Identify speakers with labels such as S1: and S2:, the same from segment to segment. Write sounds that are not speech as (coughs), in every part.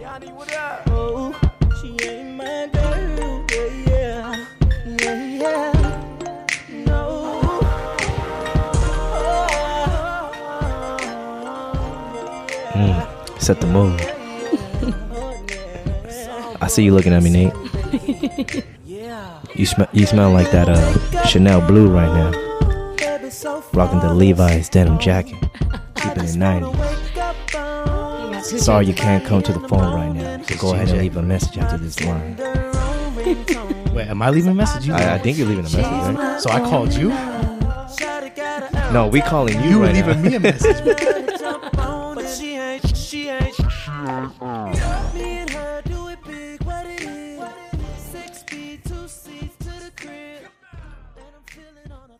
S1: Johnny, what up?
S2: Oh, she ain't my girl. Yeah, yeah, yeah, yeah. No. Oh,
S3: Set the mood. I see you looking at me, Nate. You smell you smell like that uh Chanel blue right now. Rocking the Levi's denim jacket. Keeping it 90. Sorry you can't come to the phone right now. So go ahead and leave a message after this line.
S4: Wait, am I leaving a message? You
S3: I, I think you're leaving a message, right?
S4: so I called you.
S3: No, we calling you,
S4: You were
S3: right now.
S4: leaving me a message.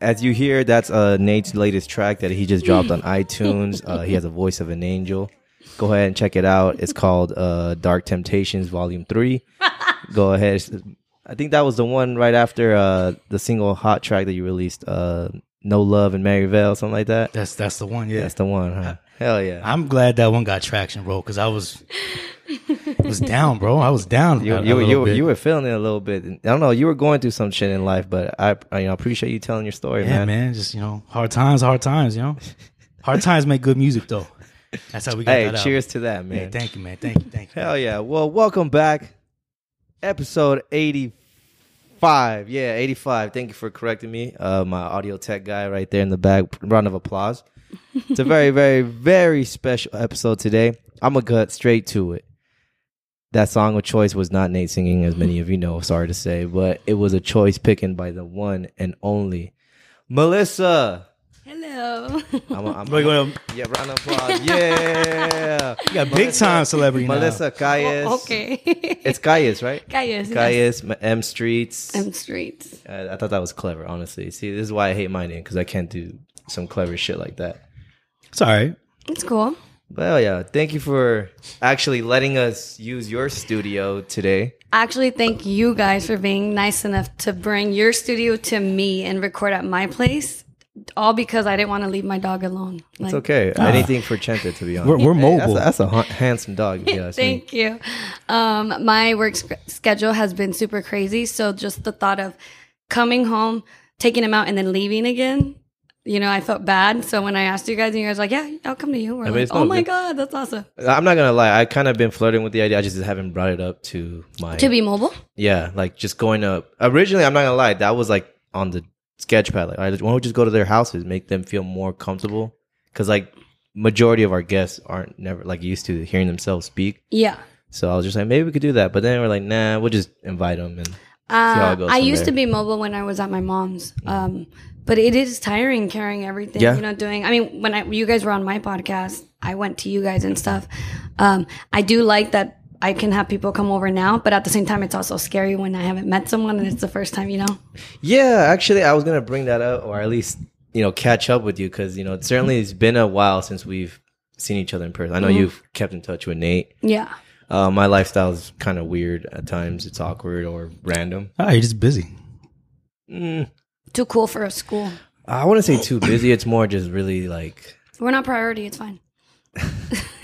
S3: As you hear, that's uh, Nate's latest track that he just dropped on iTunes. Uh, he has a voice of an angel. Go ahead and check it out. It's called uh, Dark Temptations Volume 3. Go ahead. I think that was the one right after uh, the single hot track that you released, uh, No Love in Maryvale, something like that.
S4: (laughs) That's that's the one. Yeah.
S3: That's the one, huh? Hell yeah.
S4: I'm glad that one got traction, bro, because I was was down, bro. I was down.
S3: You,
S4: a- a
S3: you,
S4: little
S3: you,
S4: bit.
S3: you were feeling it a little bit. I don't know. You were going through some shit in life, but I, I you know, appreciate you telling your story,
S4: yeah,
S3: man.
S4: man. Just you know, hard times, hard times. You know, hard times make good music, though. That's how we got
S3: Hey,
S4: that out.
S3: cheers to that, man.
S4: Yeah, thank you, man. Thank you, thank you.
S3: Hell yeah. Well, welcome back. Episode 85. Yeah, 85. Thank you for correcting me. Uh, my audio tech guy right there in the back. Round of applause. It's a very, very, very special episode today. I'm going to cut straight to it. That song of choice was not Nate singing, as many of you know, sorry to say, but it was a choice picking by the one and only Melissa.
S5: Hello.
S3: I'm a, I'm
S4: (laughs) Wait, wait, wait.
S3: yeah, round of applause. Yeah.
S4: You got big time celebrity now.
S3: Melissa Calles.
S5: Oh,
S3: (laughs)
S5: okay.
S3: It's Calles, right?
S5: Calles. yes.
S3: Calles, M- M Streets. Uh,
S5: M Streets.
S3: I, I thought that was clever, honestly. See, this is why I hate my name because I can't do some clever shit like that.
S4: It's all right.
S5: It's cool.
S3: But hell yeah, thank you for actually letting us use your studio today.
S5: Actually, thank you guys for being nice enough to bring your studio to me and record at my place, all because I didn't want to leave my dog alone. Like, ah.
S3: It's okay. Anything for Chente, to be honest.
S4: We're- we're
S3: Hey,
S4: mobile.
S3: that's, a, that's a ha- handsome dog.
S5: (laughs)
S3: if you ask me.
S5: Thank you. Um, my work sc- schedule has been super crazy. So just the thought of coming home, taking him out, and then leaving again, you know, I felt bad. So when I asked you guys, and you guys were like, yeah, I'll come to you. We're
S3: mean,
S5: like,
S3: it's
S5: oh
S3: not
S5: my
S3: good.
S5: God, that's awesome.
S3: I'm not gonna lie. I kind of been flirting with the idea. I just haven't brought it up to my
S5: To be mobile?
S3: Yeah, like just going up. Originally, I'm not gonna lie, that was like on the sketch pad. Like, I just, why don't we just go to their houses, make them feel more comfortable? Because like majority of our guests aren't never like used to hearing themselves speak.
S5: Yeah.
S3: So I was just like, maybe we could do that. But then we're like, nah, we'll just invite them. And how
S5: Uh,
S3: it goes
S5: I
S3: from
S5: used to
S3: there.
S5: be mobile when I was at my mom's, um, but it is tiring carrying everything.
S3: Yeah.
S5: You know, doing. I mean, when I you guys were on my podcast, I went to you guys and stuff. Um, I do like that I can have people come over now, but at the same time, it's also scary when I haven't met someone and it's the first time. You know,
S3: yeah, actually, I was gonna bring that up, or at least you know catch up with you because you know it certainly it's been a while since we've seen each other in person. I know you've kept in touch with Nate.
S5: yeah.
S3: Uh, my lifestyle is kind of weird at times. It's awkward or random.
S4: Ah, you're just
S3: (laughs)
S4: busy.
S5: Too cool for a school.
S3: I wouldn't say too busy. It's more just really like
S5: We're not priority. It's fine.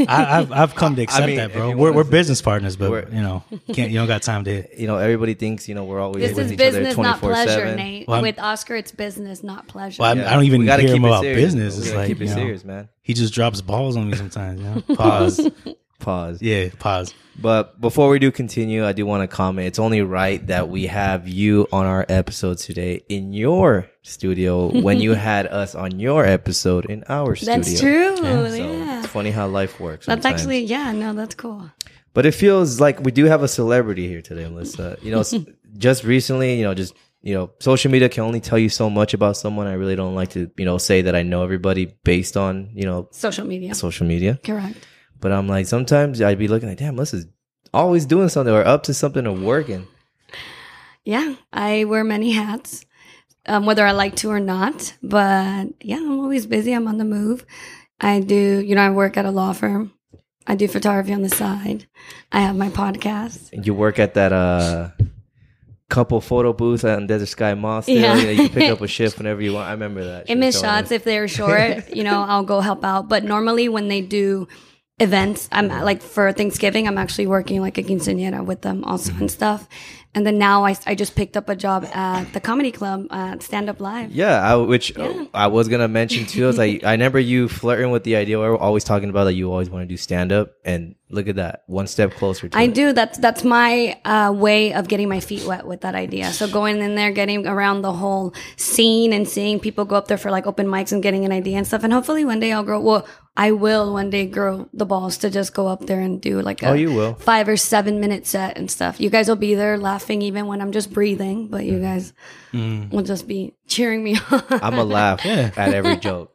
S4: I, I've I've come to accept
S3: mean,
S4: that,
S3: if
S4: bro.
S3: you
S4: We're
S3: wanna
S4: we're
S3: say-
S4: business partners, but
S3: We're-
S4: you know, can't you don't got time to.
S3: you know everybody thinks you know we're always
S5: This
S3: with
S5: is
S3: each
S5: business,
S3: other
S5: not
S3: 24
S5: pleasure,
S3: 7
S5: Nate.
S4: Well, I'm-
S5: With Oscar, it's business, not pleasure.
S4: Well, I'm- I don't even
S3: we
S4: hear
S3: gotta keep
S4: him
S3: it
S4: about
S3: serious.
S4: business.
S3: We
S4: It's
S3: gotta
S4: like
S3: keep it
S4: you know,
S3: serious, man.
S4: He just drops balls on me sometimes. You
S3: (laughs)
S4: know? Pause.
S3: Pause.
S4: yeah, pause.
S3: But before we do continue, I do want to comment. It's only right that we have you on our episode today in your studio when
S5: (laughs)
S3: you had us on your episode in our studio.
S5: that's true. Yeah.
S3: So it's funny how life works.
S5: That's
S3: sometimes.
S5: actually yeah. No, that's cool.
S3: But it feels like we do have a celebrity here today, Melissa. You
S5: (laughs)
S3: know, s- just recently, you know, just you know, social media can only tell you so much about someone. I really don't like to, you know, say that I know everybody based on, you know,
S5: Social media.
S3: social media.
S5: Correct.
S3: But I'm like, sometimes I'd be looking like, damn, Melissa's always doing something or up to something or working.
S5: Yeah, I wear many hats, um, whether I like to or not. But yeah, I'm always busy. I'm on the move. I do, you know, I work at a law firm. I do photography on the side. I have my podcast.
S3: And you work at that uh couple photo booth on Desert Sky Mall still.
S5: Yeah.
S3: You, know, you can
S5: (laughs)
S3: pick up a shift whenever you want. I remember that.
S5: I
S3: She was
S5: miss
S3: telling
S5: shots
S3: us.
S5: if they're short. you know, I'll go help out. But normally when they do events. I'm like for Thanksgiving, I'm actually working like a quinceañera with them also and stuff. And then now I, I just picked up a job at the comedy club at Stand Up Live.
S3: Yeah, I, which uh, I was gonna mention too. I was
S5: (laughs)
S3: like, I remember you flirting with the idea. We were always talking about that you always want to do stand up, and look at that, one step closer. To
S5: I
S3: it.
S5: do. That's that's my uh, way of getting my feet wet with that idea. So going in there, getting around the whole scene, and seeing people go up there for like open mics and getting an idea and stuff. And hopefully one day I'll grow. Well, I will one day grow the balls to just go up there and do like a
S3: Oh, you will.
S5: five or seven minute set and stuff. You guys will be there laughing even when I'm just breathing, but
S3: Mm.
S5: you guys will just be cheering me (laughs) on.
S3: I'm a laugh at every joke.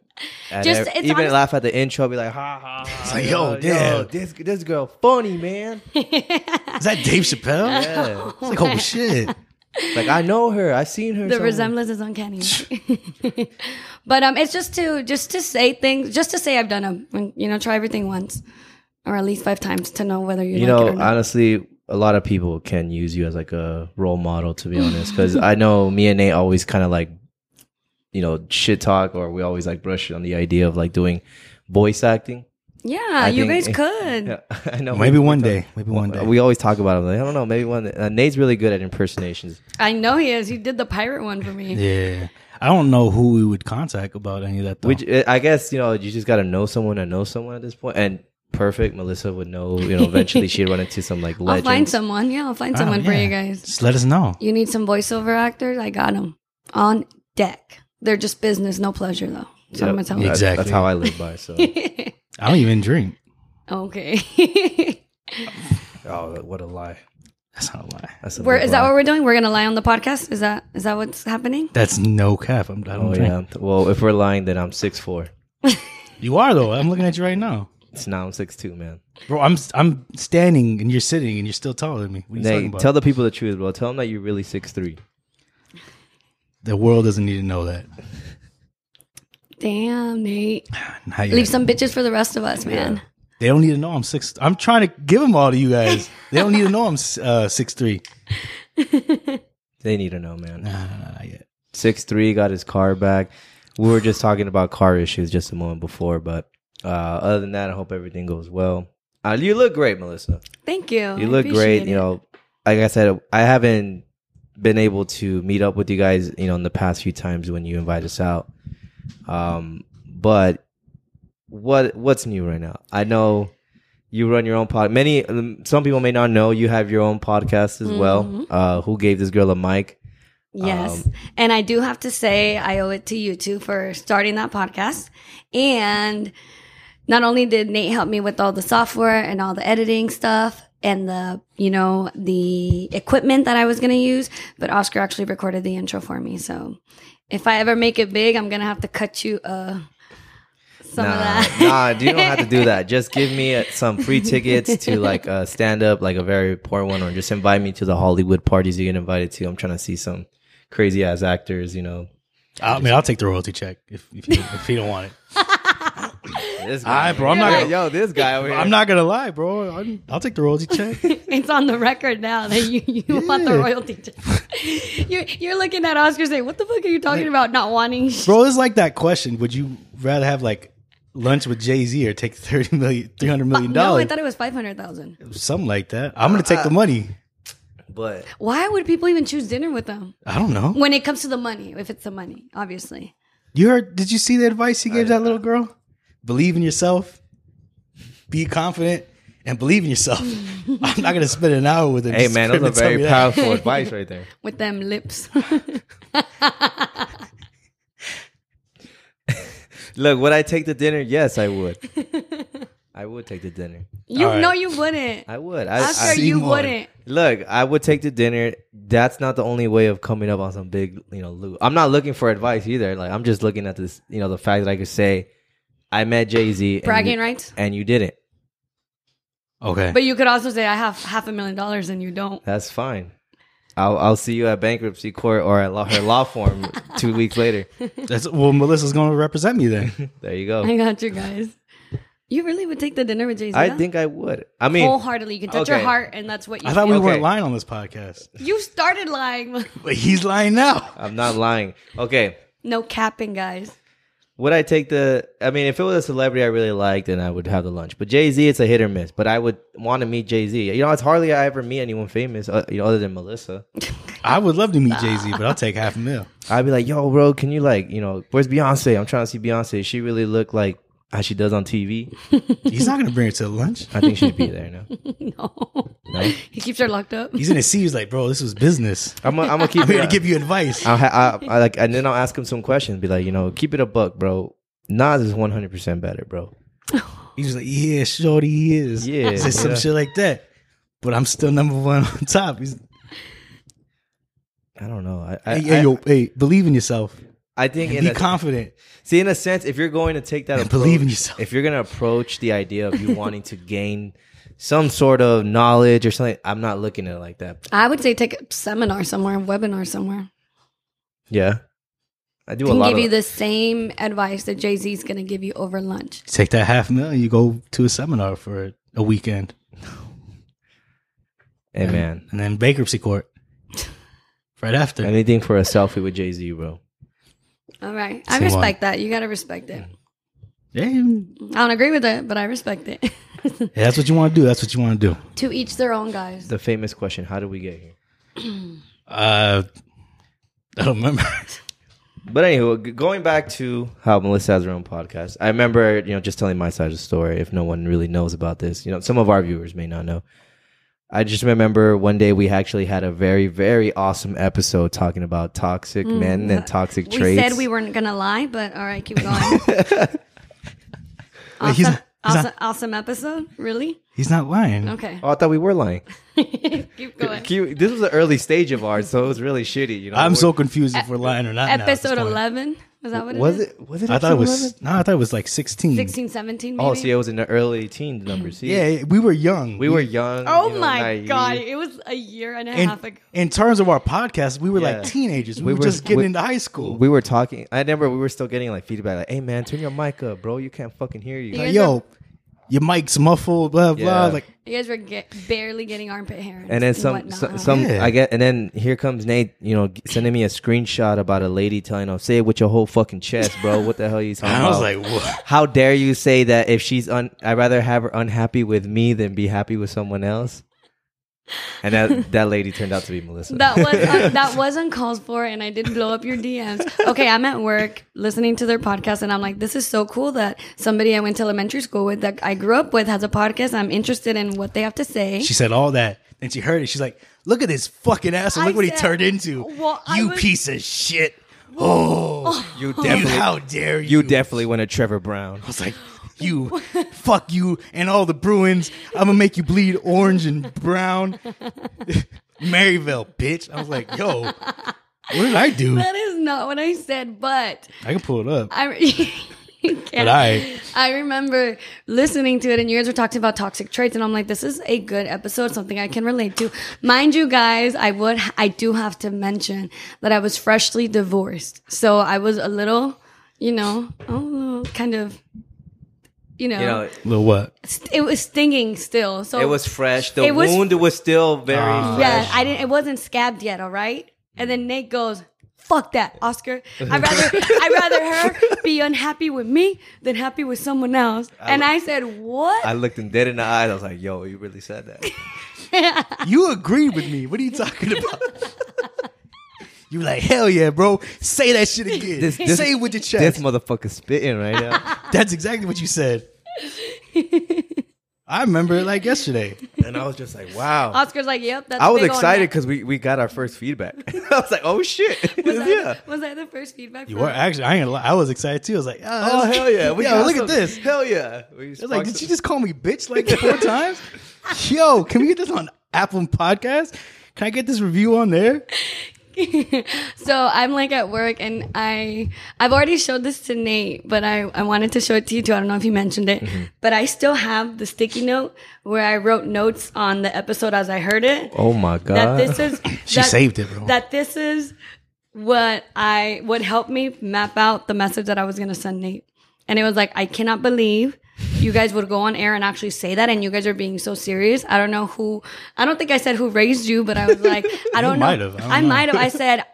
S3: At
S5: (laughs) Just-
S3: ev-
S5: it's
S3: even
S5: honest-
S3: laugh at the intro, be like, ha ha ha.
S4: like, yo, damn.
S3: this this girl funny,
S5: (laughs)
S3: man.
S4: Is that Dave Chappelle?
S3: Yeah.
S4: It's like,
S3: (laughs)
S4: oh shit.
S3: like I know her, I've seen her.
S5: the
S3: somewhere.
S5: resemblance is uncanny (laughs) but um it's just to just to say things just to say i've done them and you know try everything once or at least five times to know whether you,
S3: you
S5: like
S3: know
S5: it or not.
S3: honestly a lot of people can use you as like a role model to be honest because i know me and nate always kind of like you know shit talk or we always like brush on the idea of like doing voice acting
S5: yeah
S3: I
S5: you
S3: think-
S5: guys
S3: (laughs)
S5: could
S3: yeah, (laughs) i know
S4: Maybe
S3: we- we
S4: one
S3: talk-
S4: day. Maybe one day.
S3: we always talk about it like, i don't know maybe one day. Uh, nate's really good at impersonations
S5: i know he is he did the pirate one for me
S4: yeah. I don't know who we would contact about any of that though.
S3: which uh, i guess you know you just gotta know someone and know someone at this point and perfect melissa would know you know eventually she'd run into some like
S5: i'll
S3: legend
S5: find someone yeah i'll find
S4: Oh,
S5: someone for
S4: yeah.
S5: you guys
S4: Just let us know.
S5: you need some voiceover actors i got them on deck they're just business no pleasure though so i'm gonna tell
S3: That-
S5: them.
S4: Exactly.
S3: that's how i live by
S5: (laughs)
S3: so
S4: I don't even drink.
S5: okay (laughs)
S3: oh what a lie
S4: That's not a lie.
S3: that's a
S5: Where
S3: big
S5: is that
S3: lie.
S5: what we're doing? We're gonna lie on the podcast. Is that is that what's happening?
S4: That's no cap. I'm, I don't
S3: Oh
S4: drink.
S3: yeah. Well, if we're lying, then I'm six four.
S4: You are though. I'm looking at you right now,
S3: It's now I'm six two, man.
S4: bro. I'm I'm standing and you're sitting and you're still taller than me. What are you talking
S3: Nate,
S4: about?
S3: tell the people the truth, bro. Tell them that you're really six three.
S4: the world doesn't need to know that. (sighs)
S5: Damn, Nate.
S4: Not yet.
S5: Leave some bitches for the rest of us, man.
S4: They don't need to know I'm six. I'm trying to give them all to you (laughs) guys. They don't need to know I'm uh, six three.
S3: They need to know, man.
S4: Nah, nah, nah, not yet.
S3: Six three got his car back. We were just talking about car issues just a moment before, but uh, other than that, I hope everything goes well. Uh, you look great, Melissa.
S5: Thank you.
S3: you
S5: I
S3: look
S5: appreciate
S3: great.
S5: it.
S3: You know, like I said, I haven't been able to meet up with you guys, you know, in the past few times when you invite us out. Um, but what what's new right now? I know you run your own pod. Many um, some people may not know you have your own podcast as
S5: Mm-hmm.
S3: well. Uh, who gave this girl a mic? um,
S5: Yes. and I do have to say I owe it to you two for starting that podcast. And not only did Nate help me with all the software and all the editing stuff and the, you know, the equipment that I was going to use, but Oscar actually recorded the intro for me. So if I ever make it big, I'm going to have to cut you uh some of that.
S3: nah, you don't have to do
S5: (laughs)
S3: that. Just give me uh, some free tickets to like a stand up, like a very poor one, or just invite me to the Hollywood parties you get invited to. I'm trying to see some crazy ass actors. You know,
S4: I mean, I'll take the royalty check if if you, if you don't (laughs) want it.
S3: this
S4: All right, bro. I'm not
S3: Yo,
S4: gonna-
S3: yo, this guy over here.
S4: I'm not gonna lie, bro. I'm, I'll take the royalty check.
S5: It's on the record now that you, you (laughs) want the
S4: Yeah.
S5: royalty. check. (laughs) you're, you're looking at Oscar saying, What the fuck are you talking about? Not wanting
S4: (laughs)
S3: (laughs)
S4: Bro, it's like that question. Would you rather have like lunch with Jay Z or take 30 million, 300 million
S5: Uh, No, I
S4: dollars?
S5: thought Uh, it was five hundred thousand.
S4: Something like that. I'm gonna take the money.
S3: But
S5: Why would people even choose dinner with them
S4: I don't know.
S5: when it comes to the money? If it's the money, obviously.
S4: You heard? Did you see the advice he gave that little girl? Believe in yourself, be confident, and believe
S5: (laughs)
S4: in yourself. I'm not gonna spend an hour with him.
S3: hey,
S4: Just
S3: man,
S4: for
S3: those
S4: him
S3: are
S4: to tell me
S3: very
S4: that.
S3: powerful advice right there.
S5: With them lips. (laughs)
S3: Look, would I take the dinner? Yes, I
S5: (laughs)
S3: would. I would take the dinner.
S5: you
S4: All right.
S5: know you wouldn't.
S3: I would. I,
S5: Oscar,
S3: I-
S5: you
S4: Seymour.
S5: wouldn't.
S3: look. I would take the dinner. That's not the only way of coming up on some big, you know, loot. I'm not looking for advice either. Like I'm just looking at this, you know, the fact that I could say, I met Jay Z.
S5: Bragging
S3: you,
S5: rights.
S3: and you didn't.
S4: Okay.
S5: But you could also say I have half a million dollars and you don't.
S3: That's fine. I'll, I'll see you at bankruptcy court or at law, her law firm two weeks
S5: (laughs)
S3: later.
S4: That's, well, Melissa's gonna represent me then.
S3: There you go.
S5: I got you guys. You really would take the dinner with Jay Z?
S3: I think I would. I mean,
S5: wholeheartedly. You can touch your
S3: Okay.
S5: heart, and that's what you.
S4: I thought we
S5: feel.
S3: Okay.
S4: weren't lying on this podcast,
S5: You started lying. (laughs)
S4: but he's lying now.
S3: I'm not lying. Okay,
S5: no capping, guys.
S3: Would I take the? I mean, if it was a celebrity I really liked, then I would have the lunch. But Jay Z, it's a hit or miss. But I would want to meet Jay Z. You know, it's hardly I ever meet anyone famous, uh, you know, other than Melissa.
S4: I would love to meet Jay Z, but I'll take half a mil.
S3: I'd be like, "Yo, bro, can you like, you know, where's Beyonce? I'm trying to see Beyonce. She really looked like how she does on TV.
S4: He's not gonna bring her to lunch.
S3: I think she'd be there now.
S5: no.
S3: No?
S5: He keeps her locked up.
S4: He's gonna see. He's like, bro, this was business.
S3: I'm gonna I'm gonna keep.
S4: (laughs) I'm here to
S3: it-
S4: give you advice.
S3: I'll ha- I, I like, and then I'll ask him some questions. Be like, you know, keep it a buck, bro. Nas is 100 percent better, bro.
S4: He's like, yeah, shorty, he is.
S3: Yeah,
S4: Said some
S3: yeah.
S4: shit like that. But I'm still number one on top. He's,
S3: I don't know. I I,
S4: hey, hey, yo, hey, believe in yourself.
S3: I, I think
S4: And
S3: in
S4: be
S3: a-
S4: confident.
S3: See, in a sense, if you're going to take that,
S4: And believe in
S3: approach-
S4: yourself.
S3: If you're going to approach the idea of you
S4: (laughs)
S3: wanting to gain some sort of knowledge or something, I'm not looking at it like that.
S5: I would say take a seminar somewhere, a webinar somewhere.
S3: Yeah, I do a
S5: Can
S3: lot
S5: give
S3: of.
S5: you the same advice that Jay Z's going to give you over lunch.
S4: Take that half mil and you go to a seminar for a weekend
S3: hey man,
S4: and then bankruptcy court (laughs) right after.
S3: anything for a selfie with Jay Z, bro.
S5: All right. I
S4: Say what?
S5: respect that. You got to respect it.
S4: Damn.
S5: I don't agree with it, but I respect it. (laughs)
S4: Yeah, that's what you want to do. That's what you want to do.
S5: to each their own, guys.
S3: The famous question: How did we get here?
S4: Uh, I don't remember.
S3: But anywho, g- going back to how Melissa has her own podcast, I remember you know just telling my side of the story. If no one really knows about this, you know, some of our viewers may not know. I just remember one day we actually had a very very awesome episode talking about toxic men
S5: (laughs)
S3: and toxic
S5: Mm. We
S3: traits.
S5: said we weren't going to lie, but all
S3: (laughs)
S5: right, keep going.
S4: Wait,
S5: awesome,
S4: he's not- he's not-
S5: awesome, awesome episode. Really?
S4: (laughs) He's not lying.
S5: Okay.
S3: oh, I thought we were lying.
S5: (laughs) keep going.
S3: Q- This was an early stage of ours, so it was really shitty. You know,
S4: I'm
S3: We're-
S4: so confused if we're lying or not. now at this
S5: E- episode
S4: point.
S5: 11. Was that what it
S3: was
S5: is?
S3: it was it?
S4: I thought it was
S3: 11?
S4: no. I thought it was like 16.
S5: 16, 17, maybe?
S3: Oh, see, it was in the early teen numbers. See,
S4: Yeah, we were young.
S3: we were young.
S5: Oh
S3: you know,
S5: my
S3: naive.
S5: God. It was a year and a
S4: in,
S5: half ago.
S4: in terms of our podcast, we were
S3: Yeah.
S4: like teenagers. We,
S3: We
S4: were,
S3: were-
S4: just getting
S3: we-
S4: into high school.
S3: we were talking. I remember we were still getting like feedback, like, "Hey man, turn your mic up, bro. You can't fucking hear you."
S5: Yeah.
S4: Yo, your mic's muffled. Blah blah.
S3: Yeah.
S4: Like
S5: You guys were get, barely getting armpit hair.
S3: And then some,
S5: whatnot.
S3: so, some.
S4: Yeah.
S3: I get. And then here comes Nate. You know, g- sending me a screenshot about a lady telling him, "Say it with your whole fucking chest, bro. What the hell are you talking
S4: and
S3: about?"
S4: (laughs) (laughs) I was like, what?
S3: "How dare you say that? If she's un, I'd rather have her unhappy with me than be happy with someone else." And
S5: (laughs)
S3: that that lady turned out to be Melissa.
S5: That was uh,
S3: (laughs)
S5: that was uncalled for, and I did blow up your DMs. Okay, I'm at work listening to their podcast, and I'm like, this is so cool that somebody I went to elementary school with, that I grew up with, has a podcast. I'm interested in what they have to say.
S4: She said all that, and she heard it. She's like, "Look at this fucking ass! and
S5: I
S4: Look what he
S5: said-
S4: turned into!
S5: Well, I
S4: you
S5: was-
S4: piece of shit!
S5: (laughs)
S4: Oh,
S3: you
S4: you,
S3: definitely,
S4: how dare you!
S3: you definitely went to Trevor Brown.
S4: I was like, you, fuck you, and all the Bruins. I'm gonna make you bleed orange and brown. (laughs) Maryville, bitch. I was like, yo, what did I do?
S5: that is not what I said, but
S4: I can pull it up.
S5: I. re- (laughs) you can't.
S4: But I-
S5: I remember listening to it, and you guys were talking about toxic traits, and I'm like, this is a good episode, something I can relate to. Mind you, guys, I would, I do have to mention that I was freshly divorced, so I was a little, you know, oh, kind of, you know,
S3: You know,
S4: Little what?
S5: st- it was stinging still. So
S3: it was fresh. The
S5: Oh. It was-
S3: wound was still very.
S4: Ah.
S3: fresh.
S5: yeah, I didn't. It wasn't scabbed yet. All right. And then Nate goes, "Fuck that, Oscar. I
S3: (laughs)
S5: rather I rather her be unhappy with me than happy with someone else." and I said, "What?"
S3: I looked him dead in the eyes. I was like, "Yo, you really said (laughs) that."
S4: You agreed with me. What are you talking about? (laughs) You like, hell yeah, bro. Say that shit again.
S3: This- this-
S4: Say it with your
S3: this
S4: chest.
S3: motherfucker spitting right now.
S4: That's exactly what you said. I remember it like yesterday.
S3: (laughs) and I was just like, "Wow."
S5: Oscar's like, "Yep, that's."
S3: I was
S5: big on
S3: excited
S5: that."
S3: because we, we got our first feedback. (laughs) I was like, "Oh shit!"
S5: (laughs) was,
S3: (laughs)
S5: that-
S3: yeah.
S5: was that the first feedback?
S4: You
S5: from-
S4: were actually, I ain't gonna lie. I was excited too. I was like, oh,
S3: Oh hell yeah! We
S4: Yo,
S3: got
S4: look
S3: some-
S4: at this.
S3: Hell yeah! We
S4: I was like,
S3: sparked
S4: did
S3: some-
S4: she just call me bitch like (laughs) four times? Yo, can we get this on Apple Podcast? Can I get this review on there?
S5: so I'm like at work and I I've already showed this to Nate, but I, I wanted to show it to you too. I don't know if you mentioned it.
S3: Mm-hmm.
S5: But I still have the sticky note where I wrote notes on the episode as I heard it.
S3: Oh my god!
S5: that this is
S4: (coughs) She
S5: that-
S4: saved it, bro.
S5: That this is what I would help me map out the message that I was gonna send Nate. And it was like, I cannot believe you guys would go on air and actually say that, and you guys are being so serious. I don't know who. I don't think I said who raised (laughs) you, but I was like, I don't know.
S4: might have. I don't
S5: I (laughs)
S4: know.
S5: might have. I said.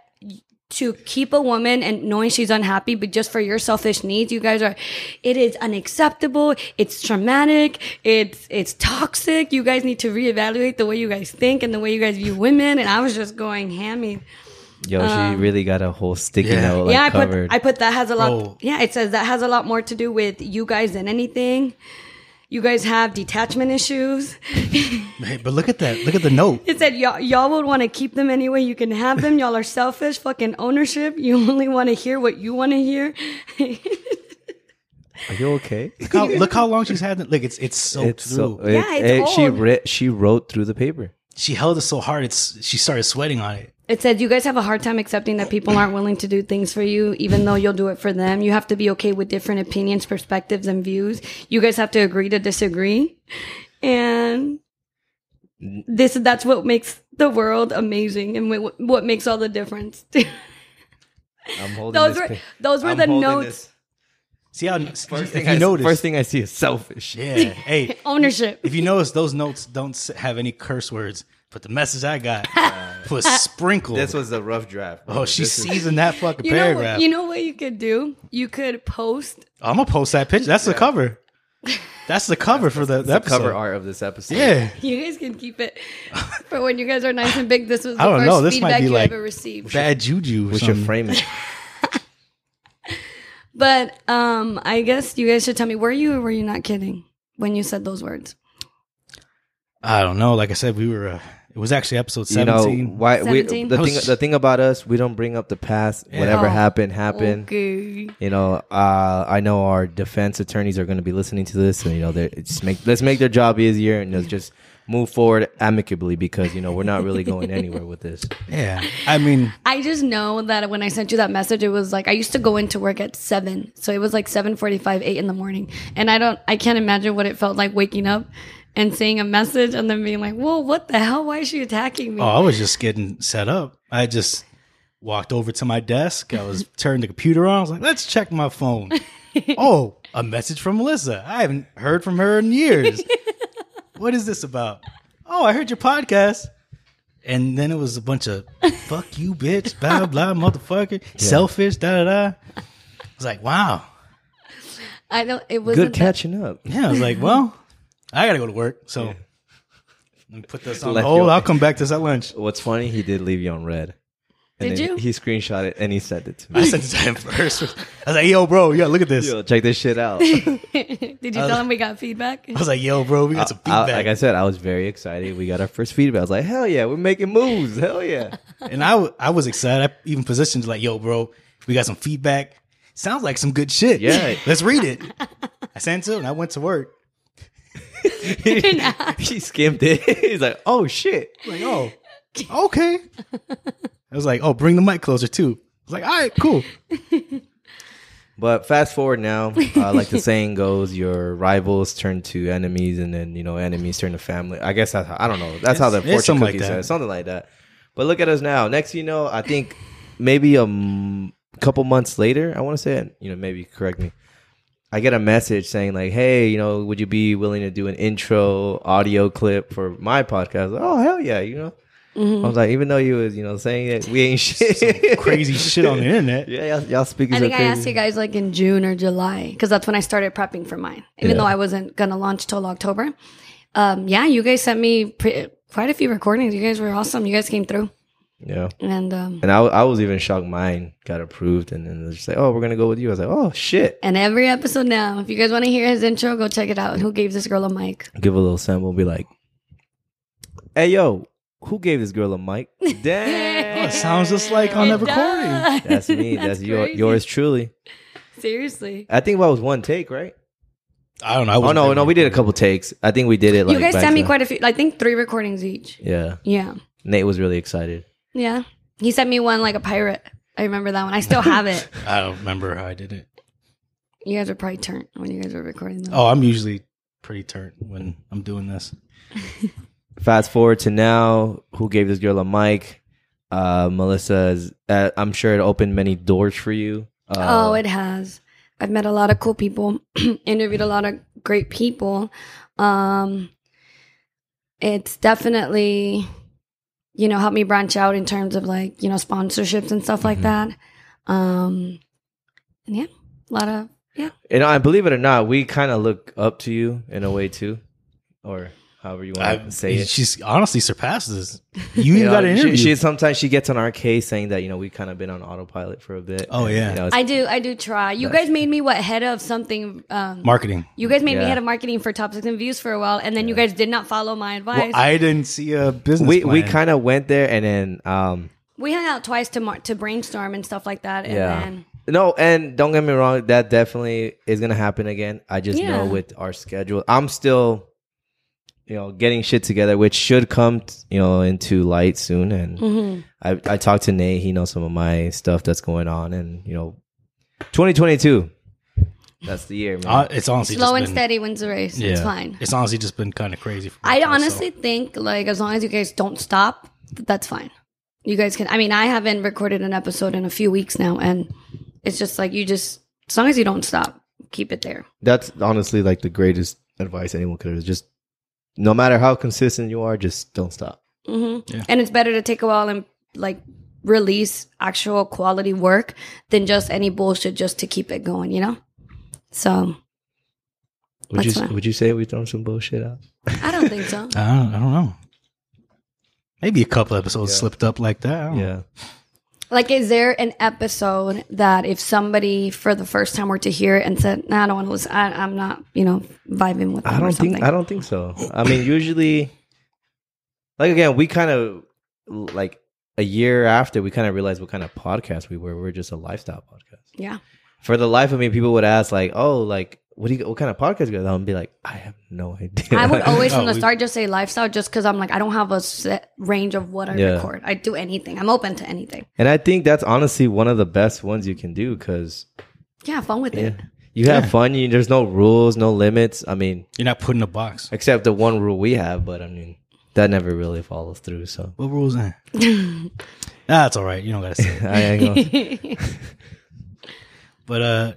S5: to keep a woman and knowing she's unhappy, but just for your selfish needs, you guys are, it is unacceptable. It's traumatic. It's, it's toxic. You guys need to reevaluate the way you guys think and the way you guys view women. And I was just going hammy.
S3: Yo, she really got a whole sticky
S4: Yeah.
S3: note like,
S5: um, yeah, I
S3: covered.
S5: put I put that has a lot.
S4: Bro.
S5: Yeah, it says that has a lot more to do with you guys than anything. You guys have detachment issues. (laughs)
S4: Hey, but look at that. Look at the note.
S5: It said y'all y'all would want to keep them anyway you can have them. Y'all are selfish, fucking ownership. You (laughs) only want to hear what you want to hear. (laughs)
S3: Are you okay?
S4: Look how, look how long she's had it. Look, it's it's soaked
S3: It's
S4: through.
S3: so, yeah,
S5: it's
S3: she
S5: old.
S3: re- she wrote through the paper.
S4: she held it so hard. It's she started sweating on it.
S5: It said you guys have a hard time accepting that people aren't willing to do things for you, even though you'll do it for them. You have to be okay with different opinions, perspectives, and views. You guys have to agree to disagree, and this that's what makes the world amazing and wh- what makes all the difference. (laughs)
S3: I'm holding
S5: those
S3: this
S5: were
S3: pa-
S5: those were
S3: I'm
S5: the
S3: holding
S5: notes.
S3: this.
S4: See how
S3: First
S4: first
S3: thing,
S4: if you
S3: I,
S4: notice.
S3: first thing I see is selfish.
S4: yeah. Hey,
S5: Ownership.
S4: if you notice, those notes don't s- have any curse words. But the message
S3: (laughs)
S4: I got was sprinkled.
S3: This was a rough draft.
S4: oh, she
S3: This is-
S4: seasoned that fucking
S5: You know,
S4: paragraph.
S5: you know what you could do? You could post
S4: I'm gonna post that picture. That's the cover.
S3: (laughs)
S4: That's the cover for the, the
S3: the
S4: episode.
S3: cover art of this episode.
S4: Yeah.
S5: You guys can keep it (laughs) for when you guys are nice and big. This was the
S4: I don't
S5: first
S4: know, this
S5: feedback
S4: might be
S5: you
S4: like-
S5: ever received.
S4: Bad juju. or
S3: we should
S4: something.
S3: frame it.
S5: But um, I guess you guys should tell me were you or were you not kidding when you said those words?
S4: I don't know. Like I said, we were. Uh, it was actually episode (laughs)
S3: You
S4: seventeen.
S3: know why? We, the
S5: 17.
S3: thing the thing about us, we don't bring up the past. Whatever
S5: Oh.
S3: happened, happened.
S5: Okay.
S3: You know, uh, I know our defense attorneys are going to be listening to this, and you know, they're- it's make let's make their job easier and let's just move forward amicably because you know we're not really going anywhere with
S5: (laughs)
S3: this.
S4: yeah. I mean,
S5: I just know that when I sent you that message, it was like I used to go into work at seven, so it was like seven forty-five, eight in the morning, and I don't, I can't imagine what it felt like waking up and seeing a message and then being like, "Whoa, what the hell? Why is she attacking me?"
S4: oh, I was just getting set up. I just walked over to my desk.
S3: (laughs)
S4: I was turned the computer on. I was like, let's check my phone. oh, a message from Melissa. I haven't heard from her
S3: (laughs)
S4: in years. what is this about? Oh, I heard your podcast. And then it was a bunch of fuck you, bitch, blah
S3: (laughs)
S4: blah, motherfucker, selfish, da da da. I was like, wow.
S5: I don't. It was
S3: Good catching up.
S4: Yeah, I was like, well, I gotta go to work, so let me put this on
S3: Left
S4: hold.
S3: your-
S4: I'll come back to this at lunch.
S3: What's funny? He did leave you on red. And
S5: Did
S3: then
S5: you?
S3: He screenshot it and he sent it to
S4: I
S3: me. (laughs)
S4: sent it to (laughs) him first. I was like, yo, bro, yeah, look at this.
S3: Yo, check this shit
S5: (laughs)
S3: out.
S5: (laughs) Did
S3: Uh,
S5: you tell him we got feedback?
S3: (laughs)
S4: I was like, yo, bro, we got some
S3: I-
S4: feedback.
S3: like I said, I was very excited. We got our first feedback. I was like, hell yeah, we're making moves. Hell yeah.
S4: and I, w- I was excited. I even positioned like, yo, bro, we got some feedback. Sounds like some good shit.
S3: Yeah.
S4: (laughs) Let's read it. I sent it to him and I went to work.
S5: (laughs)
S3: he skimmed it. (laughs) He's like, oh shit.
S4: Like, oh, okay. I was like, oh, bring the mic closer too. I was like, all right, cool.
S3: But fast forward now, uh, like the
S4: (laughs)
S3: saying goes, your rivals turn to enemies, and then you know enemies turn to family. I guess that's how, I don't know. That's how the
S4: It's-
S3: fortune
S4: it's something like
S3: cookie
S4: that.
S3: says something like that. But look at us now. Next, you know, I think maybe a m- couple months later, I want to say, it, you know, maybe correct me. I get a message saying like, "Hey, you know, would you be willing to do an intro audio clip for my podcast?" Like, oh hell yeah, you know.
S4: Mm-hmm.
S3: I was like, even though you was you know saying that we ain't shit,
S4: Crazy shit on the
S3: (laughs)
S4: internet.
S3: yeah, y'all, y'all speakers
S5: I think
S3: are
S5: I
S3: crazy.
S5: asked you guys like in June or July because that's when I started prepping for mine, even
S3: Yeah.
S5: though I wasn't gonna launch till October. Um, yeah, you guys sent me pre- quite a few recordings. You guys were awesome. You guys came through,
S3: yeah.
S5: and um,
S3: And I, I was even shocked mine got approved. And then they're just like, oh, we're going to go with you. I was like, oh, shit.
S5: and every episode now. If you guys want to hear his intro, go check it out. Who gave this girl a mic?
S3: Give a little sample and be like, hey, yo, who gave this girl a
S5: (laughs)
S3: mic?
S4: Oh,
S3: Damn.
S4: it sounds just like on the
S5: It
S4: recording.
S5: does.
S3: (laughs) That's me. That's, your,
S5: crazy.
S3: yours truly.
S5: Seriously,
S3: I think that was one take, right?
S4: I don't know. I
S3: Oh,
S4: wasn't
S3: no,
S4: there.
S3: no. We did a couple takes. I think we did it like
S5: you guys
S3: back
S5: sent me
S3: to-
S5: quite a few. I think three recordings each.
S3: Yeah.
S5: Yeah,
S3: Nate was really excited.
S5: yeah. He sent me one like a pirate. I remember that one. I still
S3: (laughs)
S5: have it.
S4: I don't remember how I did it.
S5: You guys were probably turned when you guys were recording them.
S4: Oh, I'm usually pretty turned when I'm doing this.
S3: Fast forward to now, who gave this girl a mic? Uh, Melissa's, uh, I'm sure it opened many doors for you. Uh,
S5: Oh, it has. I've met a lot of cool people, (clears throat) interviewed a lot of great people. Um, it's definitely you know, helped me branch out in terms of like, you know, sponsorships and stuff like
S3: Mhm.
S5: that. Um, and yeah, a lot of,
S3: And I believe it or not, we kind of look up to you in a way too, or however you want
S4: I,
S3: to say it.
S4: she's honestly
S3: (laughs)
S4: surpassed us. You,
S3: You know,
S4: got an
S3: she-
S4: interview.
S3: She, sometimes she gets on our case saying that you know we've kind of been on autopilot for a bit.
S4: Oh,
S3: And,
S4: yeah.
S3: you know, it's-
S5: I do, I do try. You guys made me what head of something. Um,
S4: Marketing.
S5: you guys made me
S3: Yeah.
S5: head of marketing for top six and views for a while. And then you guys did not follow my advice.
S4: Well, I didn't see a business.
S3: we we
S4: plan.
S3: kind of went there and then um
S5: we hung out twice to mar- to brainstorm and stuff like that. And
S3: yeah
S5: then,
S3: no and don't get me wrong that definitely is gonna happen again. I just
S5: Yeah.
S3: know with our schedule, I'm still you know getting shit together, which should come t- you know into light soon. And
S5: Mhm.
S3: I I talked to Nate, he knows some of my stuff that's going on, and you know, 2022, that's the year, man.
S4: Uh, it's honestly
S5: slow
S4: just
S5: and
S4: been-
S5: steady wins the race. It's fine.
S4: It's honestly just been kind of crazy. For me,
S5: I
S4: so-
S5: honestly think like as long as you guys don't stop, th- that's fine. You guys can. I mean, I haven't recorded an episode in a few weeks now, and it's just like you just as long as you don't stop, keep it there.
S3: that's honestly like the greatest advice anyone could have. Just no matter how consistent you are, just don't stop.
S5: hmm
S4: Yeah.
S5: And it's better to take a while and like release actual quality work than just any bullshit just to keep it going. You know. So
S3: Would
S5: That's
S3: you
S5: fine.
S3: Would you say we thrown some bullshit out?
S5: I don't think
S4: (laughs)
S5: so.
S4: I don't, I don't know. Maybe a couple episodes
S3: Yeah.
S4: slipped up like that. I don't know.
S3: Yeah,
S5: Like, is there an episode that if somebody for the first time were to hear it and said, nah, I don't want to listen, I, I'm not, you know, vibing with them
S3: I
S5: or
S3: don't
S5: something?
S3: think I don't think so. I mean, usually, like again, we kind of like a year after we kind of realized what kind of podcast we were. We were just a lifestyle podcast. (laughs)
S5: yeah.
S3: for the life of me, people would ask like, "Oh, like, what do you? What kind of podcast you guys?" on?" And be like, "I have no idea."
S5: I would always from
S4: Oh,
S5: the
S4: we-
S5: start just say lifestyle just because I'm like, I don't have a set range of what I
S3: Yeah.
S5: record. I do anything. I'm open to anything.
S3: (laughs) and I think that's honestly one of the best ones you can do because
S5: Yeah, have fun with it.
S3: you have
S4: Yeah.
S3: fun. You, there's no rules, no limits. I mean,
S4: You're not put in a box.
S3: except the one rule we have, but I mean, that never really follows through. So (laughs)
S4: What rules? Eh.
S5: (laughs)
S4: nah, it's all right. You don't gotta
S3: (laughs)
S4: say. It.
S3: I ain't gonna-
S4: But uh,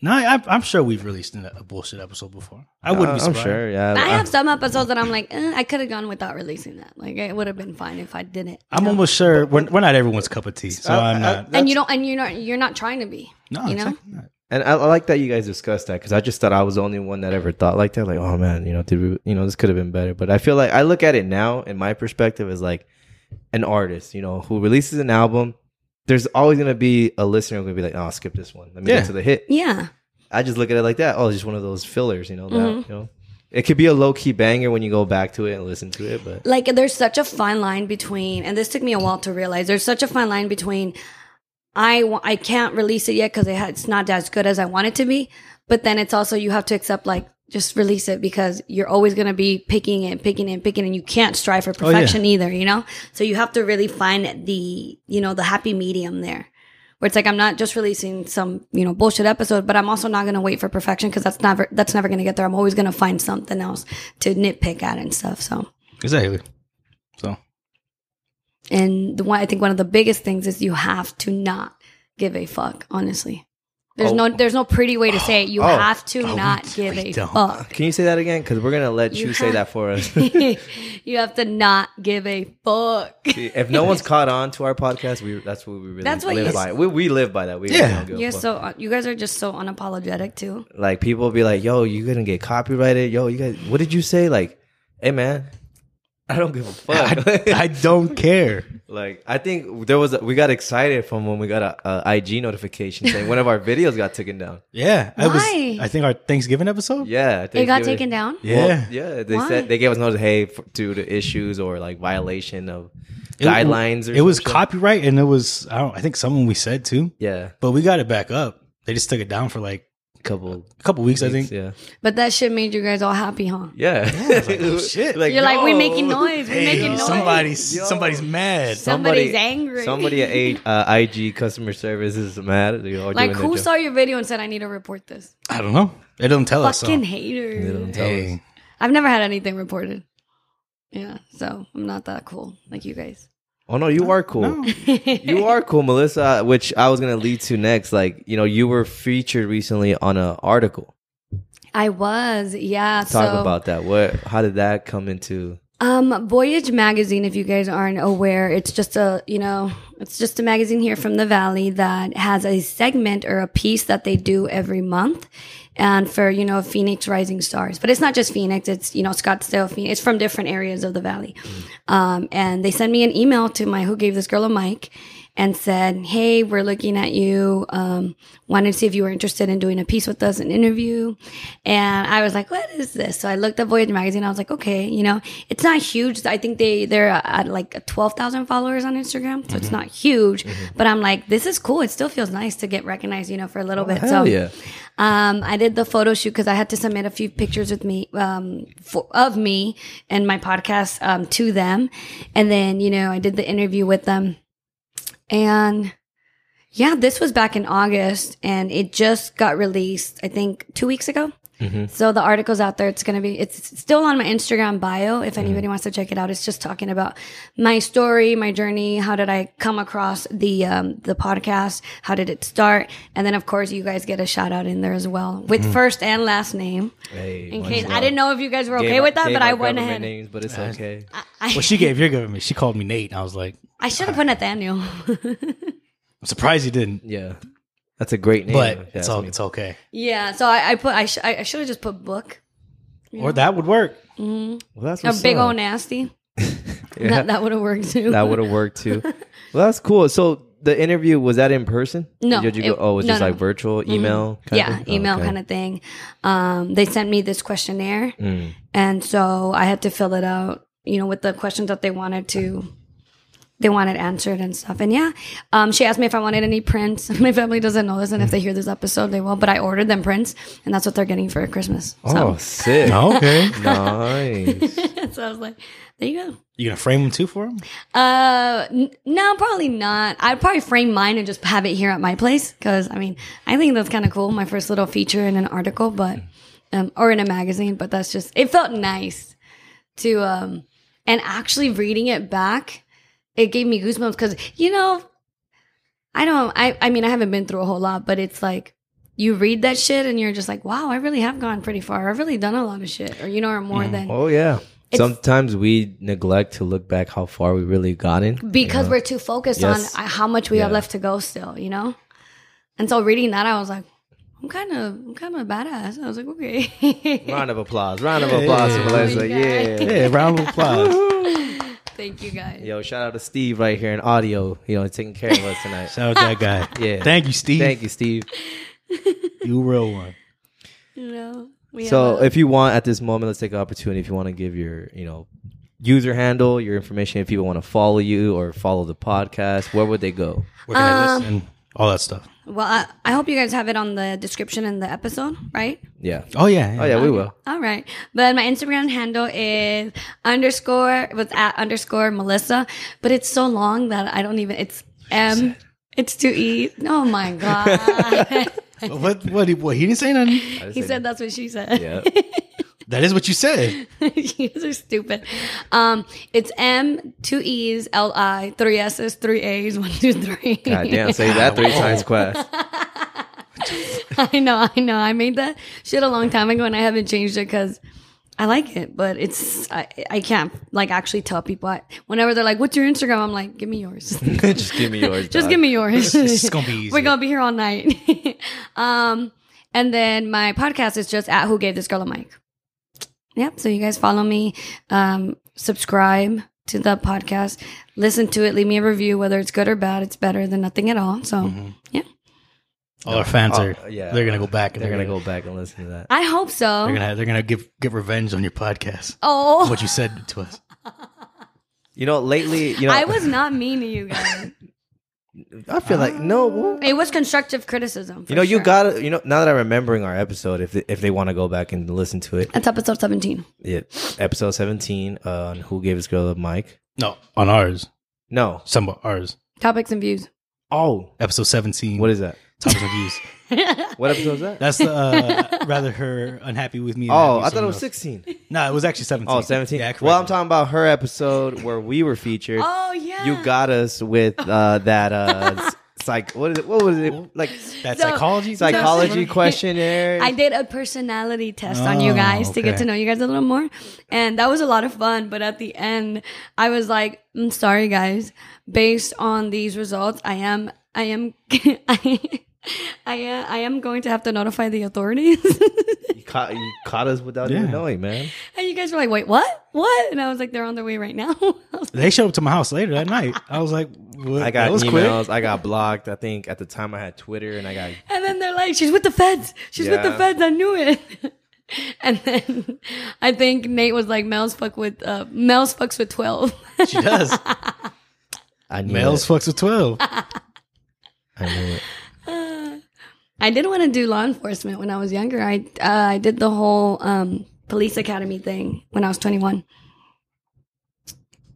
S4: no, I, I'm sure we've released an- a bullshit episode before. I wouldn't be
S3: "Uh, I'm
S4: surprised.
S3: sure. Yeah,
S5: I
S3: I-
S5: have some episodes that I'm like, eh, I could have gone without releasing that. Like, it would have been fine if I didn't.
S4: I'm
S5: you know?
S4: almost sure we're, we're not everyone's cup of tea, so
S3: I-
S4: I, am
S3: I-
S4: not.
S5: And you don't, and you're not, you're not trying to be.
S4: Uh, no,
S5: you know?
S4: exactly not.
S3: and I, I like that you guys discussed that because I just thought I was the only one that ever thought like that. Like, oh man, you know, did we, you know, this could have been better. But I feel like I look at it now, and my perspective is like an artist, you know, who releases an album. There's always gonna be a listener who's gonna be like, oh, skip this one. Let me
S4: Yeah.
S3: get to the hit.
S5: Yeah.
S3: I just look at it like that. Oh, it's just one of those fillers, you know. That,
S5: Mm-hmm.
S3: You know, it could be a low key banger when you go back to it and listen to it, but
S5: like there's such a fine line between and this took me a while to realize there's such a fine line between i wa- i can't release it yet because it's not as good as i want it to be but then it's also you have to accept like just release it because you're always going to be picking and picking and picking and you can't strive for
S4: yeah.
S5: perfection either you know so you have to really find the you know the happy medium there where it's like i'm not just releasing some you know bullshit episode but i'm also not going to wait for perfection because that's never that's never going to get there i'm always going to find something else to nitpick at and stuff so
S4: exactly. So
S5: and the one I think one of the biggest things is you have to not give a fuck, honestly. There's
S3: Oh.
S5: no there's no pretty way to say it. You
S3: Oh.
S5: have to
S4: Oh,
S5: not
S4: we-
S5: give
S4: we
S5: a
S4: don't.
S5: fuck. (laughs)
S3: can you say that again? Because we're gonna let
S5: You
S3: you, say
S5: have-
S3: that for
S5: (laughs)
S3: us.
S5: you have to not give a fuck.
S3: if no one's caught on to our podcast, we that's what we really
S5: That's what
S3: live
S5: you-
S3: by. We, we live by that. We
S4: Yeah.
S3: don't give a
S5: (laughs) You're
S3: fuck.
S5: so uh, you guys are just so unapologetic too.
S3: like people be like, "Yo, you gonna get copyrighted? Yo, you guys, what did you say?" Like, hey man, I don't give a fuck.
S4: I, I don't care.
S3: (laughs) like, I think there was a, we got excited from when we got a, a IG notification saying one of our videos got taken down.
S4: Yeah, I
S5: Why?
S4: was. I think our Thanksgiving episode.
S3: Yeah, I think
S5: It got
S3: they were-
S5: taken down.
S3: Well,
S4: Yeah.
S3: yeah. They
S5: Why?
S3: said they gave us notice, hey, f- due to issues or like violation of
S4: It-
S3: guidelines. Or
S4: it was
S3: some shit.
S4: copyright, and it was. I don't. I think someone we said too,
S3: Yeah,
S4: but we got it back up. They just took it down for like
S3: couple.
S4: a couple weeks, I
S3: weeks,
S4: think.
S3: Yeah.
S5: But that shit made you guys all happy, huh?
S3: Yeah.
S4: was
S3: (laughs)
S4: like, oh, shit.
S5: You're like, we
S3: yo.
S5: making noise. we making noise.
S4: somebody's
S3: Yo.
S4: somebody's mad.
S5: Somebody's angry.
S3: Somebody at A- uh, IG customer service is mad. They are
S5: Like
S3: doing their
S5: who
S3: job.
S5: saw your video and said I need to report this?
S4: I don't know. It doesn't
S3: Oh,
S4: tell us. so-
S5: Fucking hater.
S3: don't tell us.
S4: Hey,
S5: I've never had anything reported. Yeah, so I'm not that cool like you guys.
S3: Oh no, you are cool.
S4: no.
S3: you are cool, Melissa. Which I was gonna lead to next. Like you know, you were featured recently on an article.
S5: I was, yeah.
S3: Talk
S5: so
S3: about that. What? How did that come into?
S5: Um, Voyage magazine, if you guys aren't aware, it's just a you know, it's just a magazine here from the valley that has a segment or a piece that they do every month, and for you know Phoenix rising stars. But it's not just Phoenix; it's you know Scottsdale, Phoenix. It's from different areas of the valley, um, and they send me an email to my who gave this girl a mic, and said, Hey, we're looking at you. Um, wanted to see if you were interested in doing a piece with us, an interview. And I was like, What is this? So I looked up Voyage Magazine. I was like, Okay, you know, it's not huge. I think they, they're at like 12,000 followers on Instagram. So
S3: Mm-hmm.
S5: it's not huge. But I'm like, This is cool. It still feels nice to get recognized, you know, for a little bit. so
S3: Oh, Hell yeah.
S5: um, I did the photo shoot because I had to submit a few pictures with me, um, for, of me and my podcast um, to them, and then you know I did the interview with them, and yeah, this was back in August, and it just got released. I think two weeks ago. So the article's out there. It's gonna be. It's still on my Instagram bio.
S3: Mm-hmm.
S5: If anybody wants to check it out, it's just talking about my story, my journey. How did I come across the um, the podcast? How did it start? And then of course you guys get a shout out in there as well with
S3: Mm-hmm.
S5: first and last name.
S3: Hey,
S5: In
S3: much
S5: case I
S3: love.
S5: didn't know if you guys were okay
S3: Gave-
S5: with that,
S3: gave
S5: but
S3: our
S5: I went
S3: government
S5: ahead.
S3: Names, but it's okay.
S5: I,
S4: Well, she gave your government. She called me Nate. and I was like,
S5: I should have put Nathaniel. (laughs)
S4: I'm surprised you didn't.
S3: yeah, that's a great name.
S4: But
S3: if you
S4: it's
S3: ask
S4: all,
S3: me.
S4: it's okay.
S5: yeah. So I, I put. I, sh- I should have just put book.
S4: Or that would work.
S3: Well, that's
S5: A
S3: what's
S5: big
S3: up. (laughs)
S5: old nasty. That that would have worked too.
S3: that would have worked
S5: (laughs)
S3: too. Well, that's cool. So the interview was that in person?
S5: No,
S3: Did you go?
S5: it-
S3: oh, it was
S5: no,
S3: just
S5: no. Mm-hmm.
S3: like virtual email. Kind
S5: yeah, email kind of thing. Um, they sent me this questionnaire, and so I had to fill it out. You know, with the questions that they wanted to, they wanted answered and stuff. And yeah, um, she asked me if I wanted any prints. (laughs) My family doesn't know this, and if they hear this episode, they will. But I ordered them prints, and that's what they're getting for Christmas.
S3: Oh,
S5: So,
S4: (laughs)
S3: sick.
S4: Okay.
S3: nice.
S5: (laughs) so I was like, there you go.
S4: You gonna frame them too for him?
S5: Uh, n- no, probably not. I'd probably frame mine and just have it here at my place because I mean, I think that's kind of cool. My first little feature in an article, but um, or in a magazine, but that's just it felt nice to um and actually reading it back, it gave me goosebumps because you know, I don't. I I mean, I haven't been through a whole lot, but it's like. You read that shit and you're just like, wow, I really have gone pretty far. I've really done a lot of shit, or you know, or more than
S3: Oh yeah.
S5: It's-
S3: Sometimes we neglect to look back how far we really gotten.
S5: because we're too focused
S3: Yes.
S5: on uh, how much we have
S3: Yeah.
S5: left to go still, you know. And so reading that, I was like, I'm kind of, I'm kind of a badass. I was like, okay,
S3: (laughs) Round of applause. Round of applause for
S4: Oh my
S3: Melissa.
S5: God.
S3: Yeah.
S4: Yeah, round of applause.
S5: (laughs) thank you guys.
S3: Yo, shout out to Steve right here in audio. You know, taking care of us (laughs) tonight.
S4: Shout out that guy.
S3: Yeah.
S4: Thank you, Steve.
S3: Thank you, Steve.
S4: You real one.
S5: You know, we
S3: So
S5: have a-
S3: if you want at this moment, let's take an opportunity if you want to give your, you know, user handle, your information, if people want to follow you or follow the podcast, where would they go?
S4: Where can I listen? All that stuff.
S5: well, I, I hope you guys have it on the description in the episode, right?
S3: Yeah.
S4: Oh yeah.
S3: Oh yeah, we will.
S5: All right. But my Instagram handle is underscore with at underscore Melissa, but it's so long that I don't even. It's M. It's too E.
S3: (laughs)
S5: Oh my god.
S4: What? What? What? He didn't say nothing.
S5: he said that's what she said.
S3: Yeah.
S4: That is what you said.
S5: (laughs) you guys are stupid. Um, it's M, two E's, L I, three S's, three A's, one, two, three.
S3: God damn, say that three times quest.
S5: (laughs) I know, I know. I made that shit a long time ago and I haven't changed it because I like it, but it's, I, I can't like actually tell people. I, whenever they're like, what's your Instagram? I'm like, give me yours.
S3: (laughs) Just give me yours.
S5: (laughs) Just
S3: dog.
S5: give
S3: (laughs)
S5: me yours.
S4: This is gonna be (laughs) easy.
S5: We're gonna be here all night. (laughs) um, and then my podcast is just at Who Gave This Girl a Mic. Yep. So you guys follow me, um, subscribe to the podcast, listen to it, leave me a review, whether it's good or bad. It's better than nothing at all. So yeah,
S4: All our fans
S3: Oh,
S4: are.
S3: yeah.
S4: They're gonna go back. And
S3: They're gonna go back and listen to that.
S5: I hope
S4: They're
S5: so.
S4: gonna. They're gonna give get revenge on your
S5: (laughs)
S4: podcast.
S5: Oh,
S4: What you said to us.
S3: You know, lately, you know,
S5: I was not mean to you guys.
S3: I feel like no. well,
S5: it was constructive criticism. Ah, for
S3: You know, you
S5: sure.
S3: gotta. You know, now that I'm remembering our episode, if they, if they want to go back and listen to it,
S5: That's episode seventeen.
S3: yeah, episode 17 uh, on who gave this girl a mic.
S4: No, on ours.
S3: No.
S4: Some of ours.
S5: Topics and views.
S3: Oh,
S4: Episode seventeen.
S3: what is that?
S4: Topics and views.
S3: What episode is that?
S4: That's the uh, rather her unhappy with me. than happy
S3: Oh,
S4: with
S3: I thought it
S4: someone
S3: was
S4: else.
S3: 16.
S5: (laughs)
S4: No, it was actually seventeen.
S3: Oh, 17.
S4: Yeah,
S3: well, I'm
S4: correct.
S3: talking about her episode where we were featured.
S5: Oh yeah. (laughs)
S3: You got us with uh, that uh, s- psych. What is it? What was it? Like
S4: That
S5: So-
S4: psychology,
S3: psychology
S5: so-
S3: questionnaire.
S5: I did a personality test on you
S4: Oh,
S5: guys to get
S4: okay.
S5: to know you guys a little more. And that was a lot of fun. But at the end, I was like, I'm sorry, guys. Based on these results, I am, I am, (laughs) I, I, uh, I am going to have to notify the authorities. (laughs)
S3: you, caught, you caught us without
S4: Yeah.
S3: even knowing, man.
S5: and you guys were like, wait, what? What? And I was like, they're on their way right now. (laughs) I was
S4: They showed up to my house later that night. I was like, what?
S3: I got
S4: that was
S3: emails.
S4: quick.
S3: I got blocked. I think at the time I had Twitter, and I got
S5: And then they're like, she's with the feds. She's with the
S3: Yeah.
S5: feds. I knew it. (laughs) and then (laughs) I think Nate was like, Mel's fuck with, uh, Mel's fucks with 12.
S4: (laughs)
S3: (laughs)
S4: She does.
S3: I knew
S4: Males
S3: it.
S4: fucks with twelve.
S3: I knew it.
S5: I did want to do law enforcement when I was younger. I, uh, I did the whole, um, police academy thing when I was 21.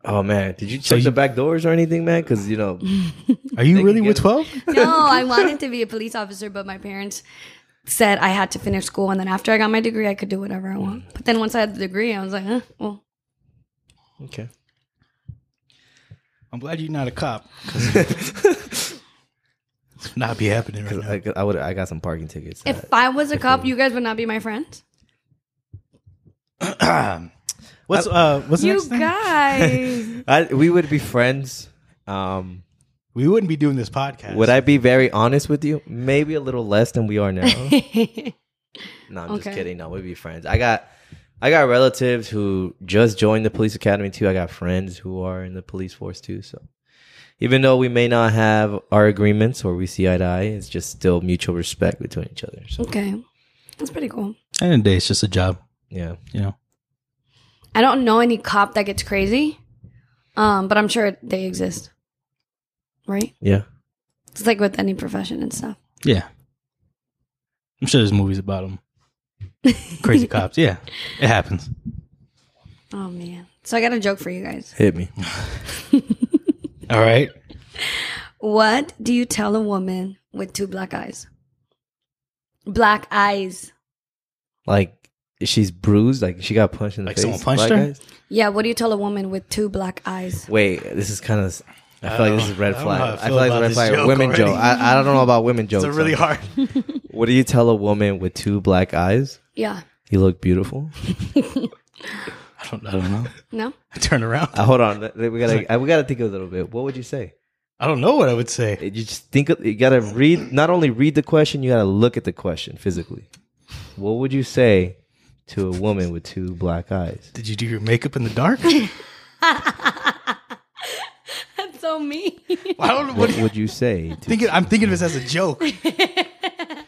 S3: Oh man, did you Mm. check
S4: you-
S3: the back doors or anything, man? Because you know,
S4: Are you really
S3: get
S4: with
S3: it. (laughs)
S4: twelve?
S5: No, I wanted to be a police officer, but my parents said I had to finish school. And then after I got my degree, I could do whatever I want. But then once I had the degree, I was like, huh, well,
S3: okay.
S4: I'm glad you're not
S3: (laughs)
S4: a cop. 'cause it's not be happening right now.
S3: I, I would. I got some parking tickets.
S5: if I was a cop, you guys would not be my friends.
S3: (clears throat) um,
S4: What's uh? What's the
S5: You
S4: next thing?
S5: guys.
S3: I, we would be friends. Um,
S4: we wouldn't be doing this podcast.
S3: would I be very honest with you? Maybe a little less than we are now.
S4: (laughs)
S3: No, I'm
S5: Okay.
S3: just kidding. No, we'd be friends. I got I got relatives who just joined the police academy too. I got friends who are in the police force too. So even though we may not have our agreements or we see eye to eye, it's just still mutual respect between each other. So
S5: Okay. That's pretty cool.
S4: End of the day, it's just a job.
S3: yeah.
S4: You know.
S5: I don't know any cop that gets crazy, um, but I'm sure they exist. Right?
S3: Yeah.
S5: It's like with any profession and stuff.
S4: Yeah. I'm sure there's movies about them.
S5: (laughs)
S4: Crazy cops. Yeah, it happens.
S5: Oh, man. So I got a joke for you guys.
S3: Hit me.
S4: All right.
S5: What do you tell a woman with two black eyes? Black eyes.
S3: Like she's bruised, like she got punched in the
S4: Like
S3: face.
S4: someone punched
S3: black
S4: her?
S3: guys?
S5: Yeah, what do you tell a woman with two black eyes?
S3: Wait, this is kind of I
S4: I
S3: feel like this
S4: don't-
S3: is red
S4: I don't know how I
S3: flag. I
S4: feel
S3: feel like it's
S4: about
S3: red
S4: this
S3: flag.
S4: joke
S3: Women
S4: already.
S3: joke. I, I don't know about women jokes.
S4: It's a really
S3: so-
S4: hard.
S3: What do you tell a woman with two black eyes?
S5: Yeah.
S3: You look beautiful.
S4: (laughs) I don't. I don't know.
S5: No?
S4: I turn around.
S3: Uh, hold on, Th- th- we gotta uh, we gotta think a little bit. What would you say? Uh,
S4: I don't know what I would say.
S3: You just think of, you gotta read. Not only read the question, you gotta look at the question physically. What would you say to a woman with two black eyes?
S4: Did you do your makeup in the dark? (laughs)
S5: That's so mean.
S4: I don't know. What
S3: What would you say? To,
S4: thinking, I'm thinking of this as a joke.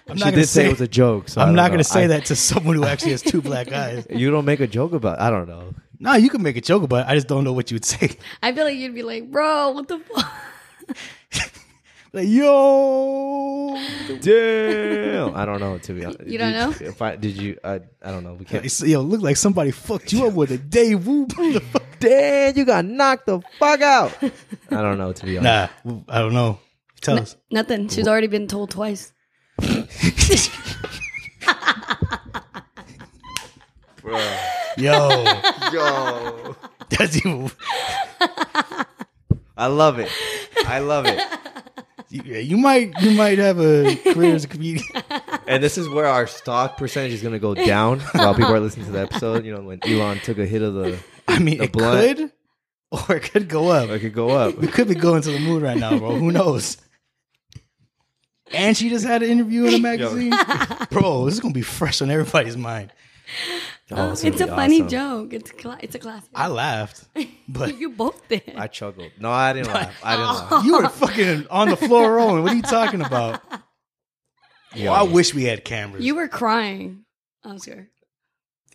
S4: I'm
S3: she did say it was a joke. So I
S4: I'm
S3: don't
S4: not
S3: know.
S4: going to say
S3: I-
S4: that to someone who actually has two
S3: (laughs)
S4: black eyes.
S3: You don't make a joke about. I don't know.
S4: No, you can make a joke about it. I just don't know what you would say.
S5: (laughs)
S4: (laughs)
S5: I feel like you'd be like, bro, what the fuck?
S4: Like, yo. (laughs)
S3: Damn, I don't know. To be honest,
S5: You don't
S3: Did-
S5: know?
S3: If I did you, I, I don't know. We
S4: Like,
S3: can't.
S4: so- yo, look like somebody fucked you up with a day woo. motherfucker.
S3: Damn, you got knocked the fuck
S5: (laughs)
S3: out. I don't know. To be honest,
S4: nah, I don't know. Tell
S3: (laughs)
S4: us.
S5: (laughs) Nothing. She's already been told twice.
S4: Yo,
S3: yo.
S4: that's even.
S3: I love it. I love it.
S4: You, you might you might have a career as
S3: (laughs)
S4: a comedian.
S3: And this is where our stock percentage is going to go
S5: (laughs)
S3: down while people are listening to the episode. You know, when Elon took a hit of the,
S4: I mean,
S3: The
S4: it
S3: blunt.
S4: could or it could go up.
S3: it could go
S5: (laughs)
S3: up.
S4: We could be going to the moon right now, bro. Who knows? And she just had an interview in a magazine. bro, this is gonna be fresh on everybody's mind.
S3: Oh,
S5: it's
S3: this would
S5: a
S3: be
S5: funny
S3: awesome.
S5: joke. It's cla it's a classic. (laughs)
S4: I laughed, but
S5: you both did.
S3: I chuckled. No, I didn't laugh. I didn't
S5: (laughs)
S3: laugh.
S4: you were fucking on the floor rolling. What are you talking about?
S3: Yo.
S4: Well, I wish we had cameras.
S5: you were crying, Oscar.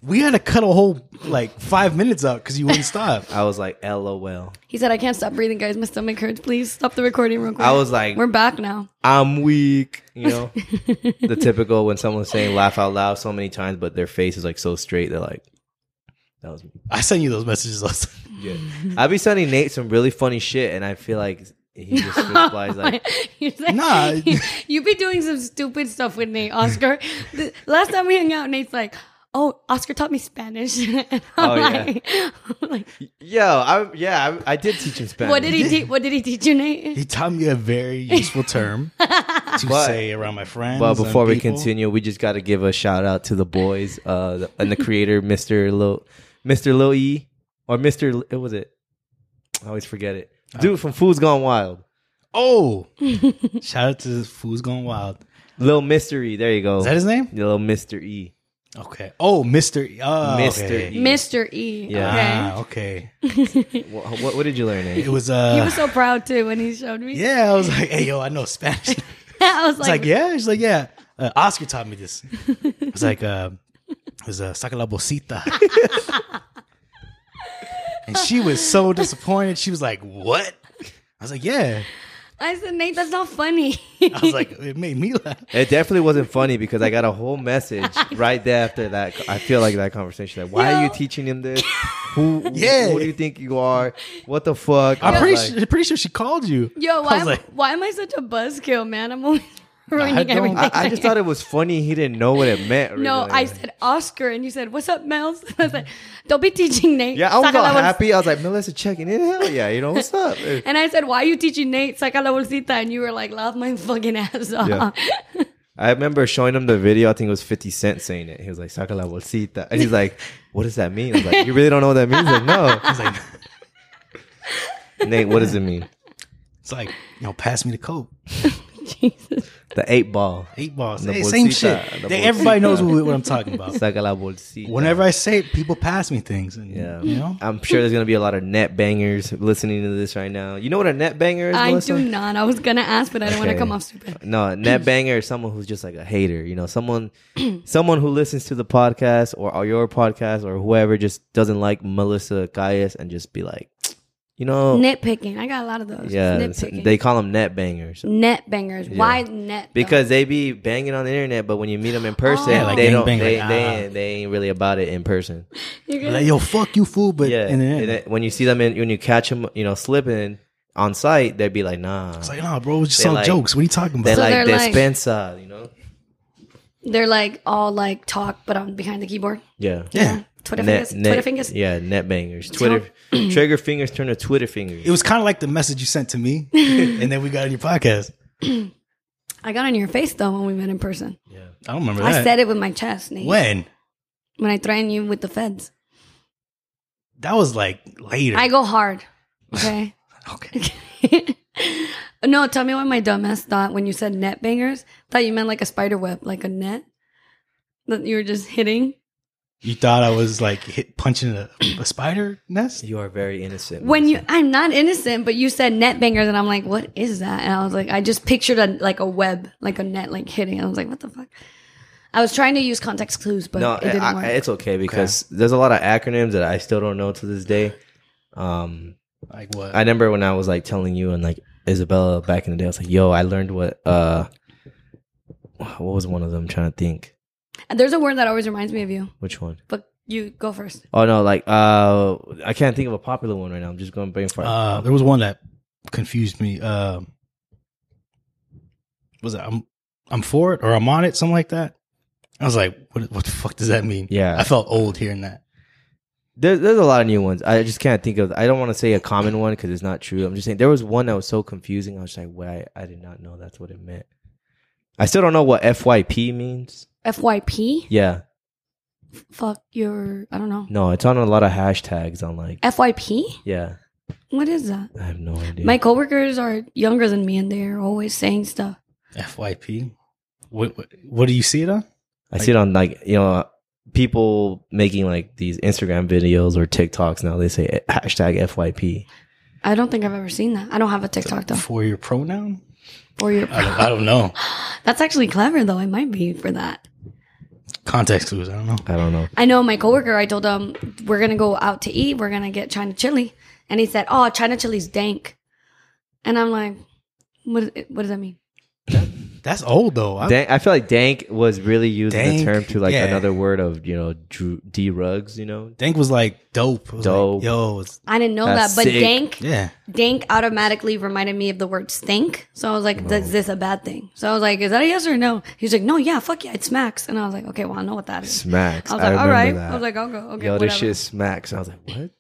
S4: we had to cut a whole like five minutes out because you wouldn't stop.
S3: I was like, LOL.
S5: He said, "I can't stop breathing, guys. My stomach hurts. Please stop the recording real quick."
S3: I was like,
S5: "We're back now."
S3: I'm weak. You
S5: (laughs)
S3: know, the typical when someone's saying laugh out loud so many times, but their face is like so straight. They're like, that was me.
S4: I sent you those messages last.
S3: Yeah.
S5: (laughs)
S3: I'd be sending Nate some really funny shit, and I feel like he
S5: (laughs)
S3: just replies like,
S5: He's like, (laughs)
S4: Nah. (laughs)
S5: you, you be doing some stupid stuff with Nate, Oscar. the, last time we hung out, Nate's like, oh, Oscar taught me Spanish. (laughs) And
S3: Oh,
S5: I'm,
S3: yeah.
S5: like, (laughs) I'm like,
S3: Yo, I, yeah, I, I did teach him Spanish.
S5: what did he teach? What did he teach you, Nate?
S4: He taught me a very useful term to
S3: But-
S4: say around my friends.
S3: But
S4: and
S3: before we
S4: people.
S3: continue, we just got to give a shout out to the boys uh, the- and the creator, Mister Lil, Mister Lil E, or Mister. What was it? I always forget it.
S4: Uh,
S3: Dude from Food's Gone Wild,
S4: oh, shout out to Fools Gone Wild.
S3: Lil Mystery. There you go.
S4: Is that his name?
S3: Lil Mister E.
S4: Okay. Oh, Mister. Oh,
S3: Mr.
S4: okay.
S3: E.
S5: Mr. E.
S3: Yeah.
S4: Ah, okay.
S5: (laughs) Okay.
S3: What, what, what did you learn? eh?
S4: It (laughs)
S3: Nate?
S4: was uh.
S5: he was so proud too when he showed me.
S4: yeah, I was like, hey, yo, I know Spanish. It's
S5: (laughs) I was like,
S4: like, yeah. She's like, yeah. Uh, Oscar taught
S5: (laughs)
S4: me this. It's like, uh, it was uh, saca
S5: (laughs)
S4: la bolsita. and she was so disappointed. She was like, what? I was like, yeah.
S5: I said, Nate, that's not funny. (laughs)
S4: I was like, it made me (laughs) laugh.
S3: It definitely wasn't funny because I got a whole
S4: (laughs)
S3: message right there after that. I feel like that conversation. Like, why are you
S5: Yo.
S3: teaching him this? Who?
S4: Yeah.
S3: Who do you think you are? What the fuck?
S4: I'm
S3: I was
S4: pretty,
S3: like-
S4: sure, pretty sure she called you.
S5: Yo,
S4: I
S5: why,
S4: was
S5: am,
S4: like-
S5: why am I such a buzzkill, man? I'm (laughs) always ruining
S4: don't-
S5: everything.
S3: I, I just thought it was funny. He didn't know what it
S4: (laughs)
S3: meant.
S5: No,
S3: originally.
S5: I said Oscar, and you said, "What's up, Mels?" (laughs) I was like, "Don't be teaching Nate."
S3: Yeah, I was
S5: Saca
S3: all
S5: la bols-
S3: happy. I was like, Melissa checking in. Hell yeah, you know what's up?
S5: And I said, "Why are you teaching Nate? Saca la bolsita." And you were like, "Laugh my fucking ass off."
S3: Yeah. I remember showing him the video. I think it was Fifty Cent saying it. He was like, "Saca la bolsita," and he's like, "What does that mean?" I was like, "You really don't know what that means?" He's like, (laughs) no. He's
S4: like-
S3: Nate, what does it mean?
S4: It's like, you know, pass me the coat.
S5: (laughs) Jesus.
S3: The eight ball.
S4: Eight balls.
S3: The
S4: Hey, same
S3: bolsita,
S4: shit.
S3: the
S4: They- everybody
S3: bolsita.
S4: knows what, what I'm talking about.
S3: Saca la bolsita.
S4: Whenever I say it, people pass me things. And,
S3: yeah,
S4: You know?
S3: I'm sure there's gonna be a lot of net bangers listening to this right now. You know what a net banger is?
S5: I
S3: Melissa?
S5: do not. I was gonna ask, but I don't want to
S3: Okay.
S5: come off stupid.
S3: No,
S5: (clears throat)
S3: net banger is someone who's just like a hater. You know, someone (clears throat) someone who listens to the podcast or, or your podcast or whoever just doesn't like Melissa Caius and just be like, you know,
S5: Nitpicking. I got a lot of those.
S3: yeah, s-
S5: Nitpicking.
S3: Oh. they call them net bangers
S5: net bangers. Why net? though?
S3: because they be banging on the internet, but when you meet them in person,
S5: Yeah, like
S3: they
S4: gang
S3: don't.
S4: bang,
S3: they,
S4: like,
S3: they,
S4: ah.
S3: ain't- they ain't really about it in person.
S5: You're gonna-
S4: Like, yo, fuck you, fool. But
S3: Yeah,
S4: in the end,
S3: and then when you see them in when you catch them, you know, slipping on site, they'd be like, nah,
S4: it's like, nah, bro, it's just
S3: They
S4: all
S3: like-
S4: jokes. What are you talking
S3: they
S4: about?
S5: So
S3: like
S5: they're like-
S3: dispensa, you know,
S5: they're like all like talk, but I'm behind the keyboard.
S3: yeah.
S4: yeah.
S5: Twitter
S3: Net-
S5: fingers.
S3: net-
S5: Twitter fingers.
S3: Yeah, net bangers. Twitter
S5: (clears throat)
S3: trigger fingers turn to Twitter fingers.
S4: It was kind of like the message you sent
S5: (laughs)
S4: to me, and then we got on your podcast.
S5: I got on your face though when we met in person.
S4: I don't remember that.
S5: I said it with my chest, Nate.
S4: when?
S5: When I threatened you with the feds.
S4: That was like later.
S5: I
S3: (laughs)
S5: go hard. Okay.
S4: okay.
S5: (laughs) no, tell me what my dumbass thought when you said net bangers. Thought you meant like a spider web, like a net that you were just hitting.
S4: You thought I was like hit punching a, a spider nest?
S3: You are very innocent.
S5: When you, I'm not innocent, but you said net bangers, and I'm like, what is that? And I was like, I just pictured a like a web, like a net, like hitting. I was like, what the fuck? I was trying to use context clues, but
S3: no,
S5: it didn't
S3: I-
S5: work.
S3: I- it's okay because there's a lot of acronyms that I still don't know to this day. Um,
S4: Like what?
S3: I remember when I was like telling you and like Isabella back in the day, I was like, "Yo, I learned what uh, what was one of them? I'm trying to think
S5: There's a word that always reminds me of you,
S3: which one.
S5: but you go first.
S3: Oh no, like uh, I can't think of a popular one right now. I'm just going brain fart.
S4: uh, there was one that confused me. Um was it I'm I'm for it or I'm on it, something like that? I was like, what, what the fuck does that mean?
S3: Yeah.
S4: I felt old hearing that.
S3: There's, there's a lot of new ones. I just can't think of. I don't want to say a common one because it's not true. I'm just saying there was one that was so confusing. I was like, "Why? I did not know that's what it meant." I still don't know what FYP means.
S5: FYP?
S3: Yeah,
S5: Fuck your, I don't know.
S3: no, it's on a lot of hashtags on like.
S5: FYP?
S3: Yeah,
S5: What is that?
S3: I have no idea.
S5: My coworkers are younger than me, and they're always saying stuff.
S4: FYP. What, what what do you see it on?
S3: I see it on like you know people making like these Instagram videos or TikToks now. They say hashtag FYP.
S5: I don't think I've ever seen that. I don't have a TikTok though.
S4: For your pronoun?
S5: Or your
S4: I don't, I don't
S3: (laughs)
S4: know.
S5: (laughs) that's actually clever though. It might be for that.
S4: Context clues. I don't know.
S3: I don't know.
S5: I know my coworker. I told him we're gonna go out to eat. We're gonna get China chili, and he said, "Oh, China chili's dank," and I'm like, "What? What does that mean?"
S4: That's old though. I,
S3: Dank, I feel like dank was really using the
S4: Dank,
S3: term to like
S4: yeah.
S3: another word of you know dru- d rugs. You know,
S4: Dank was like dope. It was like,
S3: Dope.
S4: yo, it's,
S5: I didn't know
S3: That's
S5: that, but
S3: sick.
S5: dank
S4: yeah.
S5: dank automatically reminded me of the word stink. So I was like, is this a bad thing? So I was like, is that a yes or no? He's like, no, yeah, fuck yeah, it smacks. And I was like, okay, well, I know what that is.
S3: smacks.
S5: I was like, all
S3: remember
S5: right.
S3: That.
S5: I was like, I'll go. Okay,
S3: yo,
S5: whatever.
S3: this shit smacks. And I was like, what?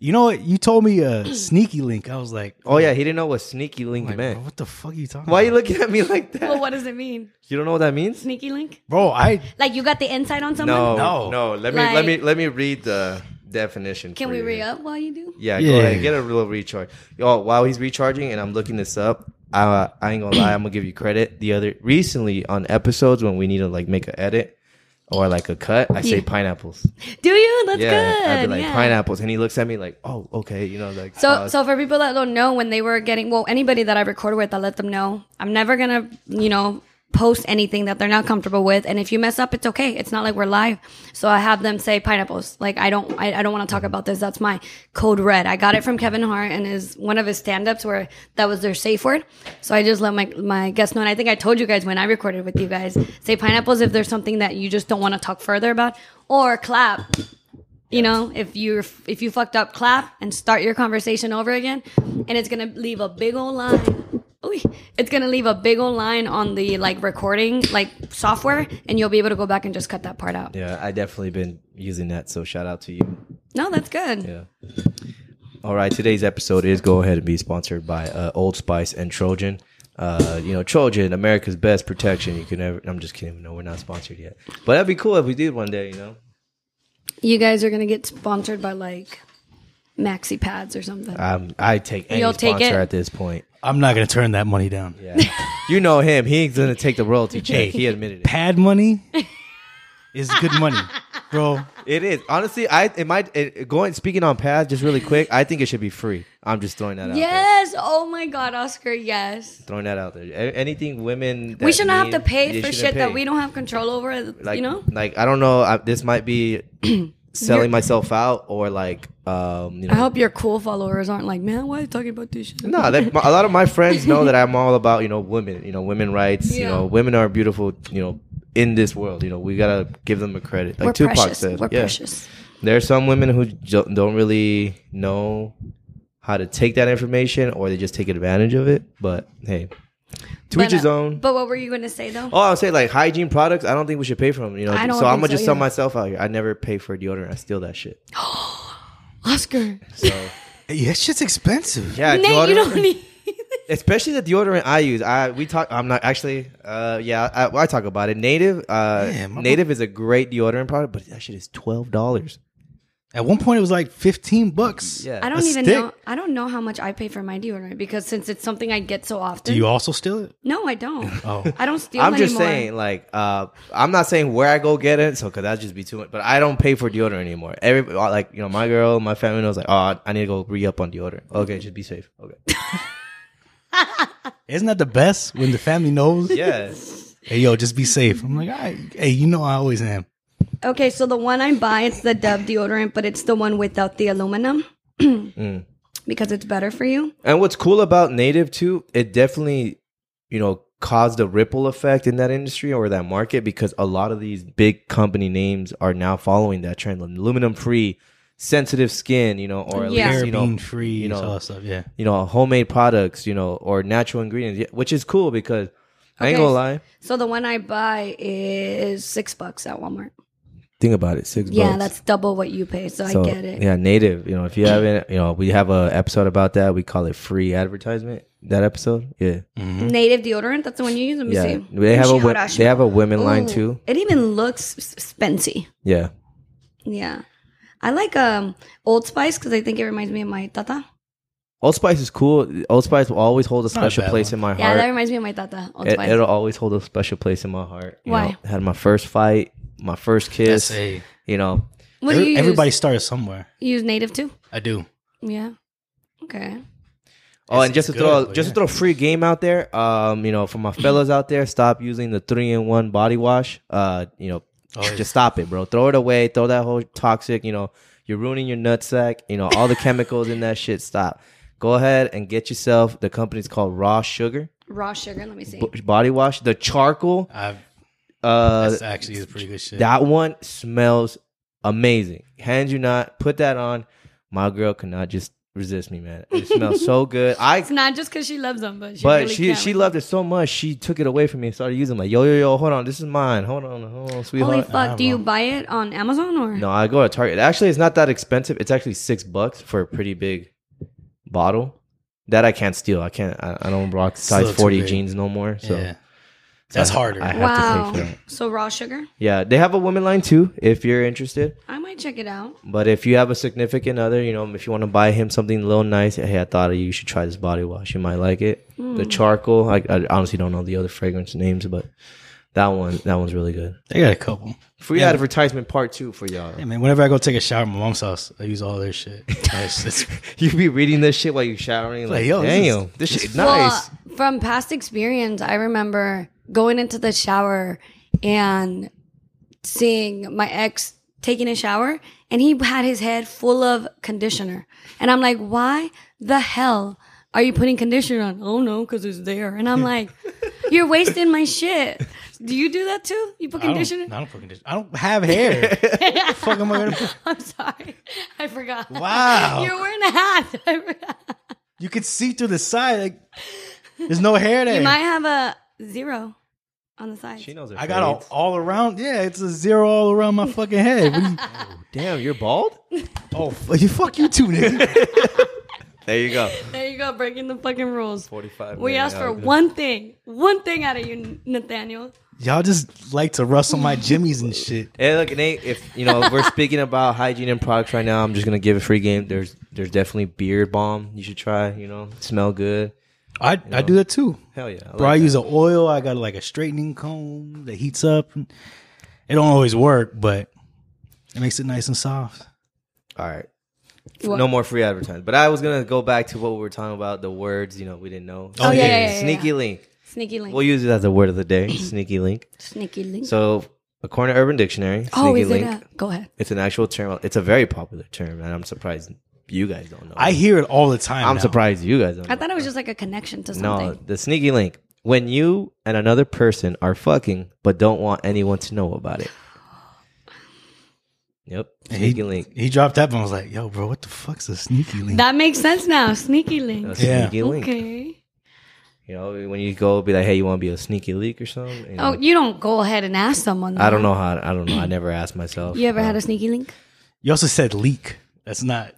S4: You know what? You told me a sneaky link. I was like,
S3: Oh yeah, he didn't know what sneaky link
S4: like, bro,
S3: meant.
S4: what the fuck are you talking?
S3: Why are you
S4: about?
S3: looking at me like that?
S5: (laughs) well, what does it mean?
S3: You don't know what that means?
S5: Sneaky link?
S4: bro? I
S5: Like you got the inside on someone?
S3: No, no,
S4: No.
S3: Let me let me
S5: Like-
S3: let me read the definition.
S5: Can
S3: for
S5: we
S3: you.
S5: re up while you do?
S3: Yeah, go
S4: Yeah.
S3: ahead. Get a little recharge. Yo, while he's recharging and I'm looking this up, I, I ain't gonna lie. I'm gonna give you credit. The other recently on episodes when we need to like make an edit or like a cut, I say
S5: Yeah.
S3: pineapples.
S5: Do you? That's
S3: yeah,
S5: good.
S3: I'd be like
S5: yeah.
S3: pineapples, and he looks at me like, oh, okay, you know, like
S5: So,
S3: uh,
S5: so for people that don't know, when they were getting well, anybody that I record with, I let them know I'm never gonna, you know, post anything that they're not comfortable with, and if you mess up, it's okay. It's not like we're live. So I have them say pineapples. Like I don't, I, I don't want to talk about this. That's my code red. I got it from Kevin Hart and his one of his stand-ups where that was their safe word. So I just let my my guests know, and I think I told you guys when I recorded with you guys, say pineapples if there's something that you just don't want to talk further about, or clap you know if you're if you fucked up clap and start your conversation over again and it's gonna leave a big old line Ooh, it's gonna leave a big old line on the like recording like software and you'll be able to go back and just cut that part out
S3: yeah, I definitely been using that. So shout out to you.
S5: no that's good
S3: Yeah. All right, today's episode is go ahead and be sponsored by uh, Old Spice and Trojan. Uh, you know, Trojan, America's best protection. You can ever. I'm just kidding. No, we're not sponsored yet, but that'd be cool if we did one day. You know,
S5: you guys are gonna get sponsored by like maxi pads or something
S3: um, I take any
S5: You'll take
S3: sponsor
S5: it?
S3: at this point.
S4: I'm not gonna turn that money down.
S3: (laughs) Yeah, you know him. He's gonna take the royalty check. He admitted it.
S4: Pad money is good money, bro.
S3: (laughs) It is honestly. I it might it, going speaking on path just really quick. I think it should be free. I'm just throwing that out. there.
S5: yes oh my god oscar yes
S3: Throwing that out there. A- anything women.
S5: we
S3: that
S5: shouldn't have
S3: need,
S5: to
S3: they
S5: pay for
S3: shouldn't
S5: shit that
S3: pay.
S5: we don't have control over
S3: like
S5: you know
S3: like i don't know I, this might
S5: (clears throat)
S3: be selling myself out or like um you know
S5: i hope your cool followers aren't like man why are you talking about this shit
S3: no that, my- a lot of my friends know that i'm all about you know women you know women rights you
S5: Yeah.
S3: know women are beautiful you know in this world you know we gotta give them a credit like
S5: We're
S3: tupac
S5: precious.
S3: said
S5: We're
S3: yeah
S5: precious.
S3: there are some women who jo- don't really know how to take that information or they just take advantage of it but hey to each
S5: But, uh,
S3: his own
S5: But what were you going to say though?
S3: Oh, I'll say like hygiene products. I don't think we should pay for them. You know,
S5: I don't
S3: so I'm
S5: think
S3: gonna
S5: so
S3: just sell
S5: either.
S3: myself out here. I never pay for deodorant. I steal that shit.
S5: Oscar.
S3: So
S4: Yeah, that shit's expensive.
S3: Yeah,
S5: (laughs) Nate,
S3: deodorant,
S5: you
S3: (laughs)
S5: don't need.
S3: especially the deodorant I use. I we talk. I'm not actually. Uh, yeah, I, well, I talk about it. Native. Uh,
S4: Yeah, my-
S3: Native is a great deodorant product, but that shit is twelve dollars.
S4: At one point, it was like 15 bucks.
S3: Yeah.
S5: I don't
S4: A
S5: even
S4: stick.
S5: know. I don't know how much I pay for my deodorant because since it's something I get so often.
S4: Do you also steal it?
S5: no, I don't.
S4: Oh.
S5: I don't steal.
S3: I'm just
S5: anymore.
S3: saying, like, uh, I'm not saying where I go get it, so because that'd just be too much. But I don't pay for deodorant anymore. Every uh, like, you know, my girl, my family knows, like, oh, I need to go re up on deodorant. Okay, just be safe. Okay,
S5: (laughs)
S4: Isn't that the best when the family knows?
S3: yeah,
S4: Hey, yo, just be safe. I'm like, all right. hey, you know I always am.
S5: Okay, so the one I buy it's the Dove deodorant, but it's the one without the aluminum
S3: Mm.
S5: because it's better for you.
S3: And what's cool about native too, it definitely, you know, caused a ripple effect in that industry or that market because a lot of these big company names are now following that trend. Aluminum free, sensitive skin, you know, or at
S5: Yeah.
S3: least you know,
S4: Paraben free,
S3: you
S4: you
S3: know-
S4: know, all that stuff. Yeah.
S3: you know, homemade products, you know, or natural ingredients, yeah, which is cool because I ain't
S5: Okay.
S3: gonna lie.
S5: So the one I buy is six bucks at Walmart.
S3: Think about it, six
S5: Yeah,
S3: bucks.
S5: that's double what you pay, so, I get it.
S3: Yeah, native. You know,
S5: (clears throat)
S3: if you haven't, you know, we have a episode about that. We call it free advertisement. That episode, yeah.
S4: Mm-hmm.
S5: Native deodorant, that's the one you use. Let me
S3: Yeah,
S5: see.
S3: they have a wo-
S5: Shiharashi.
S3: they have a women line
S5: Ooh,
S3: too.
S5: It even looks s- spency.
S3: Yeah,
S5: Yeah. I like um Old Spice because I think it reminds me of my tata.
S3: Old Spice is cool. Old Spice will always hold a
S4: not a
S3: special
S4: bad
S3: place
S4: one.
S3: in my
S5: Yeah, that
S3: heart.
S5: reminds me of my tata. Old
S3: it,
S5: Spice.
S3: will always hold a special place in my heart. You
S5: Why?
S3: Know, had my first fight, my first
S4: Yes.
S3: kiss.
S4: Hey,
S3: You know,
S5: what do you use?
S4: everybody started somewhere.
S5: You use native too?
S4: I do.
S5: Yeah. Okay.
S3: Oh,
S4: It's-
S3: and just to
S4: it's
S3: throw
S4: good,
S3: just
S4: yeah.
S3: to throw a free game out there, um, you know,
S4: (clears throat)
S3: for my fellas out there, stop using the three in one body wash. Uh, you know,
S4: Oh, yeah.
S3: just stop it, bro. Throw it away. Throw that whole toxic. You know, you're ruining your nutsack. You know, all the chemicals in that shit. Stop. Go ahead and get yourself. The company's called Raw Sugar.
S5: Raw sugar. Let me see.
S3: B- body wash, the charcoal.
S4: I've,
S3: Uh,
S4: that's actually is pretty good shit.
S3: that one smells amazing. Hand you not, put that on. My girl cannot just resist me, man. It smells so good. I
S5: It's not just because she loves them, but she
S3: but
S5: really
S3: she
S5: can't.
S3: she loved it so much she took it away from me and started using it. like yo yo yo hold on this is mine hold on hold on
S5: Holy
S3: sweetheart.
S5: fuck! Do you buy it on Amazon or
S3: No, I go to Target. Actually, it's not that expensive. It's actually six bucks for a pretty big bottle that I can't steal. I can't. I, I don't rock size
S4: Still too
S3: forty
S4: big.
S3: jeans no more. So
S4: yeah. That's
S3: I-
S4: harder.
S3: I have
S5: Wow.
S3: to pay for it.
S5: So raw sugar.
S3: Yeah, they have a women line too if you're interested.
S5: I might check it out.
S3: But if you have a significant other, you know, if you want to buy him something a little nice, hey, I thought you should try this body wash. You might like it.
S4: Mm.
S3: The charcoal. I, I honestly don't know the other fragrance names, but that one, that one's really good.
S4: they got a couple.
S3: Free advertisement part two for y'all.
S4: Hey man, whenever I go take a shower at my mom's house, I use all their shit. It's- it's-
S3: (laughs) You be reading this shit while you showering. Like,
S4: Like, yo, this
S3: damn,
S4: is-
S3: this, shit nice.
S5: Well, from past experience, I remember going into the shower and seeing my ex taking a shower and he had his head full of conditioner. And I'm like, why the hell are you putting conditioner on? Oh no, because it's there. And I'm like, you're wasting my shit. Do you do that too? You put
S4: I don't,
S5: conditioner?
S4: I don't put conditioner. I don't
S3: (laughs)
S4: have hair. fuck am I gonna put?
S5: (laughs) I'm sorry. I forgot.
S4: Wow.
S5: You're wearing a hat. I forgot.
S4: You could see through the side. Like, there's no hair there.
S5: (laughs) You might have a zero on the side.
S3: She knows her
S4: I got all,
S3: fades.
S4: all around. Yeah, it's a zero all around my fucking head. What do you,
S3: Damn, you're bald?
S4: oh,
S3: (laughs)
S4: f- you fuck you too, nigga.
S3: There you go.
S5: There you go, breaking the fucking rules.
S3: 45
S5: We
S3: minute
S5: asked for
S3: algorithm.
S5: one thing, one thing out of you, Nathaniel.
S4: Y'all just like to rustle my jimmies and shit.
S3: Hey, look, Nate. If you know
S4: (laughs)
S3: if we're speaking about hygiene and products right now, I'm just gonna give a free game. There's there's definitely beard balm you should try. You know, smell good.
S4: I I do that too.
S3: Hell yeah, I
S4: Bro, I
S3: like
S4: use an oil. I got like a straightening comb that heats up. It don't always work, but it makes it nice and soft.
S3: that. All right,
S5: What?
S3: no more free advertising. But I was gonna go back to what we were talking about. The words, you know, we didn't know.
S4: Oh, yeah, yeah,
S5: yeah, yeah,
S3: sneaky
S5: yeah.
S3: link.
S5: Sneaky link.
S3: We'll use it as a word of the
S5: (clears throat)
S3: day. sneaky link.
S5: Sneaky link.
S3: So according to Urban Dictionary,
S5: oh,
S3: sneaky
S5: is
S3: link.
S5: it a? Go ahead.
S3: It's an actual term. It's a very popular term, and I'm surprised you guys don't know.
S4: I hear it all the time.
S3: I'm
S4: now.
S3: surprised you guys don't.
S5: I
S3: know.
S5: thought it was just like a connection to something.
S3: No, the sneaky link. When you and another person are fucking but don't want anyone to know about
S5: (gasps)
S3: it. Yep.
S4: And he-
S3: Sneaky link.
S4: He dropped that and I was like, yo, bro, what the fuck's a sneaky link?
S5: That makes sense now. Sneaky
S3: A
S5: link.
S4: Yeah.
S3: sneaky link.
S5: Okay.
S3: You know, when you go be like, hey, you want to be a sneaky leak or something? You know,
S5: Oh, you don't go ahead and ask someone.
S3: I
S5: though.
S3: don't know how. I don't know. I never asked myself.
S5: You ever
S3: Um,
S5: had a sneaky link? (laughs)
S4: you also said leak. That's not,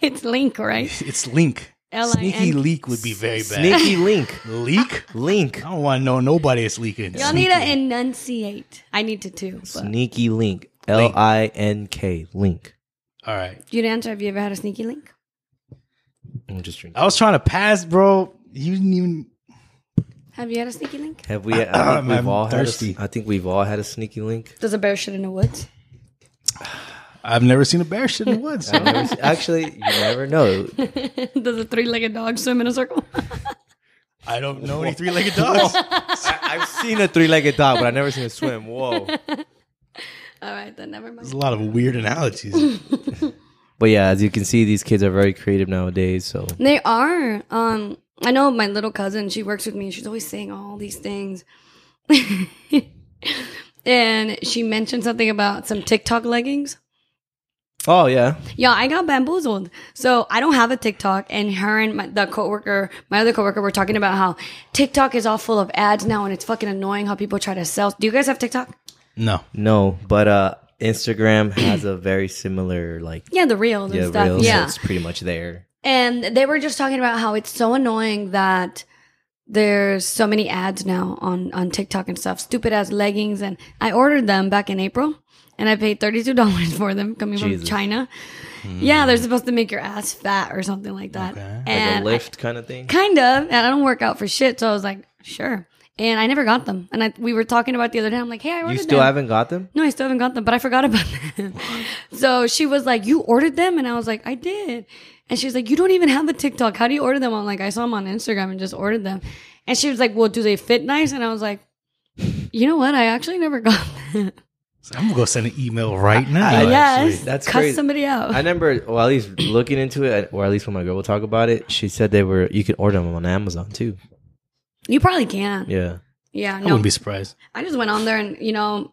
S5: It's link, right?
S4: it's link.
S5: L-I-N.
S4: Sneaky leak would be very bad.
S3: sneaky link?
S4: leak?
S3: Link.
S4: I don't want to know nobody is leaking.
S5: Y'all need to enunciate. I need to too. But
S3: Sneaky link. L I N K. Link.
S4: All right.
S5: you'd answer. Have you ever had a sneaky link?
S3: I'm just drinking.
S4: I was trying to pass, bro. You didn't even.
S5: Have you had a sneaky link?
S3: Have we? (clears throat) I think we've
S4: I'm
S3: all
S4: thirsty.
S3: Had a, I think we've all had a sneaky
S5: (laughs)
S3: link.
S5: Does a bear shit in the (laughs) woods?
S4: I've never seen a bear shit
S5: (laughs)
S4: in the woods. so-
S3: Actually, you never know.
S5: Does a three-legged dog swim in a circle? (laughs)
S4: I don't know any three legged (laughs) dogs.
S3: I, I've seen a three-legged dog, but I've never seen it
S5: (laughs)
S3: swim. Whoa.
S5: All right, then never mind.
S4: There's a lot of weird
S5: (laughs)
S4: analogies.
S3: But yeah, as you can see, these kids are very creative nowadays. So
S5: They are. Um, I know my little cousin. She works with me. and She's always saying all these things, (laughs) and she mentioned something about some TikTok leggings.
S3: oh yeah,
S5: Yeah, I got bamboozled. So I don't have a TikTok, and her and my, the coworker, my other coworker, were talking about how TikTok is all full of ads now, and it's fucking annoying how people try to sell. Do you guys have TikTok?
S4: No.
S3: no, but uh, Instagram has a very similar like
S5: Yeah, the reels and
S3: yeah,
S5: stuff.
S3: reels. so
S5: yeah,
S3: it's pretty much there.
S5: And they were just talking about how it's so annoying that there's so many ads now on on TikTok and stuff. Stupid ass leggings, and I ordered them back in April, and I paid thirty two dollars (laughs) for them coming
S3: Jesus. Hmm.
S5: from China. Yeah, they're supposed to make your ass fat or something like that.
S3: Like a
S5: And
S3: lift kind of thing.
S5: I- kind of, and I don't work out for shit, so I was like, sure. And I never got them. And I, we were talking about it the other day. I'm like, hey, I ordered
S3: You still
S5: them.
S3: haven't got them?
S5: No, I still haven't got them, but I forgot about (laughs) them. so she was like, You ordered them? And I was like, I did. And she's like, You don't even have a TikTok. How do you order them? I'm like, I saw them on Instagram and just ordered them. And she was like, Well, do they fit nice? And I was like, You know what? I actually never got (laughs) them.
S4: So I'm going to go send an email right now.
S5: Uh, yes.
S4: actually.
S3: Oh, That's
S5: Cuss
S3: crazy.
S5: somebody
S4: Oh.
S5: out.
S3: I remember, well, at least looking into it, or at least when my girl would talk about it, she said they were you could order them on Amazon too.
S5: You probably can.
S3: Yeah.
S5: Yeah,
S4: I
S5: no.
S4: wouldn't be surprised.
S5: I just went on there and you know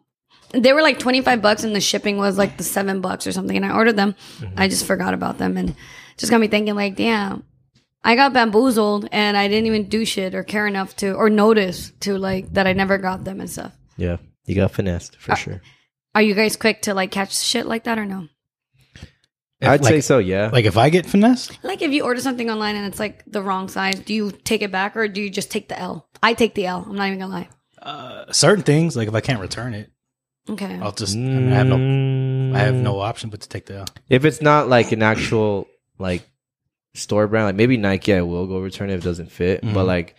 S5: they were like 25 bucks and the shipping was like the 7 bucks or something and I ordered them. I just forgot about them and just got me thinking like, damn. I got bamboozled and I didn't even do shit or care enough to or notice to like that I never got them and stuff.
S3: Yeah. You got finessed for
S5: Uh,
S3: sure.
S5: Are you guys quick to like catch shit like that or no?
S4: If,
S3: I'd
S4: like,
S3: say so, yeah.
S4: Like if I get finessed,
S5: Like if you order something online and it's like the wrong size, do you take it back or do you just take the L? I take the L. I'm not even gonna lie.
S4: uh, certain things like if I can't return it,
S5: Okay.
S4: I'll just I, mean, I have no I have
S3: Mm.
S4: no option but to take the L.
S3: If it's not like an actual like store brand, like maybe Nike, I will go return it if it doesn't fit. But
S4: Mhm.
S3: like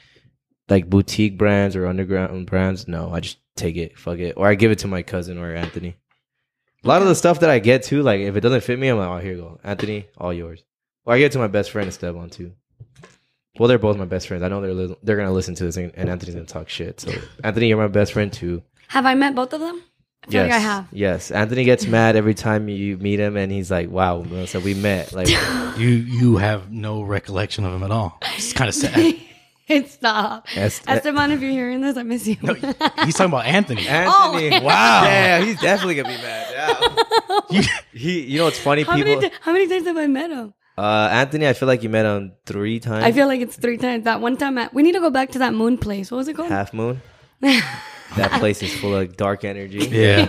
S3: like boutique brands or underground brands, no, I just take it, fuck it, or I give it to my cousin or Anthony. A lot of the stuff that I get too, like if it doesn't fit me, I'm like, oh, here you go, Anthony, all yours. Or I give it to my best friend Esteban too. Well, they're both my best friends. I know they're li- they're gonna listen to this, and, and Anthony's gonna talk shit. So Anthony, you're my best friend too.
S5: Have I met both of them? I feel like I have. (laughs)
S3: Yes. Anthony gets mad every time you meet him, and he's like, "Wow, bro, so we met."
S5: (laughs)
S3: Like,
S5: Oh,
S4: You you have no recollection of him at all. It's kind of
S5: (laughs)
S4: sad.
S5: Stop.
S3: Est-
S5: Esteban, if you're hearing this, I miss you.
S4: He's talking about Anthony.
S3: Anthony,
S4: Wow.
S3: yeah, he's definitely gonna be mad. Yeah.
S5: (laughs)
S4: You-
S3: He, you know, what's funny,
S5: how,
S3: people.
S5: many ti- how many times have I met him?
S3: uh, Anthony, I feel like you met him three times.
S5: I feel like it's three times. That one time, at, we need to go back to that moon place. What was it called?
S3: half
S5: (laughs)
S3: moon. that place is full of dark energy.
S5: (laughs)
S4: yeah,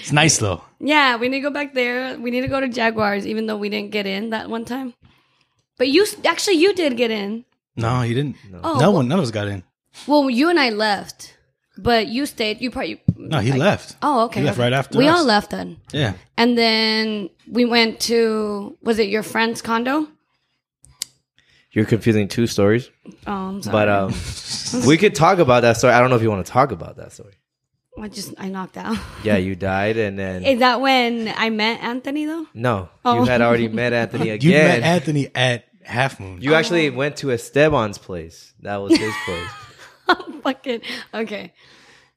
S4: it's nice though.
S5: Yeah, we need to go back there. We need to go to Jaguars, even though we didn't get in that one time. But you s- actually, you did get in.
S4: No, you didn't. No,
S5: Oh,
S4: one, none of us got in.
S5: Well, you and I left, but you stayed. You probably.
S4: No, he left.
S5: Oh, okay.
S4: He left
S5: okay.
S4: right after
S5: We
S4: us.
S5: all left then.
S4: Yeah,
S5: And then we went to, was it your friend's condo?
S3: You're confusing two stories,
S5: Oh, I'm sorry.
S3: but um, we could talk about that story. I don't know if you want to talk about that story.
S5: I just, I knocked out. (laughs)
S3: Yeah, you died, and then
S5: Is that when I met Anthony though? (laughs)
S3: no,
S5: Oh.
S3: you had already met Anthony again.
S4: (laughs) you met Anthony at Half Moon.
S3: You
S5: Oh.
S3: actually went to Esteban's place. That was
S5: (laughs)
S3: his place.
S5: Fucking okay.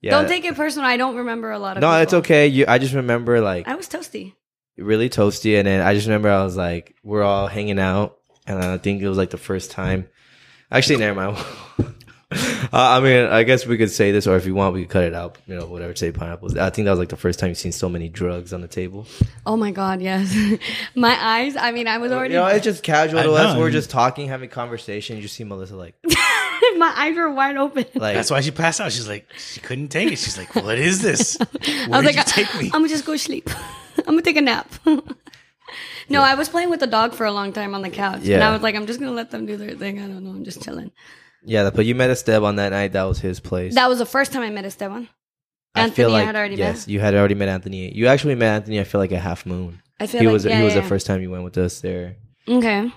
S3: Yeah.
S5: Don't take it personal. I don't remember a lot of.
S3: No,
S5: people.
S3: it's okay. You, I just remember like
S5: I was toasty.
S3: really toasty, and then I just remember I was like, we're all hanging out, and I think it was like the first time. Actually, never mind. (laughs) uh, I mean, I guess we could say this, or if you want, we could cut it out. You know, whatever. Say pineapples. I think that was like the first time you've seen so many drugs on the table.
S5: Oh my god, yes. (laughs) My eyes. I mean, I was already.
S3: you know, it's just casual to
S4: I
S3: us.
S4: know.
S3: We're just talking, having conversation. You just see Melissa
S5: (laughs)
S3: like,
S5: my eyes were wide open. (laughs)
S3: like
S4: That's why she passed out. She's like, she couldn't take it. She's like, what is this? Where
S5: (laughs) I was like,
S4: did you take
S5: (laughs)
S4: me?
S5: I'm gonna just go sleep. I'm gonna take a nap. (laughs) no, I was playing with the dog for a long time on the couch, and
S3: Yeah.
S5: I was like, I'm just gonna let them do their thing. I don't know. I'm just chilling.
S3: yeah. But you met Esteban that night. That was his place.
S5: That was the first time I met Esteban. Anthony, I, had already
S3: yes,
S5: met.
S3: you had already met Anthony. You actually met Anthony. I feel like a half moon.
S5: I feel
S3: He
S5: like
S3: was
S5: yeah,
S3: he was
S5: yeah,
S3: the
S5: yeah.
S3: first time you went with us there.
S5: Okay,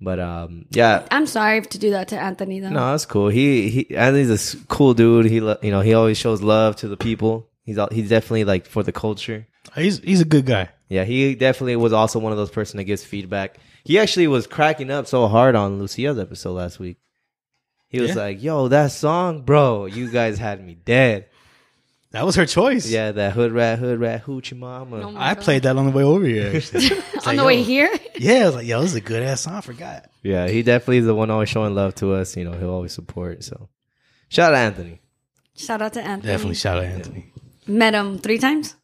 S3: But um, yeah,
S5: I'm sorry to do that to Anthony though. (laughs)
S3: no, that's cool. He he, Anthony's a s- cool dude. He lo- you know he always shows love to the people. He's al- he's definitely like for the culture.
S4: He's he's a good guy.
S3: Yeah, he definitely was also one of those person that gives feedback. He actually was cracking up so hard on Lucia's episode last week. He was
S4: Yeah.
S3: like, "Yo, that song, bro, you guys had me dead."
S4: That was her choice.
S3: Yeah, that hood rat, hood rat, hoochie mama.
S5: No, my
S4: I
S5: God.
S4: played that on the way over here. (laughs) actually.
S5: on
S4: It's like,
S5: the way
S4: yo.
S5: here. (laughs)
S4: Yeah, I was like, yo, this is a good ass song. I forgot.
S3: Yeah, he definitely is the one always showing love to us. You know, he'll always support. So, shout out Anthony.
S5: Shout out to Anthony.
S4: Definitely shout out Anthony.
S5: Met him three
S3: (laughs)
S5: times.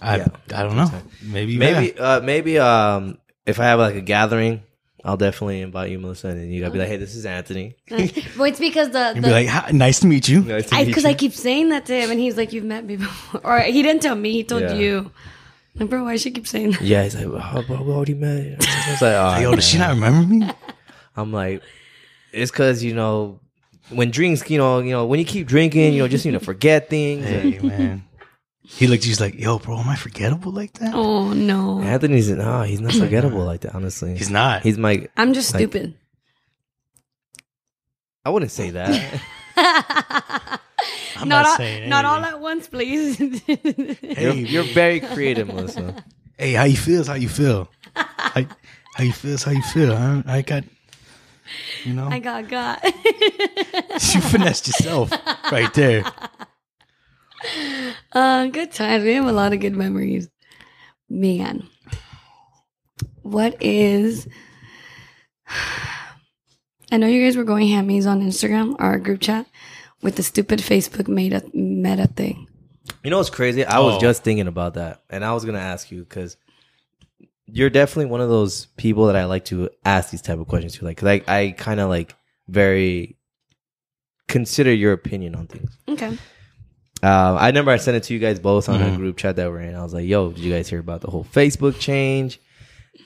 S4: I
S3: Yeah.
S4: I don't know. Maybe
S3: Maybe,
S4: yeah.
S3: uh, maybe um, if I have like a gathering, I'll definitely invite you, Melissa, and you gotta be like, "Hey, this is Anthony."
S5: well, it's because the,
S4: You'd
S5: the
S4: be like, "Hi, nice to meet you.
S3: (laughs) Nice to
S5: I
S3: meet
S5: because
S3: you.
S5: I keep saying that to him, and he's like, "You've met me before," or he didn't tell me. He told
S3: Yeah.
S5: you. Like, bro, why she keep saying that?
S3: yeah, he's like, oh, bro, we already met. (laughs) I was like, "Aw,
S4: Yo, does she
S3: man."
S4: not remember me?
S3: I'm like, it's because you know, when drinks, you know, you know, when you keep drinking, you know, just you know, forget things.
S4: hey man. He looked. He's like, yo, bro, am I forgettable like that?
S5: Oh no,
S3: Anthony's no, he's not forgettable like that. Honestly,
S4: He's not.
S3: He's my.
S5: I'm just
S3: Like-
S5: stupid.
S3: I wouldn't say that.
S4: I'm
S5: not
S4: not
S5: all,
S4: saying
S5: not all
S4: anything.
S5: at once, please. (laughs)
S3: you're, (laughs)
S4: Hey,
S3: you're very creative, Melissa.
S4: hey, how you feels? How
S5: (laughs)
S4: you feel? how, how you feels? How you feel? I, I got, you know,
S5: I got got.
S4: (laughs) you finessed yourself right
S5: (laughs)
S4: there.
S5: (laughs) uh, good times. We have a lot of good memories. Man, what is? (sighs) I know you guys were going hammies on Instagram, our group chat, with the stupid Facebook meta meta thing.
S3: You know what's crazy? I was
S4: Oh.
S3: just thinking about that, and I was gonna ask you because you're definitely one of those people that I like to ask these type of questions to, like, 'cause I I kind of like very consider your opinion on things.
S5: Okay.
S3: Um, I remember I sent it to you guys both on a
S4: Mhm.
S3: group chat that we're in. I was like, "Yo, did you guys hear about the whole Facebook change?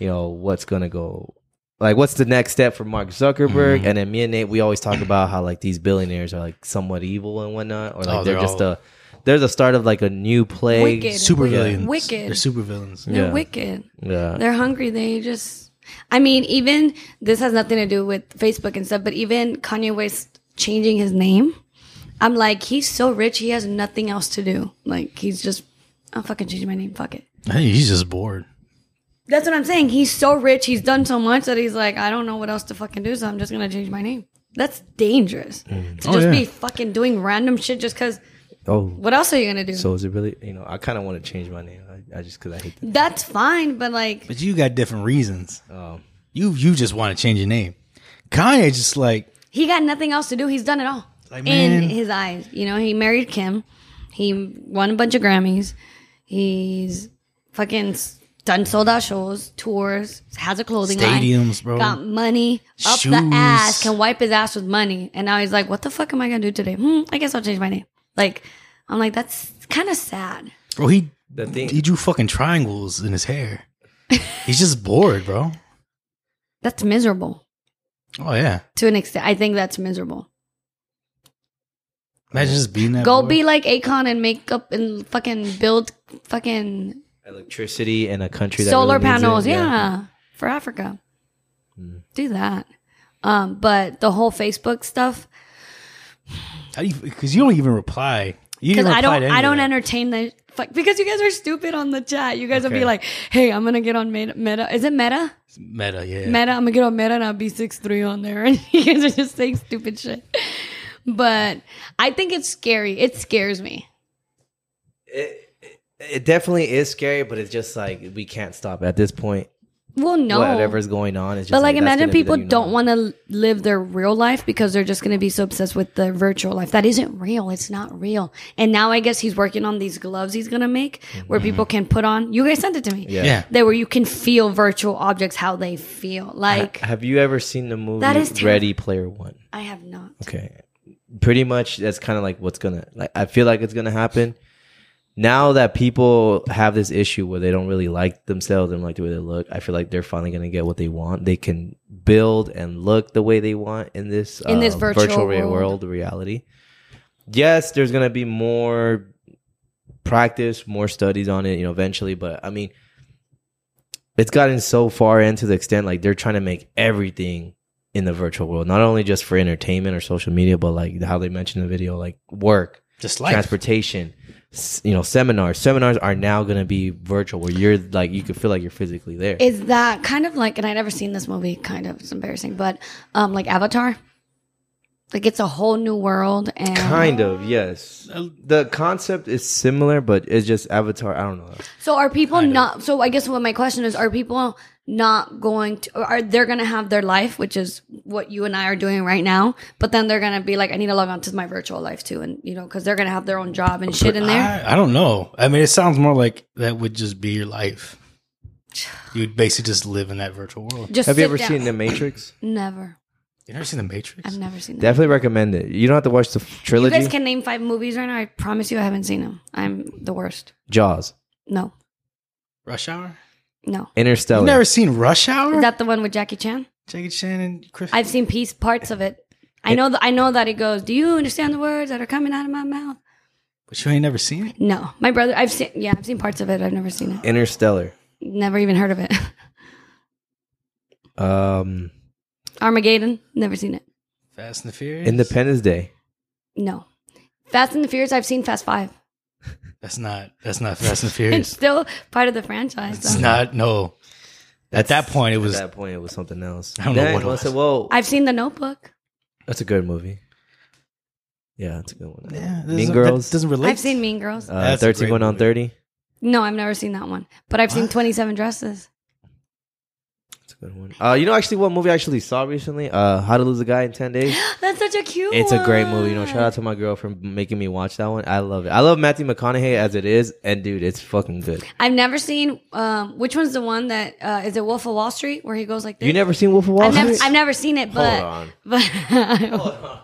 S3: You know, what's gonna go? Like, what's the next step for Mark Zuckerberg?"
S4: Mhm.
S3: And then me and Nate, we always talk about how like these billionaires are like somewhat evil and whatnot, or like
S4: Oh,
S3: they're,
S4: they're
S3: just
S4: all-
S3: a there's a start of like a new plague.
S5: Wicked.
S4: Super
S5: Wicked.
S4: villains.
S5: Wicked.
S4: They're super villains.
S5: They're
S3: Yeah.
S5: wicked.
S3: Yeah,
S5: They're hungry. They just. I mean, even this has nothing to do with Facebook and stuff, but even Kanye West changing his name, I'm like, he's so rich, he has nothing else to do. Like, he's just, I'll fucking change my name. Fuck it.
S4: I think he's just bored.
S5: That's what I'm saying. He's so rich. He's done so much that he's like, I don't know what else to fucking do, so I'm just gonna change my name. That's dangerous to
S4: Oh,
S5: just
S4: yeah.
S5: be fucking doing random shit just because.
S3: oh,
S5: What else are you gonna do?
S3: so is it really? You know, I kind of want to change my name. I, I just because I hate that.
S5: That's fine, but like,
S4: But you got different reasons.
S3: Um,
S4: You you just want to change your name. Kanye just like
S5: he got nothing else to do. He's done it all
S4: Like,
S5: in
S4: man.
S5: his eyes. You know, he married Kim. He won a bunch of Grammys. He's fucking s- done sold out shows, tours, has a clothing line.
S4: stadiums, bro.
S5: Got money up the
S4: Shoes.
S5: ass, can wipe his ass with money. And now he's like, what the fuck am I going to do today? Hmm, I guess I'll change my name. Like, I'm like, that's kind of sad.
S4: Bro, he
S3: the thing,
S4: he drew fucking triangles in
S5: (laughs)
S4: his hair. he's just bored, bro.
S5: That's miserable
S4: Oh yeah.
S5: to an extent. I think that's miserable.
S4: Imagine just being that
S5: Go
S4: bored.
S5: be like Akon and make up and fucking build fucking
S3: electricity in a country that
S5: solar
S3: really needs it,
S5: panels yeah, for africa
S4: Mm.
S5: do that um but the whole facebook stuff
S4: How do you because you don't even reply. You
S5: because
S4: didn't
S5: i
S4: reply
S5: don't
S4: to any
S5: i
S4: of
S5: don't
S4: that.
S5: entertain the fuck because you guys are stupid on the chat you guys will
S3: Okay.
S5: be like hey i'm gonna get on meta, meta. is it meta
S4: Meta, yeah.
S5: meta i'm gonna get on meta and i'll be six three on there (laughs) and you guys are just saying stupid shit but i think it's scary it scares me
S3: it, it- it definitely is scary, but it's just like we can't stop at this point.
S5: well no
S3: Whatever's going on, it's just
S5: But like,
S3: that's
S5: imagine
S3: gonna be the
S5: people
S3: new
S5: don't
S3: norm.
S5: want to live their real life because they're just going to be so obsessed with the virtual life that isn't real. It's not real. And now I guess he's working on these gloves he's going to make where people can put on. You guys sent it to me.
S3: Mm-hmm. Yeah.
S4: Yeah.
S5: That where you can feel virtual objects how they feel.
S3: (laughs)
S5: Like
S3: Have you ever seen the movie
S5: That is terrib-
S3: Ready Player One?
S5: I have not.
S3: Okay, pretty much that's kind of like what's gonna. Like, I feel like it's gonna happen. Now that people have this issue where they don't really like themselves and like the way they look, I feel like they're finally gonna get what they want. They can build and look the way they want in this
S5: In this virtual
S3: rea-
S5: world.
S3: world reality. Yes, there's gonna be more practice, more studies on it, you know, eventually. But I mean, it's gotten so far into the extent like they're trying to make everything in the virtual world, not only just for entertainment or social media, but like how they mentioned in the video, like work,
S4: Just life.
S3: transportation, s- you know, seminars. Seminars are now going to be virtual, where you're like you can feel like you're physically there.
S5: Is that kind of like, and I never seen this movie, kind of, it's embarrassing, but um, like Avatar? Like it's a whole new world and
S3: kind of yes.
S5: Uh,
S3: The concept is similar, but it's just Avatar. I don't know.
S5: So are people not? So I guess what my question is: Are people not going to? Or are they're going to have their life, which is what you and I are doing right now? But then they're going to be like, I need to log on to my virtual life too, and you know, because they're going to have their own job and shit in there.
S4: I, I don't know. I mean, it sounds more like that would just be
S5: (sighs)
S4: your life. You'd basically just live in that virtual world.
S5: Just
S3: Have you
S5: sit
S3: ever
S5: down.
S3: seen The Matrix?
S5: Never.
S4: You never seen The Matrix?
S5: I've never seen that.
S3: Definitely recommend it. You don't have to watch the f-
S5: You
S3: trilogy.
S5: guys can name five movies right now. I promise you, I haven't seen them. I'm the worst.
S3: Jaws,
S5: No,
S4: Rush Hour?
S5: no.
S3: Interstellar.
S4: You've never seen Rush Hour?
S5: Is that the one with Jackie Chan?
S4: Jackie Chan and Chris.
S5: I've seen piece parts of it. I know. Th- I know that it goes. Do you understand the words that are coming out of my mouth?
S4: but you ain't never seen it?
S5: No, my brother. I've seen. Yeah, I've seen parts of it. I've never seen it.
S3: Interstellar.
S5: Never even heard of it. (laughs)
S3: Um,
S5: Armageddon, never seen it.
S4: Fast and the Furious?
S3: Independence Day.
S5: No. Fast and the Furious, I've seen Fast Five.
S4: That's not, that's not Fast and the
S5: It's (laughs)
S4: Furious.
S5: still part of the franchise.
S4: it's
S5: though.
S4: not, no. At that point, it was,
S3: At that point, it was something else.
S4: I don't know
S3: Dang,
S4: what it
S3: well, I
S4: was.
S3: said, well,
S5: I've seen The Notebook.
S3: that's a good movie. Yeah, that's a good one.
S4: yeah, it
S3: mean
S4: doesn't-
S3: Girls.
S4: That doesn't relate.
S5: I've seen Mean Girls.
S3: Uh,
S4: That's a great
S3: Thirteen going on
S4: movie.
S3: thirty.
S5: no, I've never seen that one. But I've seen
S4: What?
S5: Twenty Seven Dresses.
S3: It's a good one. Uh, you know, actually, what movie I actually saw recently? Uh, How to Lose a Guy in Ten
S5: (gasps)
S3: Days.
S5: (gasps) That's such a cute.
S3: It's a great movie. You know,
S5: one.
S3: shout out to my girl for making me watch that one. I love it. I love Matthew McConaughey as it is, and dude, it's fucking good.
S5: I've never seen. Um, which one's the one that uh, is it? Wolf of Wall Street, where he goes like this.
S3: You never seen Wolf of Wall
S5: I've
S3: Street?
S5: never, I've never seen it, but
S3: on.
S5: but (laughs)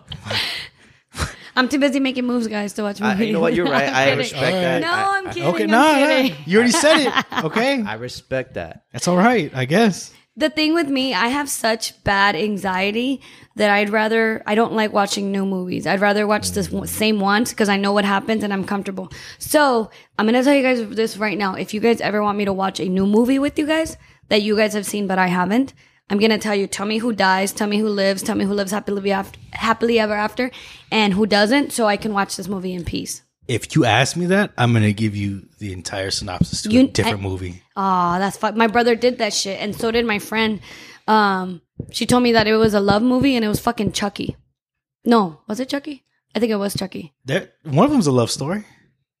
S5: I'm too busy making moves, guys, to watch
S3: I-
S5: movies.
S3: you know what? You're right.
S5: (laughs) I'm
S3: I
S5: kidding.
S3: respect
S4: All right.
S3: that.
S5: No,
S3: I,
S5: I'm kidding.
S4: Okay,
S5: I'm
S4: nah, nah,
S5: kidding.
S4: you already said
S5: (laughs)
S4: it. Okay,
S3: I respect that.
S4: that's all right, I guess.
S5: The thing with me, I have such bad anxiety that I'd rather I don't like watching new movies. I'd rather watch the w- same ones because I know what happens and I'm comfortable. So I'm gonna tell you guys this right now. If you guys ever want me to watch a new movie with you guys that you guys have seen but I haven't, I'm gonna tell you. Tell me who dies. Tell me who lives. Tell me who lives happily after, happily ever after, and who doesn't, so I can watch this movie in peace.
S4: If you ask me that, I'm gonna give you the entire synopsis to a
S5: You-
S4: different
S5: I-
S4: movie.
S5: Oh, that's fu- my brother did that shit, and so did my friend. Um, she told me that it was a love movie, and it was fucking Chucky. No, was it Chucky? I think it was Chucky.
S4: There, one of them's a love story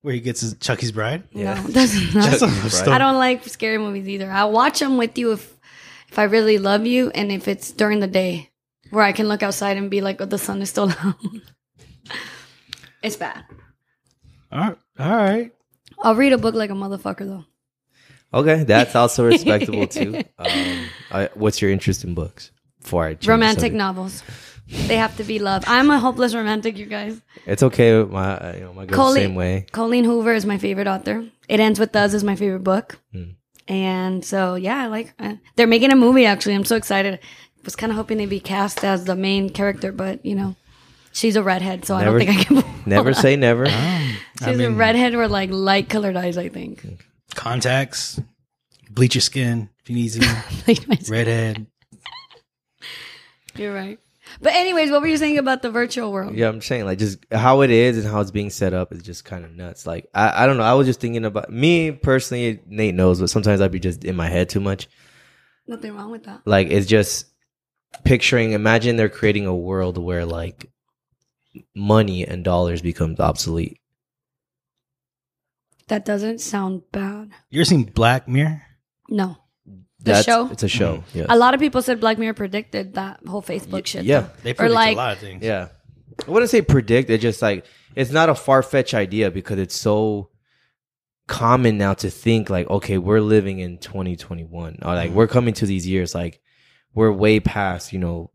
S4: where he gets his Chucky's bride.
S5: No, that's not.
S4: That's a
S3: Chucky's
S4: love
S3: bride.
S4: story.
S5: I don't like scary movies either. I'll watch them with you if if I really love you, and if it's during the day where I can look outside and be like, "Oh, the sun is still (laughs) out." it's bad.
S4: All right, all right.
S5: I'll read a book like a motherfucker though.
S3: Okay, that's
S5: (laughs)
S3: also respectable too. Um, I, what's your interest in books? Before I change the
S5: Romantic
S3: subject.
S5: novels. They have to be love. I'm a hopeless romantic, you guys.
S3: It's okay. with My uh, you know my girl's the
S5: Colleen-
S3: same way.
S5: Colleen Hoover is my favorite author. It Ends With Us is my favorite book.
S3: Mm.
S5: And so, yeah, I like uh, they're making a movie actually. I'm so excited. Was kind of hoping they'd be cast as the main character, but you know, she's a redhead, so I
S3: Never-
S5: don't think I
S3: (laughs)
S5: can. (laughs)
S3: Never say never. I
S5: She's a redhead with like light colored eyes, I think.
S3: Hmm.
S4: Contacts, bleach your skin if you
S3: (laughs)
S4: need to.
S5: (laughs) Like my-
S4: Redhead.
S5: You're right. But anyways, what were you saying about the virtual world?
S3: Yeah, I'm saying like just how it is and how it's being set up is just kind of nuts. Like I, I don't know. I was just thinking about me personally. Nate knows, but sometimes I'd be just in my head too much.
S5: Nothing wrong with that.
S3: Like it's just picturing. Imagine they're creating a world where like money and dollars becomes obsolete.
S5: That doesn't sound bad.
S4: You ever seen Black Mirror?
S5: No, the show.
S3: It's a show. Yeah.
S5: a lot of people said Black Mirror predicted that whole Facebook shit.
S3: yeah.
S5: though.
S4: They predict
S5: like-
S4: a lot of things.
S3: Yeah. I wouldn't say predict. It's just like it's not a far fetched idea because it's so common now to think like, okay, we're living in 2021. Or like we're coming to these years. Like we're way past, you know,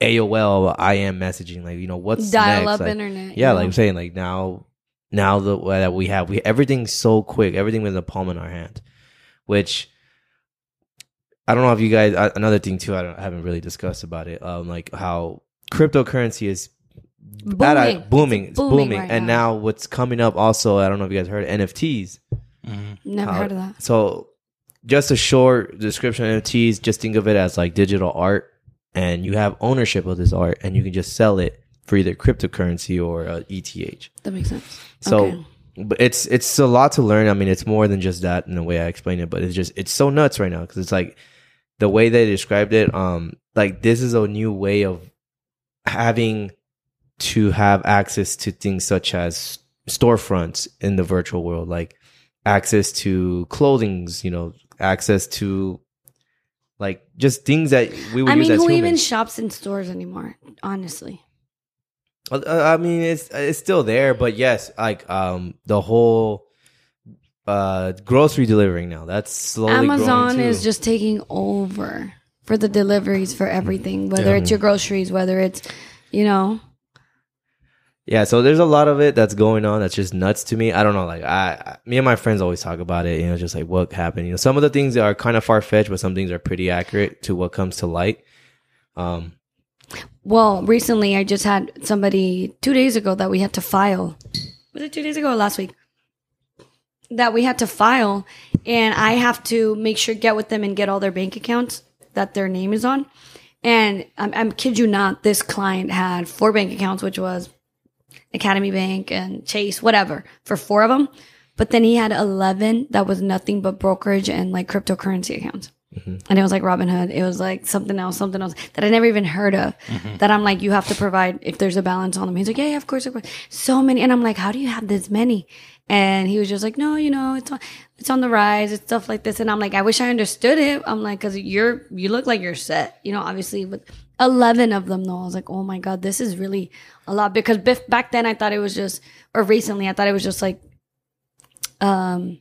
S3: AOL, IM messaging. Like, you know, what's
S5: dial
S3: next?
S5: up
S3: Like,
S5: internet.
S3: yeah,
S5: you
S3: like
S5: know?
S3: I'm saying, like now, now the way that we have, we everything's so quick. Everything was in the palm in our hand, which I don't know if you guys. I, another thing too, I, don't, I haven't really discussed about it. Um, like how cryptocurrency is bad at-
S5: Booming.
S3: booming, it's
S5: booming
S3: booming,
S5: right
S3: and
S5: now.
S3: now what's coming up also. I don't know if you guys heard NFTs.
S4: Mhm.
S5: never
S3: How-
S5: heard of that.
S3: So, just a short description of NFTs. Just think of it as like digital art, and you have ownership of this art, and you can just sell it for either cryptocurrency or uh, ETH.
S5: That makes sense.
S3: So,
S5: Okay.
S3: but it's it's a lot to learn. I mean, it's more than just that in the way I explained it, but it's just it's so nuts right now because it's like the way they described it. Um, like this is a new way of having to have access to things such as storefronts in the virtual world, like access to clothings, you know, access to like just things that we would
S5: I
S3: use
S5: mean,
S3: as
S5: who
S3: humans.
S5: even shops in stores anymore? Honestly,
S3: Uh, I mean, it's it's still there, but yes, like um, the whole uh grocery delivering now that's slowly growing,
S5: Amazon
S3: too.
S5: is just taking over for the deliveries for everything, whether
S4: Yeah.
S5: it's your groceries, whether it's you know,
S3: yeah. So there's a lot of it that's going on that's just nuts to me. I don't know, like I, I me and my friends always talk about it. You know, just like what happened. You know, some of the things are kind of far fetched, but some things are pretty accurate to what comes to light. Um,
S5: Well, recently I just had somebody two days ago that we had to file. Was it two days ago or last week? That we had to file, and I have to make sure get with them and get all their bank accounts that their name is on. And I'm, I'm kid you not, this client had four bank accounts, which was Academy Bank and Chase, whatever, for four of them. But then he had eleven that was nothing but brokerage and like cryptocurrency accounts. And it was like Robinhood. It was like something else, something else that I never even heard of. That I'm like, you have to provide if there's a balance on them. He's like, yeah, yeah, of course, of course. So many, and I'm like, how do you have this many? And he was just like, no, you know, it's on, it's on the rise. It's stuff like this. And I'm like, I wish I understood it. I'm like, because you're, you look like you're set. You know, obviously with 11 of them, though, I was like, oh my God, this is really a lot. Because bef- back then I thought it was just, or recently I thought it was just like um,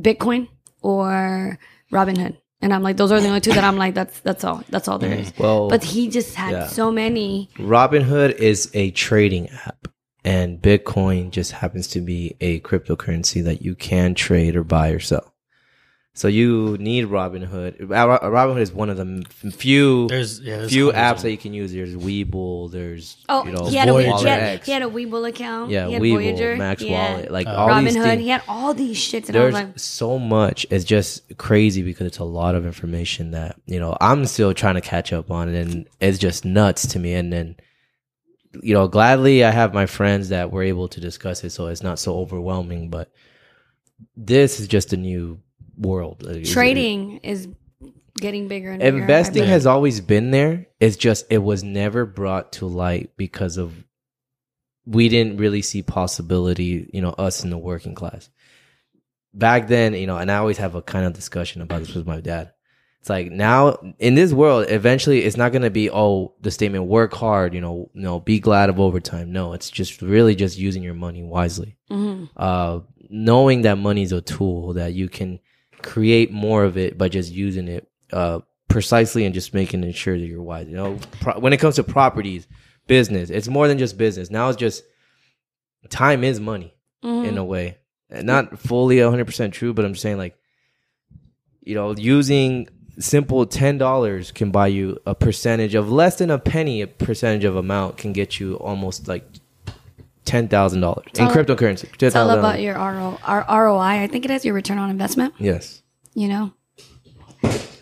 S5: Bitcoin or Robinhood. And I'm like, those are the only two that I'm like, that's that's all. That's all there is.
S3: Well,
S5: But he just had
S3: Mm. Yeah.
S5: so many.
S3: Robinhood is a trading app, and Bitcoin just happens to be a cryptocurrency that you can trade or buy or sell. So you need Robinhood. Uh, Ro- Robinhood is one of the m- few
S4: There's- yeah, there's
S3: few
S4: hundreds
S3: apps
S4: of
S3: that you can use. There's Weeble. There's
S5: Oh,
S3: you know,
S5: he, had a,
S4: Voyager.
S5: he, had,
S3: X.
S5: he had a Weeble account.
S3: yeah,
S5: he had
S3: Weeble,
S5: Voyager,
S3: Max
S5: yeah.
S3: Wallet, like all
S4: Uh,
S3: these
S5: Robinhood.
S3: things.
S5: He had all these shits, and I was
S3: There's
S5: like,
S3: so much. It's just crazy because it's a lot of information that you know I'm still trying to catch up on, and it's just nuts to me. And then, you know, gladly I have my friends that were able to discuss it, so it's not so overwhelming. But this is just a new world. Like, it's-
S5: trading is getting bigger and bigger.
S3: investing
S5: I
S3: has always been there it's just it was never brought to light because of we didn't really see possibility you know us in the working class back then you know and i always have a kind of discussion about this with my dad it's like now in this world eventually it's not going to be oh the statement work hard you know no be glad of overtime no it's just really just using your money wisely
S5: Mhm.
S3: uh, knowing that money is a tool that you can create more of it by just using it uh, precisely and just making it sure that you're wise. You know, pro- when it comes to properties, business, it's more than just business. Now it's just time is money
S5: Mhm.
S3: in a way. And not fully 100% true, but I'm saying like, you know, using simple $10 can buy you a percentage of less than a penny, a percentage of amount can get you almost like $10,000 in
S5: all-
S3: cryptocurrency.
S5: It's all
S3: $10,000.
S5: about your RO, our ROI. I think it is your return on investment.
S3: Yes.
S5: You know,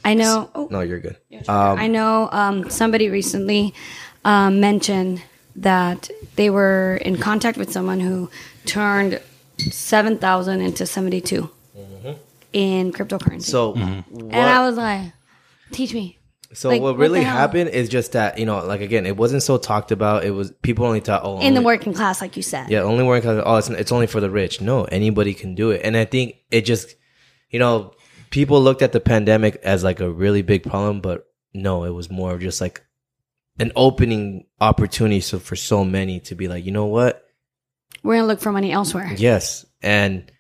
S5: I know. Oh,
S3: No, you're good.
S5: I know um, somebody recently um, mentioned that they were in contact with someone who turned 7,000 into 72 in cryptocurrency.
S3: Mm-hmm. So, what,
S5: and I was like, teach me.
S3: so
S5: like,
S3: what
S5: what
S3: really
S5: the hell?
S3: happened is just that you know, like again, it wasn't so talked about. It was people only thought, oh,
S5: In the
S3: only-
S5: working class, like you said.
S3: yeah, only working class. Oh, it's, it's only for the rich. No, anybody can do it. And I think it just, you know, people looked at the pandemic as like a really big problem, but no, it was more of just like an opening opportunity. So for so many to be like, you know what,
S5: We're going to look for money elsewhere.
S3: Yes, and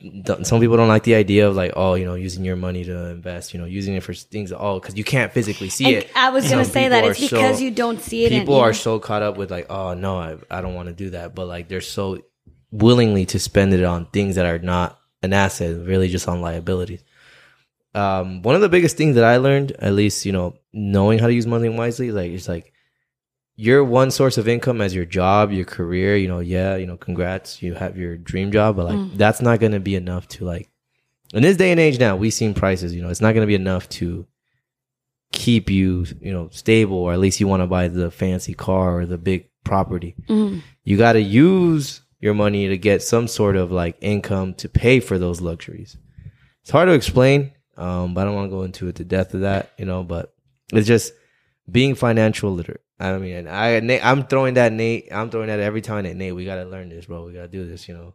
S3: th- some people don't like the idea of like, oh, you know, using your money to invest, you know, using it for things, oh, because you can't physically see
S5: And
S3: it.
S5: I was going to
S3: Some
S5: say
S3: people
S5: that it's
S3: are so-
S5: because you don't see it. and-
S3: People are so caught up with like, oh no, I, I don't want to do that, but like they're so willingly to spend it on things that are not an asset, really just on liabilities. Um, one of the biggest things that I learned, at least you know, knowing how to use money wisely, like it's like your one source of income as your job, your career, you know, yeah, you know, congrats, you have your dream job, but like
S5: Mm.
S3: that's not going to be enough to like in this day and age now, we've seen prices, you know, it's not going to be enough to keep you, you know, stable or at least you want to buy the fancy car or the big property.
S5: Mm-hmm.
S3: You got to use your money to get some sort of like income to pay for those luxuries. It's hard to explain, um, but I don't want to go into it to death of that, you know, but it's just being financial literate. I mean, and I Nate, I'm throwing that Nate. I'm throwing that every time that Nate. We gotta learn this, bro. We gotta do this. You know,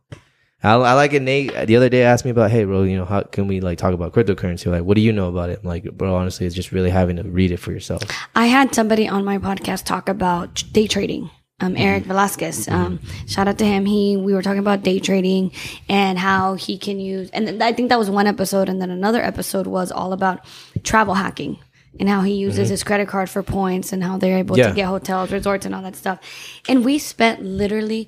S3: I, I like it. Nate the other day asked me about, hey, bro, you know, how can we like talk about cryptocurrency? Like, what do you know about it? I'm like, bro, honestly, it's just really having to read it for yourself.
S5: I had somebody on my podcast talk about tr- day trading. Um, Eric Velasquez. Um, shout out to him. He we were talking about day trading and how he can use. And th- I think that was one episode, and then another episode was all about travel hacking and how he uses his credit card for points and how they're able
S3: Yeah.
S5: to get hotels, resorts, and all that stuff. And we spent literally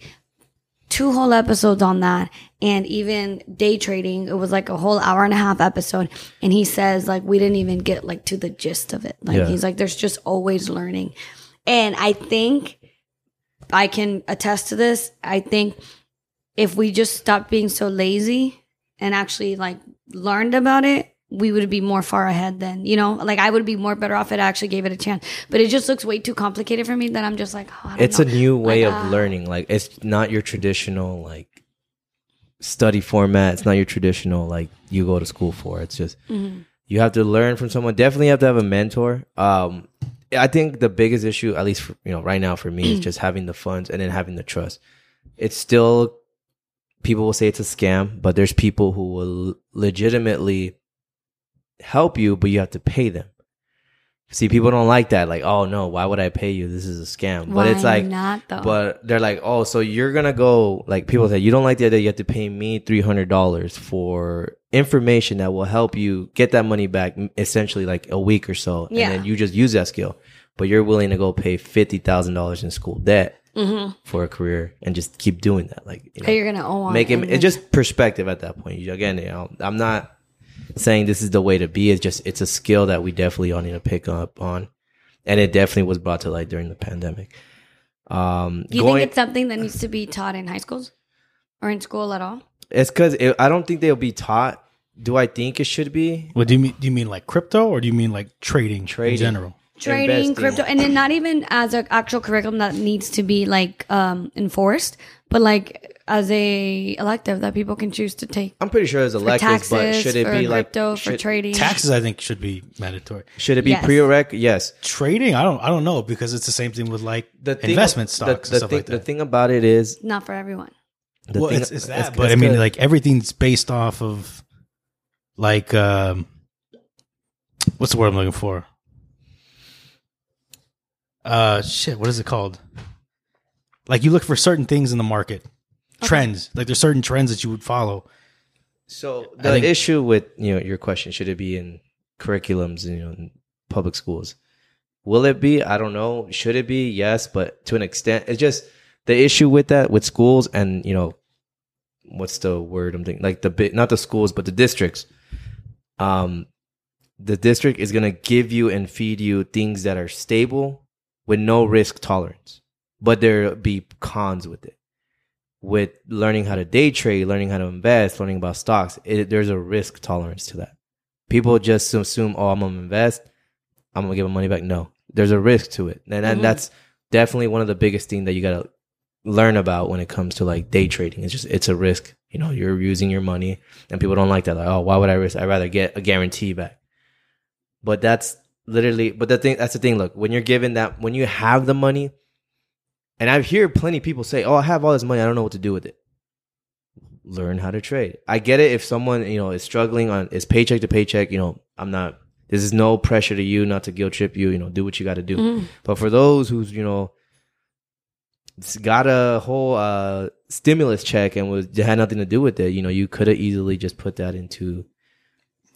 S5: two whole episodes on that and even day trading it was like a whole hour and a half episode and he says like we didn't even get like to the gist of it like
S3: Yeah.
S5: he's like there's just always learning and i think i can attest to this i think if we just stopped being so lazy and actually like learned about it we would be more far ahead then you know like i would be more better off if i actually gave it a chance but it just looks way too complicated for me that i'm just like oh, I don't
S3: It's
S5: know.
S3: a new way
S5: uh,
S3: of learning. Like, it's not your traditional like study format. It's not your traditional like you go to school for. It's just
S5: Mm-hmm.
S3: you have to learn from someone. Definitely have to have a mentor. Um, I think the biggest issue, at
S5: (clears throat)
S3: least for, you know right now for me, is just having the funds and then having the trust. It's still people will say it's a scam, but there's people who will legitimately help you, but you have to pay them. See, people don't like that. Like, oh no, why would I pay you? This is a scam. But it's
S5: Why
S3: like,
S5: not though.
S3: but they're like, oh, so you're gonna go like people say you don't like the idea you have to pay me three hundred dollars for information that will help you get that money back m- essentially like a week or so,
S5: Yeah.
S3: and then you just use that skill. But you're willing to go pay fifty thousand dollars in school debt
S5: Mhm.
S3: for a career and just keep doing that, like you
S5: That
S3: know,
S5: you're gonna owe on
S3: make it.
S5: and
S3: It's just perspective at that point. You, again, you know, I'm not saying this is the way to be. It's just it's a skill that we definitely all need to pick up on, and it definitely was brought to light during the pandemic. Um,
S5: Do you think it's something that needs to be taught in high schools or in school at all?
S3: It's because it, I don't think they'll be taught. Do I think it should be?
S4: What do you mean? Do you mean like crypto, or do you mean like trading,
S3: Trading.
S4: in general?
S5: Trading,
S3: Investing.
S5: crypto, and then not even as an actual curriculum that needs to be like um, enforced, but like as a elective that people can choose to take.
S3: I'm pretty sure it's
S5: For
S3: electives,
S5: taxes,
S3: but should it
S5: for
S3: be like
S5: crypto, for
S3: should,
S5: trading?
S4: Taxes, I think, should be mandatory.
S3: should it be
S5: Yes.
S3: prereq? Yes.
S4: Trading, I don't, I don't know because it's the same thing with like investment
S3: the-
S4: stocks
S3: the
S4: and stuff
S3: thing,
S4: like
S3: The
S4: that.
S3: thing about it is
S5: Not for everyone.
S3: the
S4: well,
S3: thing,
S4: it's, it's that,
S3: it's-
S4: but
S3: it's
S4: I mean,
S3: good.
S4: like everything's based off of like um, what's the word I'm looking for? Uh, shit, what is it called? Like you look for certain things in the market, trends. Like there's certain trends that you would follow.
S3: so
S4: I
S3: the
S4: think-
S3: issue with you know your question should it be in curriculums you know in public schools? Will it be? I don't know. Should it be? Yes, but to an extent, it's just the issue with that with schools and you know what's the word I'm thinking like the bit not the schools but the districts. Um, the district is gonna give you and feed you things that are stable with no risk tolerance, but there be cons with it. With learning how to day trade, learning how to invest, learning about stocks, it, there's a risk tolerance to that. People just assume, oh, I'm gonna invest, I'm gonna give my money back. No, there's a risk to it, and, and
S5: Mhm.
S3: that's definitely one of the biggest thing that you gotta learn about when it comes to like day trading. It's just it's a risk. You know, you're using your money, and people don't like that. Like, oh, why would I risk? I'd rather get a guarantee back. But that's literally. But the thing that's the thing. Look, when you're given that, when you have the money, and I hear plenty of people say, "Oh, I have all this money. I don't know what to do with it." Learn how to trade. I get it if someone you know is struggling on is paycheck to paycheck. You know, I'm not. This is no pressure to you, not to guilt trip you. You know, do what you got to do.
S5: Mhm.
S3: But for those who's you know s- got a whole uh, stimulus check and was had nothing to do with it, you know, you could have easily just put that into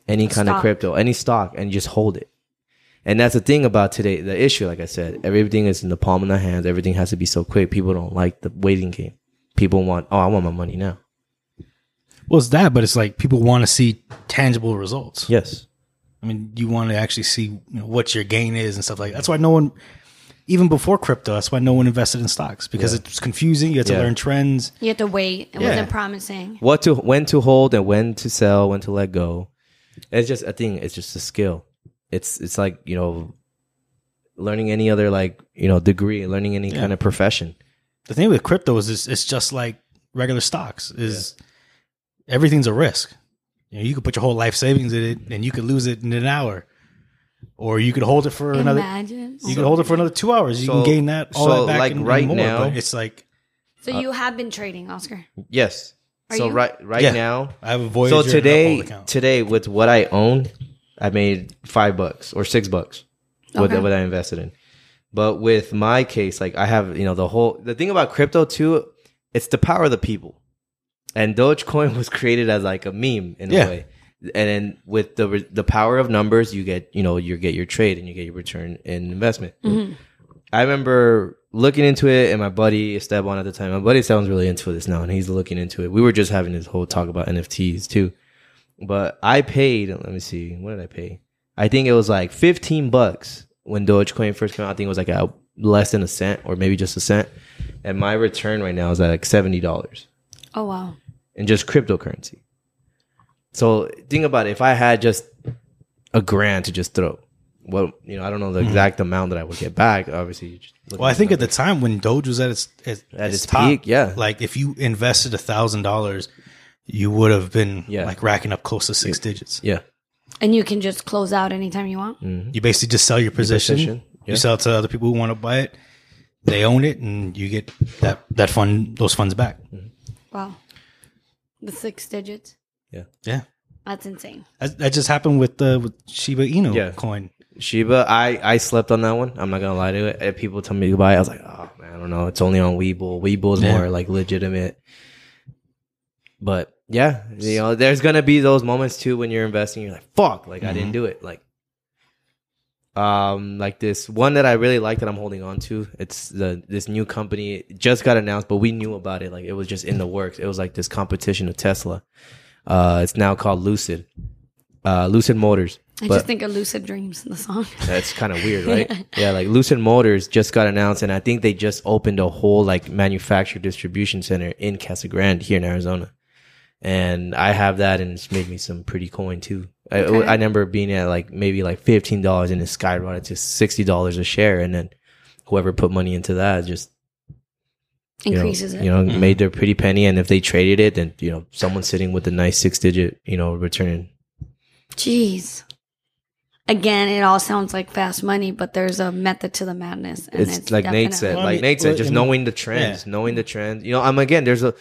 S3: any
S5: A
S3: kind of
S5: stock.
S3: crypto, any stock, and just hold it. And that's the thing about today, the issue. Like I said, everything is in the palm of the hands. Everything has to be so quick. People don't like the waiting game. People want, oh, I want my money now.
S4: Well, it's that, but it's like people want to see tangible results.
S3: Yes.
S4: I mean, you want to actually see you know, what your gain is and stuff like that. That's why no one, even before crypto, that's why no one invested in stocks because it's confusing. You have to
S3: Yeah.
S4: learn trends.
S5: You have to wait. It
S4: Yeah.
S5: wasn't promising.
S3: What to, when to hold and when to sell, when to let go. It's just a thing. It's just a skill. It's it's like you know, learning any other like you know degree, learning any kind of profession.
S4: The thing with crypto is it's, it's just like regular stocks. Is everything's a risk. You know, you could put your whole life savings in it and you could lose it in an hour, or you could hold it for another.
S5: Imagine.
S4: You could hold it for another two hours. You
S3: So-
S4: can gain that all
S3: so,
S4: that back
S3: like,
S4: and- and
S3: right
S4: more,
S3: now-
S4: but it's like
S5: so
S3: uh,
S5: you have been trading, Oscar.
S3: Yes.
S5: Are
S3: so
S5: you?
S3: right right
S4: Yeah.
S3: now.
S4: I have a Voyager.
S3: So
S4: and an
S3: today
S4: Apple account.
S3: today with what I own, I made five bucks or six bucks. What
S5: Okay.
S3: what I invested in. But with my case, like I have you know the whole the thing about crypto too, it's the power of the people. And Dogecoin (laughs) was created as like a meme in
S4: Yeah.
S3: a way. And then with the re- the power of numbers, you get you know you get your trade and you get your return in investment. I remember looking into it, and my buddy Esteban at the time, my buddy sounds really into this now, and he's looking into it. We were just having this whole talk about NFTs too, but I paid. Let me see, what did I pay? I think it was like fifteen bucks when Dogecoin first came out. I think it was like a, less than a cent, or maybe just a cent. And my return right now is at like seventy dollars
S5: Oh wow.
S3: in just cryptocurrency. So think about it, if I had just a grand to just throw. Well, you know, I don't know the exact amount that I would get back. Obviously, you just look
S4: Hmm. Well, I
S3: at
S4: think
S3: the
S4: at the time when Doge was at its at,
S3: its peak, yeah.
S4: Like if you invested a thousand dollars, you would have been
S3: Yeah.
S4: like racking up close to six digits.
S3: Yeah.
S5: And you can just close out anytime you want.
S3: Mm.
S4: You basically just sell your position.
S3: position, yeah.
S4: You sell it to other people who want to buy it.
S3: Mm.
S4: They own it, and you get that that fund those funds back.
S5: Wow. The six digits.
S4: Yeah,
S5: That's insane.
S4: that, that just happened with the with Shiba Inu
S3: Yeah.
S4: coin.
S3: Shiba, I, I slept on that one. I'm not gonna lie to it. If people tell me to buy it, I was like, oh man, I don't know. It's only on Weeble. Weeble's
S4: Yeah.
S3: more like legitimate. But yeah, you know, there's gonna be those moments too when you're investing. You're like, fuck, like I didn't do it. Like, um, like this one that I really like that I'm holding on to. It's the this new company it just got announced, but we knew about it. Like it was just in the works. It was like this competition of Tesla. Uh, it's now called Lucid. Uh, Lucid Motors.
S5: I
S3: But-
S5: just think of Lucid Dreams,
S3: (laughs)
S5: the song. (laughs)
S3: that's kind of weird, right? yeah, like Lucid Motors just got announced, and I think they just opened a whole like manufacturer distribution center in Casa Grande here in Arizona. And I have that, and it's made me some pretty coin too. I,
S5: Okay.
S3: I remember being at like maybe like fifteen dollars, and it skyrocketed to sixty dollars a share, and then whoever put money into that just you know,
S5: Increases it. Mm-hmm.
S3: You know, made their pretty penny, and if they traded it, then you know someone sitting with a nice six digit you know return.
S5: Jeez. Again, it all sounds like fast money, but there's a method to the madness. And
S3: it's, like Nate
S5: definite-
S3: said,
S4: Well, I
S3: like
S4: mean,
S3: Nate said,
S4: well,
S3: just
S4: I mean,
S3: knowing the trends,
S4: yeah.
S3: knowing the trends. You know, I'm again, there's a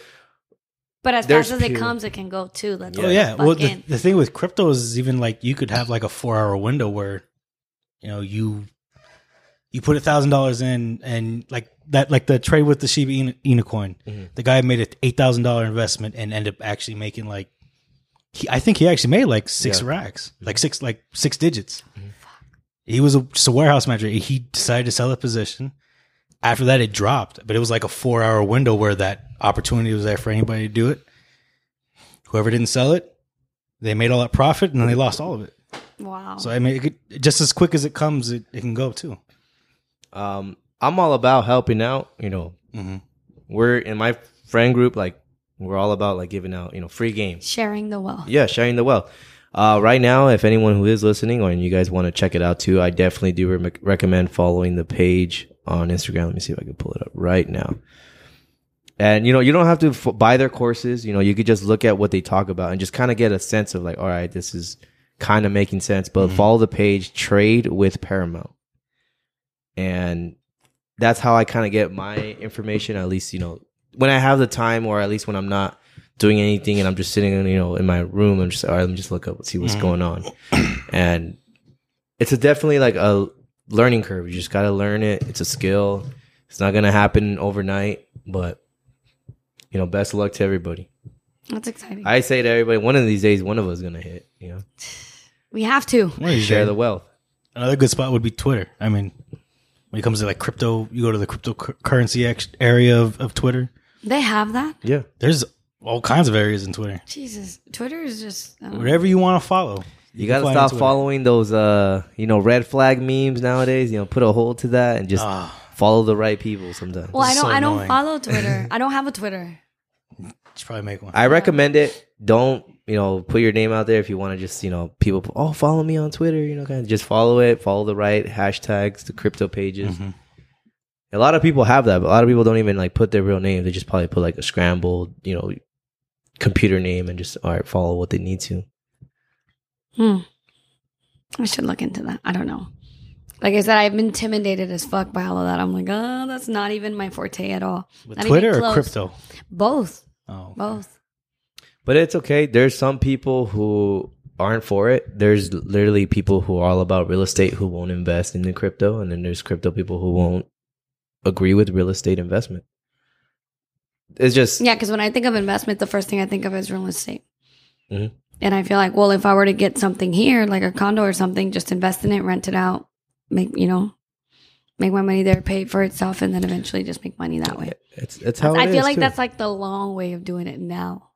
S5: But as
S3: there's
S5: fast as it
S3: pure-
S5: comes, it can go too. Let's
S4: Oh yeah. Well, the,
S5: fucking-
S4: the thing with crypto is even like you could have like a four hour window where, you know, you you put a thousand dollars in and like that like the trade with the Shiba Inu, Inu coin, the guy made an eight thousand dollar investment and ended up actually making like. He, I think he actually made like six
S3: Yeah.
S4: racks, like six, like six digits. He was a, just a warehouse manager. He decided to sell a position. After that, it dropped, but it was like a four-hour window where that opportunity was there for anybody to do it. Whoever didn't sell it, they made all that profit and then they lost all of it.
S5: wow.
S4: So I mean, it could, just as quick as it comes, it, it can go too.
S3: um I'm all about helping out, you know.
S4: Mhm.
S3: We're in my friend group like we're all about like giving out, you know, free games.
S5: Sharing the wealth.
S3: Yeah, sharing the wealth. Uh, right now, if anyone who is listening or you guys want to check it out too, I definitely do re- recommend following the page on Instagram. Let me see if I can pull it up right now. And you know, you don't have to f- buy their courses. You know, you could just look at what they talk about and just kind of get a sense of like, all right, this is kind of making sense. But follow the page, trade with Paramount, and that's how I kind of get my information. At least you know when I have the time, or at least when I'm not doing anything and I'm just sitting, in, you know, in my room. I'm just all right. Let me just look up and see what's going on. And it's a definitely like a learning curve. You just gotta learn it. It's a skill. It's not gonna happen overnight, but you know, best of luck to everybody.
S5: That's exciting.
S3: I say to everybody, one of these days, one of us is gonna hit. You know,
S5: we have to.
S3: share the wealth.
S4: Another good spot would be Twitter. I mean, when it comes to like crypto, you go to the cryptocurrency ex- area of, of Twitter.
S5: They have that.
S3: Yeah,
S4: There's all kinds of areas in Twitter.
S5: Jesus. Twitter is just. I don't know.
S4: Whatever you want to follow,
S3: you
S4: can
S3: gotta
S4: find on
S3: stop
S4: Twitter.
S3: following those, uh, you know, red flag memes nowadays. You know, put a hold to that and just follow the right people. Sometimes
S5: Well, I
S4: This is
S5: don't.
S4: so
S5: I don't
S3: (laughs)
S4: annoying.
S5: follow Twitter. I don't have a Twitter.
S4: Should probably make one.
S3: I recommend it. Don't you know? Put your name out there if you want to. Just you know, people. Oh, follow me on Twitter. You know, kind of just follow it. Follow the right hashtags, the crypto pages.
S4: Mm-hmm.
S3: A lot of people have that, but a lot of people don't even like put their real name. They just probably put like a scrambled, you know, computer name and just all right, follow what they need to.
S5: Hmm. I should look into that. I don't know. Like I said, I've been intimidated as fuck by all of that. I'm like, oh, that's not even my forte at all.
S4: With
S5: Not even
S4: Twitter or
S5: close.
S4: crypto?
S5: Both.
S4: Oh,
S5: Both.
S3: But it's okay. There's some people who aren't for it. There's literally people who are all about real estate who won't invest into crypto, and then there's crypto people who won't agree with real estate investment. It's just
S5: Yeah, because when I think of investment, the first thing I think of is real estate.
S3: Mhm.
S5: And I feel like, well, if I were to get something here, like a condo or something, just invest in it, rent it out, make you know, make my money there, pay for itself, and then eventually just make money that way.
S3: it's it's how
S5: I
S3: it
S5: feel
S3: is,
S5: like
S3: too.
S5: that's like the long way of doing it now.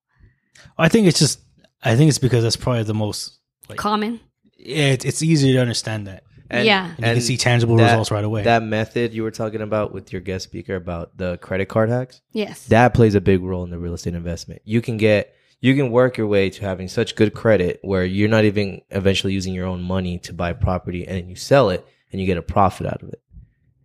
S4: I think it's just. I think it's because that's probably the most. Like,
S5: Common.
S4: yeah, it's, it's easier to understand that.
S5: yeah.
S4: And you can see tangible
S3: that-
S4: results right away.
S3: That method you were talking about with your guest speaker about the credit card hacks.
S5: Yes.
S3: that plays a big role in the real estate investment. You can get you can work your way to having such good credit where you're not even eventually using your own money to buy property and you sell it and you get a profit out of it.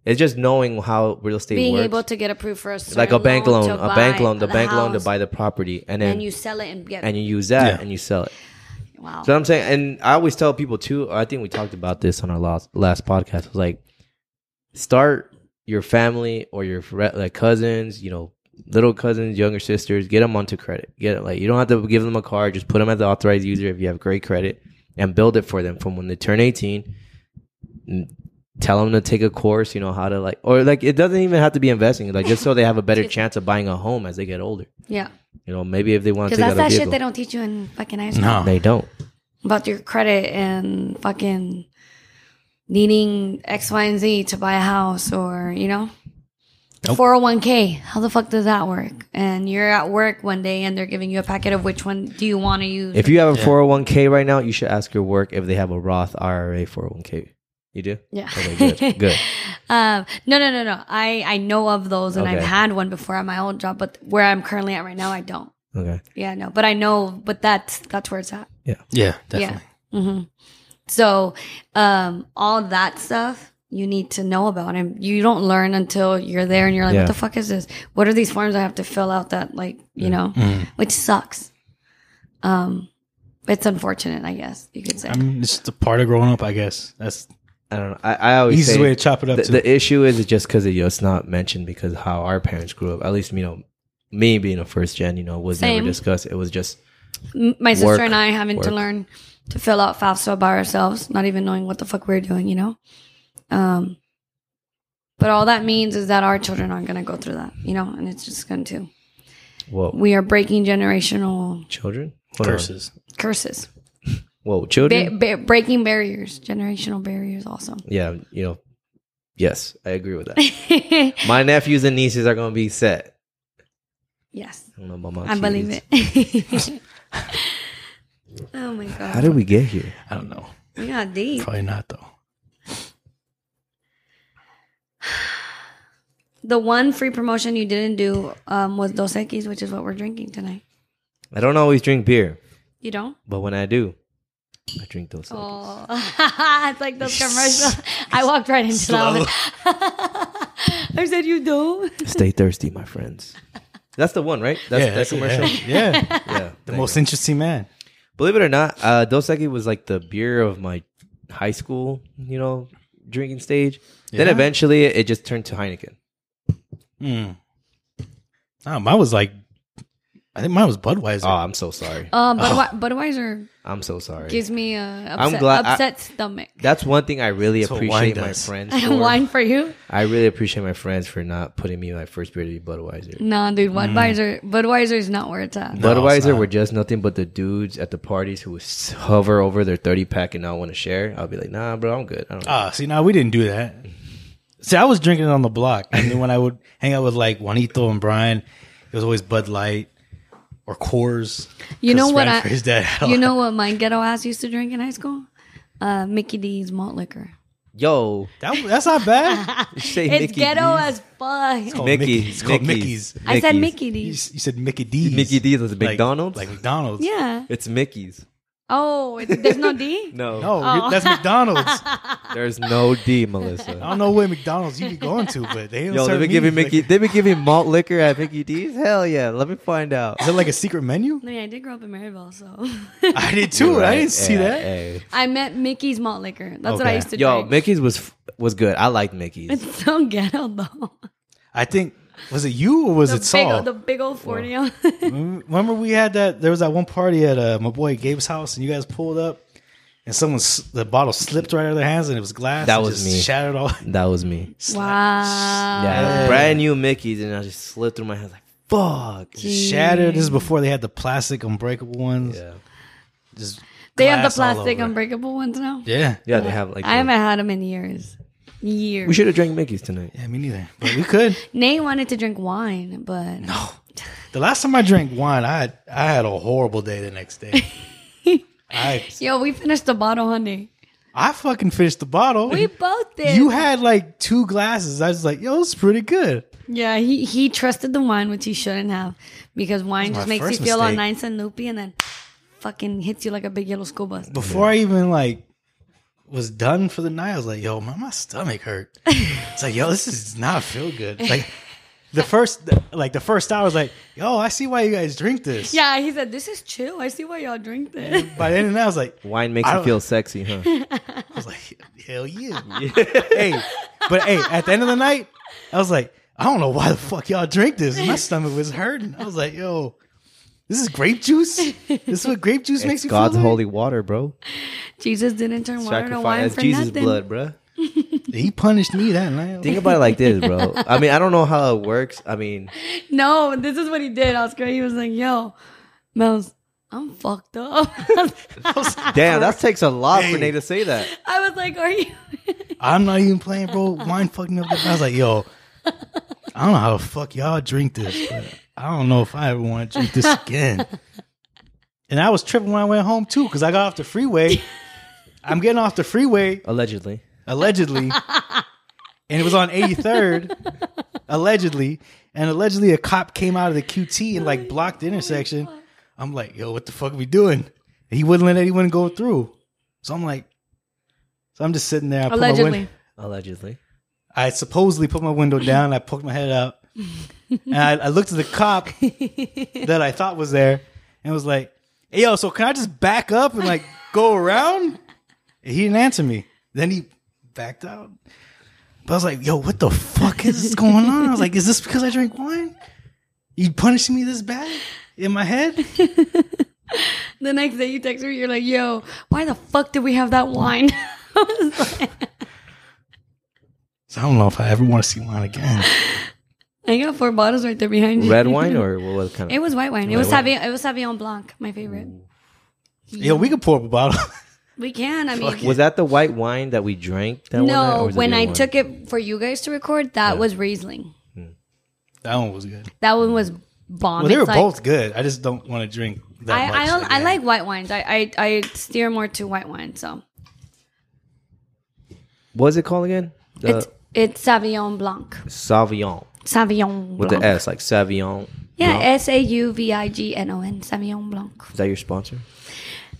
S3: It's just knowing how real estate
S5: being
S3: works.
S5: able to get approved for a certain
S3: like a bank loan,
S5: to
S3: a bank
S5: buy
S3: loan, the, bank loan to
S5: house,
S3: buy the property and then
S5: and you sell it and get
S3: and you use that
S4: Yeah.
S3: and you sell it.
S5: wow.
S3: So I'm saying, and I always tell people too. I think we talked about this on our last last podcast. Was like, start your family or your fr- like cousins, you know, little cousins, younger sisters, get them onto credit. Get it like you don't have to give them a card. Just put them as the authorized user if you have great credit, and build it for them from when they turn eighteen. And Tell them to take a course, you know how to like, or like it doesn't even have to be investing. Like just so they have a better chance of buying a home as they get older.
S5: Yeah.
S3: You know, maybe if they want to
S5: Because
S3: take out
S5: that's
S3: a vehicle,
S5: that shit they don't teach you in fucking high school.
S4: No.
S3: they don't.
S5: About your credit and fucking needing X, Y, and Z to buy a house or, you know? 401k. How the fuck does that work? And you're at work one day and they're giving you a packet of which one do you want to use?
S3: If you have a 401k right now, you should ask your work if they have a Roth IRA 401k. You do?
S5: yeah.
S3: Okay,
S5: (laughs)
S3: good. good.
S5: Um, no, no, no, no. I, I know of those and I've
S3: Okay.
S5: had one before at my old job, but where I'm currently at right now, I don't.
S3: Okay.
S5: Yeah, no, but I know, but that's that's where it's at.
S4: Yeah, definitely.
S5: Yeah. hmm So, um, all that stuff you need to know about, and you don't learn until you're there, and you're like,
S3: Yeah.
S5: "What the fuck is this? What are these forms I have to fill out?" That like, you know,
S4: Mhm.
S5: which sucks. Um, it's unfortunate, I guess you could say.
S4: I mean, it's just a part of growing up, I guess. That's
S3: I don't know. I, I always
S4: easiest
S3: Oh, say
S4: way to chop it up.
S3: the,
S4: too.
S3: the issue is just because you know, it's not mentioned because how our parents grew up. At least you know, me being a first gen, you know, was
S5: Same.
S3: never discussed. It was just
S5: M- My sister
S3: Work,
S5: and I having to
S3: work.
S5: learn to fill out FAFSA by ourselves, not even knowing what the fuck we're doing, you know. Um, but all that means is that our children aren't going to go through that, you know, and it's just going to.
S3: whoa,
S5: we are breaking generational
S3: children, Hold on.
S4: curses.
S5: curses,
S3: whoa,
S5: ba-
S3: children.
S5: ba- breaking barriers, generational barriers also. (laughs)
S3: yeah, you know, yes, I agree with that. My nephews and nieces are gonna be set.
S5: yes,
S3: I don't know about my
S5: I believe
S3: kids.
S5: it. (laughs) oh my
S3: How
S5: god,
S3: did we get here?
S4: I don't know.
S5: we got deep.
S4: Probably not though.
S5: The one free promotion you didn't do um, was Dos Equis, which is what we're drinking tonight.
S3: I don't always drink beer,
S5: You don't?
S3: but when I do, I drink those.
S5: Oh, (laughs) it's
S3: (laughs)
S5: like those commercials. I walked right into that one. (laughs) I said, "You don't."
S3: Stay thirsty, my
S5: (laughs)
S3: friends. That's the one, right? That's
S4: yeah,
S3: that commercial.
S4: (laughs) it, Yeah, Yeah.
S3: Yeah.
S4: the most interesting man.
S3: Believe it or not, uh, Dos Equis was like the beer of my high school, you know, drinking stage. Then
S4: Yeah.
S3: eventually, it just turned to Heineken. Hmm.
S4: Mm. Oh, mine was like, I think mine was Budweiser.
S3: Oh, I'm so sorry.
S5: Um, Budwe- Budweiser
S3: I'm so sorry.
S5: gives me a upset,
S3: Oh. I'm glad I-
S5: upset stomach.
S3: That's one thing I really
S4: That's what
S3: appreciate
S4: wine
S3: my
S4: does.
S3: friends.
S5: I
S3: for.
S5: don't (laughs) wine for you.
S3: I really appreciate my friends for not putting me my first beer to be Budweiser.
S5: No, dude,
S4: Mm.
S5: Budweiser. Budweiser is not where it's at.
S4: No, it's
S3: Budweiser
S4: not.
S3: were just nothing but the dudes at the parties who would s- hover over their 30 pack and not want to share. I'll be like, nah, bro, I'm good. I don't
S4: Ah, see, now we didn't do that. See, I was drinking it on the block, and then when I would (laughs) hang out with like Juanito and Brian, it was always Bud Light or Coors.
S5: You know
S4: 'cause
S5: what
S4: Ran
S5: I-
S4: for his dad. (laughs) had a
S5: You
S4: lot.
S5: know what my ghetto ass used to drink in high school? Uh, Mickey D's malt liquor.
S3: Yo,
S4: That- that's not bad.
S3: you say
S5: It's
S3: Mickey
S5: ghetto
S3: D's? Oh,
S5: as fuck.
S4: called
S3: Mickey.
S4: Mickey- it's called
S3: Mickey's.
S4: Mickey's.
S5: I said
S3: Mickey's.
S5: Mickey
S4: you,
S5: D's.
S4: s- you said Mickey D's.
S3: Mickey D's was
S4: Like-
S3: McDonald's.
S4: like McDonald's.
S5: Yeah.
S3: it's Mickey's.
S5: Oh, it's, there's no Oh. D. (laughs)
S3: No,
S4: No, you- that's McDonald's. I
S3: there's no D,
S4: (laughs)
S3: Melissa.
S4: don't know what McDonald's you be going to, but they don't
S3: Yo, they
S4: serve
S3: been giving
S4: me,
S3: Mickey.
S4: Like,
S3: they been giving malt liquor at Mickey D's. Hell yeah, let me find
S4: (laughs)
S3: out.
S4: is it like a secret menu?
S3: (laughs)
S5: I mean, I did grow up in Maryville, so (laughs)
S4: I did too. I didn't see
S3: Yeah,
S4: that.
S3: hey.
S5: I met Mickey's malt liquor. That's what I
S4: Okay.
S5: used to
S3: Yo,
S5: drink.
S3: Mickey's was f- was good. I liked Mickey's.
S5: (laughs) It's so ghetto though.
S4: I think was it you or was
S5: The
S4: it
S5: big,
S4: Saul?
S5: old, the big old forty. ounce.
S4: Remember we had that? There was that one party at uh, my boy Gabe's house, and you guys pulled up, and someone s- the bottle slipped right out of their hands, and it was glass.
S3: That
S4: It
S3: was
S4: just
S3: me.
S4: Shattered all.
S3: That was me.
S5: wow.
S3: Yeah, brand new Mickey's, and I just slipped through my hands like (laughs) fuck.
S4: Shattered. This is before they had the plastic unbreakable ones.
S3: Yeah,
S4: Just
S5: They have the
S4: glass all
S5: plastic
S4: over.
S5: unbreakable ones now.
S4: Yeah.
S3: yeah, they have like.
S5: I
S3: the-
S5: haven't had them in years. Years.
S3: we should have drank Mickey's tonight.
S4: Yeah, me neither. But we could.
S5: Nate wanted to drink wine, but
S4: The last time I drank wine, I had, I had a horrible day the
S5: (laughs)
S4: next day. I
S5: (laughs) yo, we finished the bottle, honey.
S4: I fucking finished the bottle.
S5: We both did.
S4: you had like two glasses. I was like, yo, it's pretty good.
S5: yeah, he he trusted the wine, which he shouldn't have, because wine just
S4: my
S5: makes you
S4: first
S5: feel all
S4: mistake.
S5: nice and loopy, and then fucking hits you like a big yellow school bus.
S4: before I even like was done for the night, I was like, yo, my, my
S5: (laughs)
S4: stomach hurt. it's like, yo, this is not feel good. Like the first like the first hour I was like, yo, I see why you guys drink this.
S5: Yeah, he said this is chill. I see why y'all drink this.
S4: By the end of the night, I was like, I
S3: Wine makes
S4: I
S3: you
S4: don't-
S3: feel sexy, huh? (laughs)
S4: was like, hell yeah. hey, but hey, at the end of the night, I was like, I don't know why the fuck y'all drink this. My stomach was hurting. I was like, yo, this is grape juice? This is what grape juice makes
S3: It's
S4: you
S3: God's
S4: feel like?
S3: holy water, bro.
S5: (laughs) Jesus didn't turn water to wine
S3: Sacrifice
S5: for
S3: Jesus'
S5: nothing.
S3: blood, bro.
S4: He punished me that night.
S3: Think about it like this,
S5: (laughs)
S3: bro. I mean, I don't know how it works. I mean,
S5: No, this is what he did, Oscar. He was like, "Yo, Mel's, I'm fucked up." (laughs) I was
S3: damn, that takes a lot for
S4: Hey.
S3: Nate to say that.
S5: like, "Are you?"
S4: I'm not even playing, bro. Wine fucked me up. I was like, yo, I don't know how the fuck y'all drink this, but I don't know if I ever want to drink this again. And I was tripping when I went home too, because I got off the freeway. I'm getting off the freeway,
S3: Allegedly.
S4: allegedly, and it was on 83rd, allegedly, and allegedly a cop came out of the QT and like blocked the intersection. I'm like, yo, what the fuck are we doing? And he wouldn't let anyone go through. So I'm like, so I'm just sitting there. I put my win-
S5: Allegedly,
S3: Allegedly.
S4: I supposedly put my window down. I poked my head out, and I, I looked at
S5: (laughs)
S4: the cop that I thought was there, and was like, "Hey, yo, so can I just back up and like go around?" And he didn't answer me. Then he backed out. But I was like, "Yo, what the fuck is this going on?" I was like, "Is this because I drink wine? You punishing me this bad in my head?"
S5: the next day you text me, you're like, "Yo, why the fuck did we have that wine?" (laughs) I was like,
S4: So I don't know if I ever want to see wine again.
S5: "I got four bottles right there behind you." (laughs)
S3: Red wine or what what kind of?
S5: It was white wine. It was
S3: wine.
S5: Sauvignon. It was Sauvignon Blanc, my favorite.
S4: Yo, we could pour up a bottle. (laughs)
S5: We can. I mean,
S3: Was that the white wine that we drank? That one night, or
S5: no.
S3: was it
S5: When
S3: the
S5: I
S3: other one?
S5: took it for you guys to record, that was Riesling.
S4: that one was good.
S5: That one was bomb.
S4: Well, they
S5: Um, It's
S4: were
S5: like-
S4: both good. I just don't want to drink that much.
S5: I I, don't- I
S4: again.
S5: like white wines. I, I I steer more to white wine. So
S3: what is it called again? The
S5: it's it's Sauvignon Blanc.
S3: Savion
S5: Sauvignon.
S3: with
S5: Blanc.
S3: the S, like Savion.
S5: Yeah, S A U V I G N O N. Sauvignon Blanc.
S3: Is that your sponsor?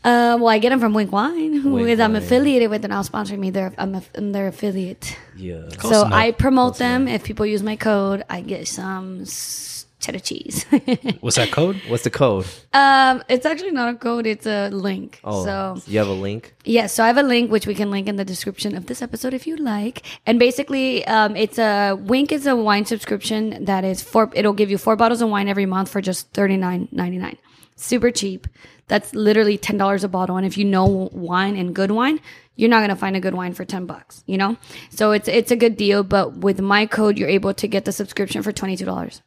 S5: Uh, well, I get them from Wink Wine, who
S3: Wink
S5: is- I'm
S3: Wine.
S5: affiliated with, and I'll sponsor me. They're I'm, a, I'm their affiliate.
S3: Yeah.
S5: so
S4: enough.
S5: I promote them. If people use my code, I get some s- cheddar cheese. (laughs)
S4: What's that code?
S3: What's the code?
S5: um, it's actually not a code; it's a link.
S3: Oh,
S5: so
S3: you have a link.
S5: Yes, so I have a link which we can link in the description of this episode if you like. And basically, um, it's a Wink is a wine subscription that is four. It'll give you four bottles of wine every month for just thirty nine ninety nine. Super cheap. That's literally ten dollars a bottle. And if you know wine and good wine, you're not gonna find a good wine for ten bucks. You know, so it's it's a good deal. But with my code, you're able to get the subscription for twenty two dollars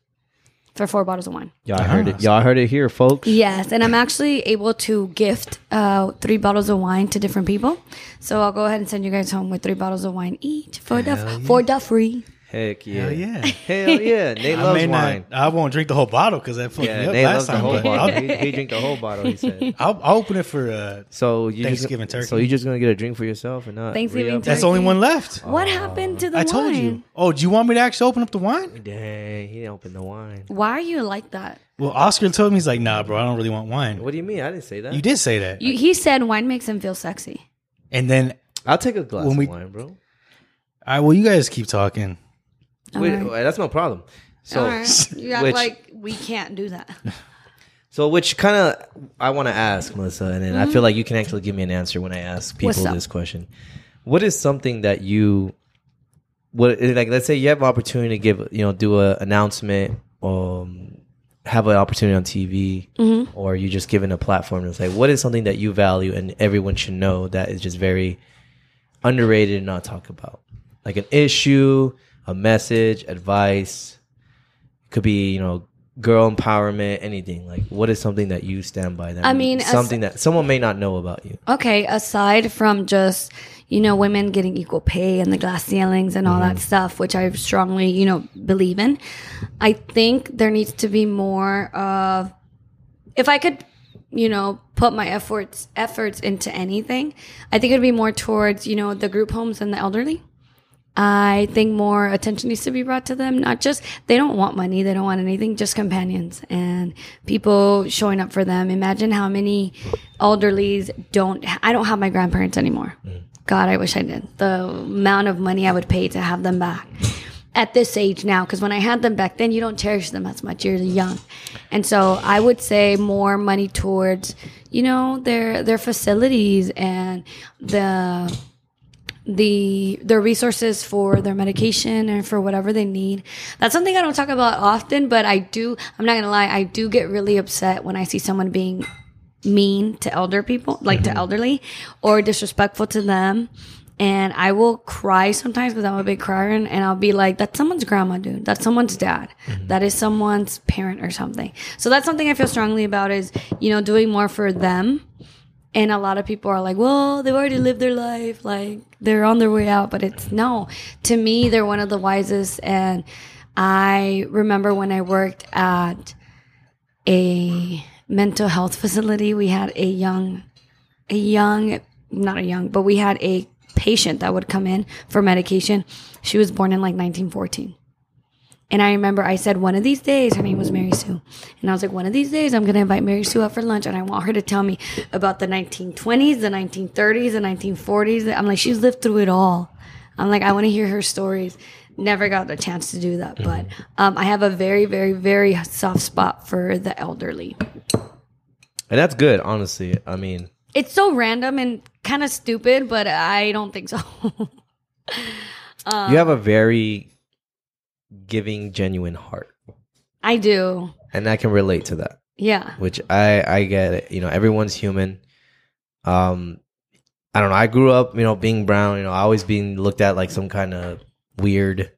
S5: for four bottles of wine.
S3: Y'all heard it. Y'all heard it here, folks.
S5: Yes, and I'm actually able to gift uh, three bottles of wine to different people. So I'll go ahead and send you guys home with three bottles of wine each for the for the free.
S3: Heck yeah.
S4: Hell yeah.
S3: (laughs) Hell yeah.
S4: (laughs)
S3: Nate
S4: I
S3: loves
S4: may
S3: wine.
S4: not. I won't drink the whole bottle because that fucked
S3: Yeah,
S4: me up
S3: Nate
S4: last
S3: loves the
S4: time.
S3: whole
S4: but I'll,
S3: bottle.
S4: (laughs)
S3: He, he drank the whole bottle. He said.
S4: I'll, I'll open it for. Uh,
S3: So you
S4: Thanksgiving
S3: just,
S4: turkey.
S3: So you just gonna get a drink for yourself and not
S5: Thanksgiving
S3: re-up?
S4: that's the only
S5: Turkey.
S4: one left.
S5: What happened to the
S4: Oh. I
S5: wine?
S4: told you. Oh, do you want me to actually open up the wine?
S3: Dang, he didn't open the wine.
S5: Why are you like that?
S4: Well, Oscar told me he's like, nah, bro, I don't really want wine.
S3: What do you mean? I didn't say that.
S4: You did say that,
S5: You, he said wine makes him feel sexy.
S4: and then
S3: I'll take a glass
S4: When we-
S3: of wine, bro.
S4: I. Well, you guys keep talking.
S3: Wait,
S5: Alright.
S3: wait, that's no problem. So,
S5: All right,
S4: (laughs)
S5: you act
S3: which,
S5: like we can't do that.
S3: so which kind of I want to ask Melissa, and then I feel like you can actually give me an answer when I ask people
S5: Mm-hmm. What's up?
S3: this question. What is something that you, what like, let's say you have an opportunity to give, you know, do an announcement, um, have an opportunity on TV,
S5: Mm-hmm.
S3: or you just given a platform to say, what is something that you value and everyone should know that is just very underrated and not talked about, like an issue, a message, advice, could be you know girl empowerment anything like what is something that you stand by that
S5: I mean, as-
S3: something that someone may not know about you
S5: Okay, aside from just, you know, women getting equal pay and the glass ceilings and all that stuff, which I strongly, you know, believe in, I think there needs to be more of if I could, you know, put my efforts efforts into anything, I think it'd be more towards, you know, the group homes and the elderly. I think more attention needs to be brought to them. Not just they don't want money, they don't want anything, just companions and people showing up for them. Imagine how many elderlies don't. I don't have my grandparents anymore. God, I wish I did. The amount of money I would pay to have them back at this age now, because when I had them back then, you don't cherish them as much. You're young, and so I would say more money towards you know their their facilities and the the their resources for their medication and for whatever they need. That's something I don't talk about often, but I do. I'm not gonna lie, I do get really upset when I see someone being mean to elder people, like to elderly, or disrespectful to them. And I will cry sometimes because I'm a big crier, and, and I'll be like, "That's someone's grandma, dude. That's someone's dad. That is someone's parent or something." So that's something I feel strongly about is you know doing more for them and a lot of people are like, well, they've already lived their life. Like, they're on their way out. But it's no. To me, they're one of the wisest. And I remember when I worked at a mental health facility, we had a young, a young, not a young, but we had a patient that would come in for medication. She was born in like 1914. And I remember I said, one of these days, her name was Mary Sue. And I was like, one of these days, I'm going to invite Mary Sue out for lunch. And I want her to tell me about the 1920s, the 1930s, the 1940s. I'm like, she's lived through it all. I'm like, I want to hear her stories. Never got the chance to do that. But um, I have a very, very, very soft spot for the elderly.
S3: And that's good, honestly. I mean,
S5: It's so random and kind of stupid, but I don't think so. (laughs) Um,
S3: you have a very giving, genuine heart.
S5: I do.
S3: And I can relate to that.
S5: Yeah.
S3: which I I get it. You know, everyone's human. Um, I don't know. I grew up, you know, being brown. You know, I always being looked at like some kind of weird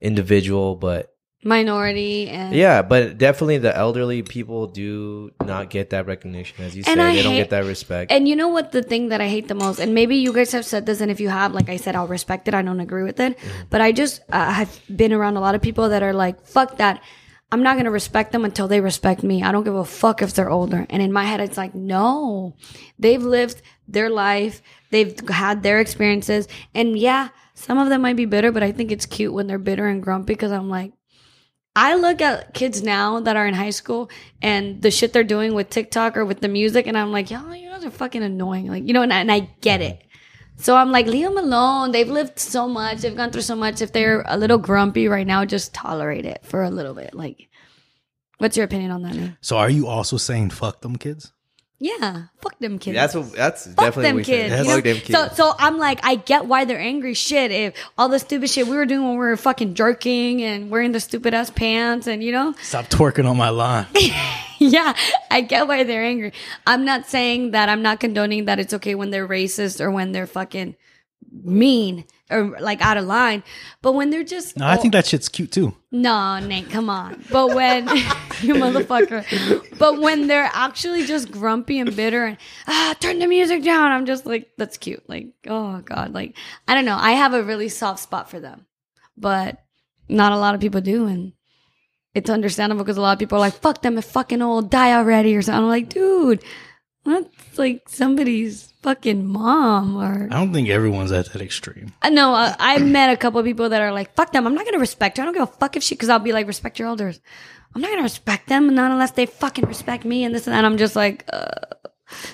S3: individual, but
S5: Minority and.
S3: yeah, but definitely the elderly people do not get that recognition, as you said.
S5: And I
S3: They don't
S5: hate-
S3: get that respect.
S5: And you know what the thing that I hate the most, and maybe you guys have said this, and if you have, like I said, I'll respect it. I don't agree with it, but I just uh, have been around a lot of people that are like, "Fuck that." I'm not gonna respect them until they respect me. I don't give a fuck if they're older. And in my head, it's like, no, they've lived their life, they've had their experiences, and yeah, some of them might be bitter, but I think it's cute when they're bitter and grumpy because I'm like, I look at kids now that are in high school and the shit they're doing with TikTok or with the music, and I'm like, y'all, you guys are fucking annoying. Like, you know, and I, and I get it. So I'm like, leave them alone. They've lived so much. They've gone through so much. If they're a little grumpy right now, just tolerate it for a little bit. Like, what's your opinion on that? Nate?
S4: So are you also saying fuck them kids?
S5: Yeah, fuck them kids.
S3: that's what. That's
S5: Fuck
S3: definitely
S5: them
S3: what we
S5: kids.
S3: said.
S5: you know?
S3: Fuck them
S5: So,
S3: kids.
S5: so I'm like, I get why they're angry. Shit, if all the stupid shit we were doing when we were fucking jerking and wearing the stupid ass pants, and you know,
S4: Stop twerking on my lawn.
S5: (laughs) yeah, I get why they're angry. I'm not saying that I'm not condoning that it's okay when they're racist or when they're fucking mean or like out of line, but when they're just
S4: No, I think that shit's cute too.
S5: no, Nate, come on. But when (laughs) you motherfucker, but when they're actually just grumpy and bitter and ah, turn the music down, I'm just like, that's cute. Like, oh god, like I don't know. I have a really soft spot for them, but not a lot of people do, and it's understandable because a lot of people are like, fuck them, they're fucking old, die already, or something. I'm like, dude, that's like somebody's fucking mom or
S4: I don't think everyone's at that extreme.
S5: I know. I, Uh, I met a couple of people that are like, "Fuck them! I'm not gonna respect her. I don't give a fuck if she." Because I'll be like, "Respect your elders." I'm not gonna respect them, not unless they fucking respect me and this and that. I'm just like, uh,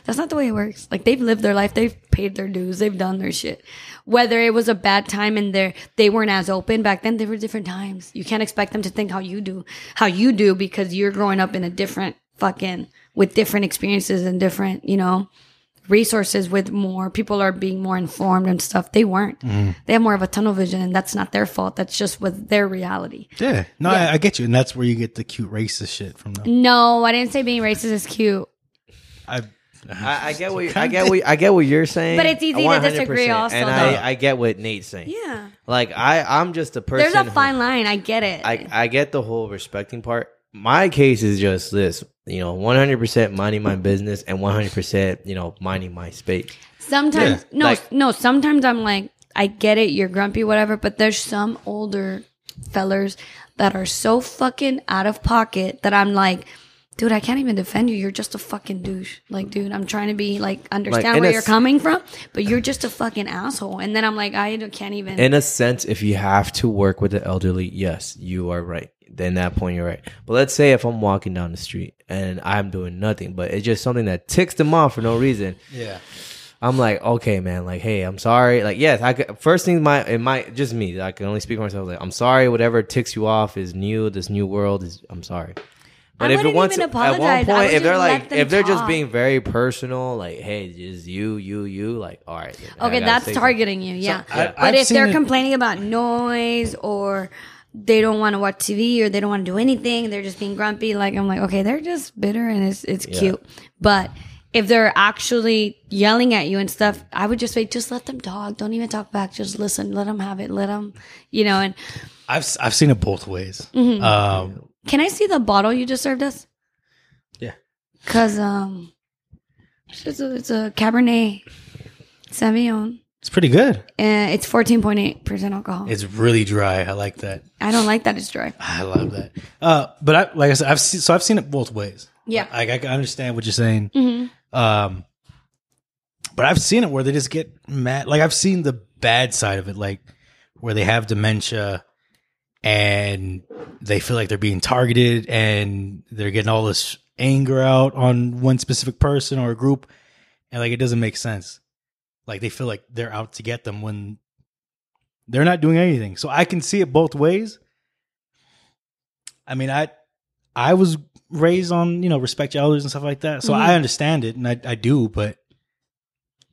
S5: that's not the way it works. Like they've lived their life, they've paid their dues, they've done their shit. Whether it was a bad time and they they weren't as open back then, they were different times. You can't expect them to think how you do, how you do, because you're growing up in a different fucking with different experiences and different, you know resources with more people are being more informed and stuff they weren't
S3: Mm-hmm.
S5: they have more of a tunnel vision and that's not their fault that's just with their reality
S4: Yeah. No, I, I get you. And that's where you get the cute racist shit from
S5: Mm.
S4: them.
S5: no i didn't say being racist is cute
S4: I,
S3: I, I get what you- I get. What, I get what you're saying,
S5: But it's easy to
S3: 100%,
S5: disagree also,
S3: and I,
S5: though.
S3: I get what Nate's saying.
S5: yeah
S3: Like I, I'm just a person.
S5: there's a
S3: who-
S5: fine line i get it
S3: I, I get the whole respecting part. My case is just this, you know, 100% minding my business and 100%, you know, minding my space.
S5: sometimes
S3: Yeah,
S5: no
S3: like-
S5: no sometimes i'm like i get it you're grumpy whatever but there's some older fellers that are so fucking out of pocket that i'm like Dude, I can't even defend you. You're just a fucking douche. Like, dude, I'm trying to be like understand
S3: in
S5: where
S3: a
S5: you're
S3: s-
S5: coming from, but you're just a fucking asshole. And then I'm like, I don't- can't even.
S3: In a sense, if you have to work with the elderly, yes, you are right. Then that point, you're right. But let's say if I'm walking down the street and I'm doing nothing, but it's just something that ticks them off for no reason.
S4: yeah.
S3: I'm like, okay, man, like, hey, I'm sorry. Like, yes, I could, first thing my it might just me, I can only speak for myself. Like, I'm sorry, whatever ticks you off is new. This new world is, I'm sorry. But if
S5: I
S3: it
S5: wouldn't
S3: wants,
S5: even
S3: at one
S5: apologize. I
S3: point,
S5: would
S3: if they're
S5: just let
S3: like,
S5: them
S3: if they're just
S5: talk.
S3: being very personal, like, hey, just you, you, you, like, all right. then I
S5: Okay,
S3: gotta
S5: that's
S3: say
S5: targeting you, yeah.
S4: I-
S5: but
S4: I've
S5: if
S4: seen
S5: they're
S4: it-
S5: complaining about noise or they don't want to watch TV or they don't want to do anything, they're just being grumpy. Like I'm like, okay, they're just bitter and it's it's cute. But if they're actually yelling at you and stuff, I would just say, just let them talk. Don't even talk back. Just listen. Let them have it. Let them, you know. And
S4: I've s- I've seen it both ways. Um,
S5: can I see the bottle you just served us?
S4: Yeah.
S5: Cause um, it's a, it's a Cabernet Sauvignon.
S4: it's pretty good.
S5: and it's fourteen point eight percent alcohol.
S4: It's really dry. I like that. (sighs)
S5: I don't like that it's dry.
S4: I love that. Uh, but I like I said, I've seen, so I've seen it both ways.
S5: Yeah.
S4: Like I can understand what you're saying.
S5: Mhm.
S4: Um, but I've seen it where they just get mad. Like I've seen the bad side of it, like where they have dementia and they feel like they're being targeted and they're getting all this anger out on one specific person or a group, and like it doesn't make sense. Like they feel like they're out to get them when they're not doing anything. So I can see it both ways. I mean, I I was raised on you know respect your elders and stuff like that, so
S5: Mhm.
S4: I understand it and I, I do, but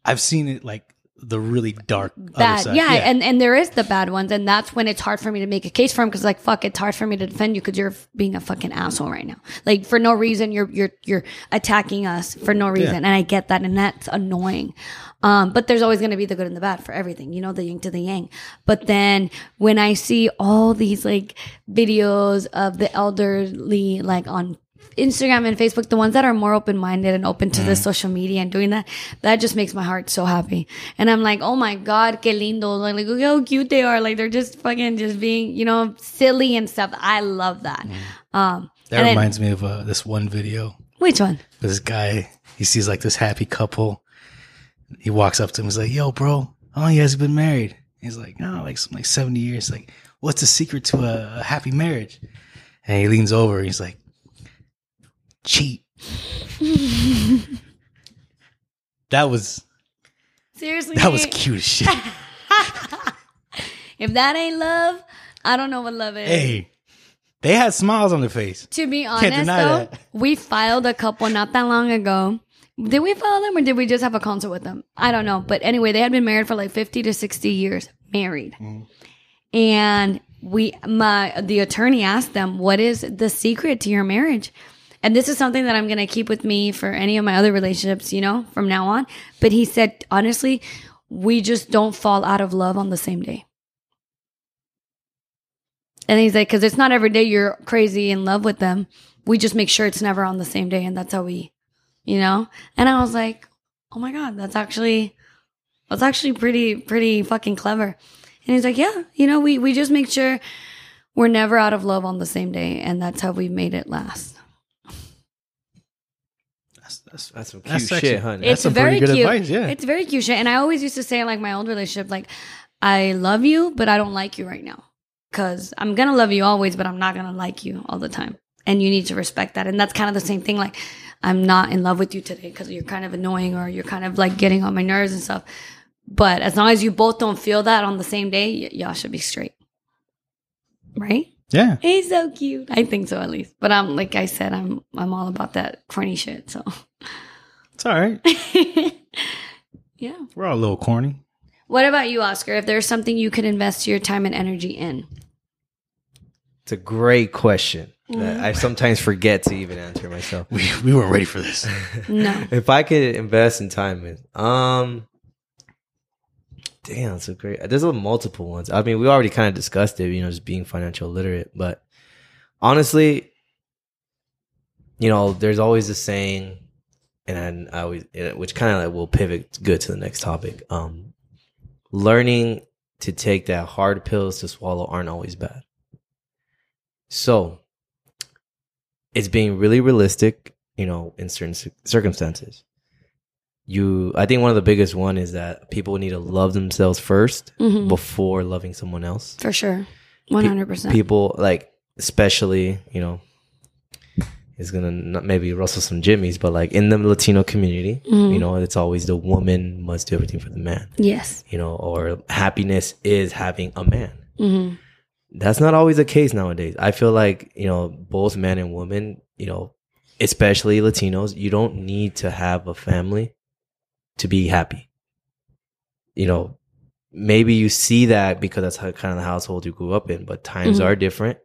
S4: I've seen it like the really dark other
S5: Bad,
S4: side.
S5: yeah, and and there is the bad ones, and that's when it's hard for me to make a case for them because like fuck, it's hard for me to defend you because you're f- being a fucking asshole right now. Like for no reason, you're you're you're attacking us for no reason, and I get that, and that's annoying. Um, but there's always going to be the good and the bad for everything, you know, the yin to the yang. But then when I see all these like videos of the elderly, like on Instagram and Facebook, the ones that are more open minded and open to the social media and doing that, that just makes my heart so happy. And I'm like, oh my God, que lindo. Like, like, look how cute they are. Like, they're just fucking just being, you know, silly and stuff. I love that. Um,
S4: That
S5: and then-
S4: reminds me of uh, this one video.
S5: which one?
S4: This guy, he sees like this happy couple. He walks up to him. He's like, "Yo, bro, how long you guys been married?" He's like, "No, like some like seventy years." Like, what's the secret to a, a happy marriage? And he leans over. He's like, "Cheat." that was
S5: Seriously. (laughs)
S4: that was cute as shit.
S5: If that ain't love, I don't know what love is.
S4: hey, they had smiles on their face.
S5: To be honest,
S4: deny
S5: though,
S4: that.
S5: we filed a couple not that long ago. Did we file them or did we just have a concert with them? I don't know. But anyway, they had been married for like 50 to 60 years, married.
S4: Mm-hmm.
S5: And we, my, the attorney asked them, what is the secret to your marriage? And this is something that I'm going to keep with me for any of my other relationships, you know, from now on. But he said, honestly, we just don't fall out of love on the same day. And he's like, because it's not every day you're crazy in love with them. We just make sure it's never on the same day. And that's how we, you know? And I was like, oh my God, that's actually, that's actually pretty, pretty fucking clever. And he's like, yeah, you know, we, we just make sure we're never out of love on the same day. And that's how we made it last.
S4: That's,
S3: That's some cute
S4: That's actually-
S3: shit, honey.
S4: It's- some pretty good advice,
S5: (laughs)
S4: yeah.
S5: It's very cute shit. And I always used to say, in, like, my old relationship, like, I love you, but I don't like you right now. Cause I'm gonna love you always, but I'm not gonna like you all the time. And you need to respect that. And that's kind of the same thing. Like, I'm not in love with you today because you're kind of annoying or you're kind of like getting on my nerves and stuff. But as long as you both don't feel that on the same day, y- y'all should be straight. Right?
S4: yeah.
S5: He's so cute. I think so, at least. But I'm like I said, I'm I'm all about that corny shit. So (laughs)
S4: It's all right.
S5: yeah.
S4: We're all a little corny.
S5: What about you, Oscar? If there's something you could invest your time and energy in,
S3: It's a great question that
S5: Mm.
S3: I sometimes forget to even answer myself.
S4: We we weren't ready for this.
S3: (laughs)
S5: no.
S3: If I could invest in time in, um, damn, so great. There's a multiple ones. I mean, we already kind of discussed it, you know, just being financial literate. But honestly, you know, there's always a saying, and I always, it- which kind of like will pivot good to the next topic. Um, learning to take that hard pills to swallow aren't always bad. So it's being really realistic, you know, in certain cir- circumstances. You, I think one of the biggest one is that people need to love themselves 1st
S5: Mhm.
S3: before loving someone else.
S5: For sure, one hundred percent.
S3: People like, especially, you know, is gonna not maybe rustle some jimmies, but like in the Latino community,
S5: Mm-hmm.
S3: you know, it's always the woman must do everything for the man,
S5: Yes.
S3: you know, or happiness is having a man
S5: hmm
S3: that's not always the case nowadays. I feel like, you know, both men and women, you know, especially Latinos, you don't need to have a family to be happy. You know, maybe you see that because that's how kind of the household you grew up in, but times
S5: Mhm.
S3: are different.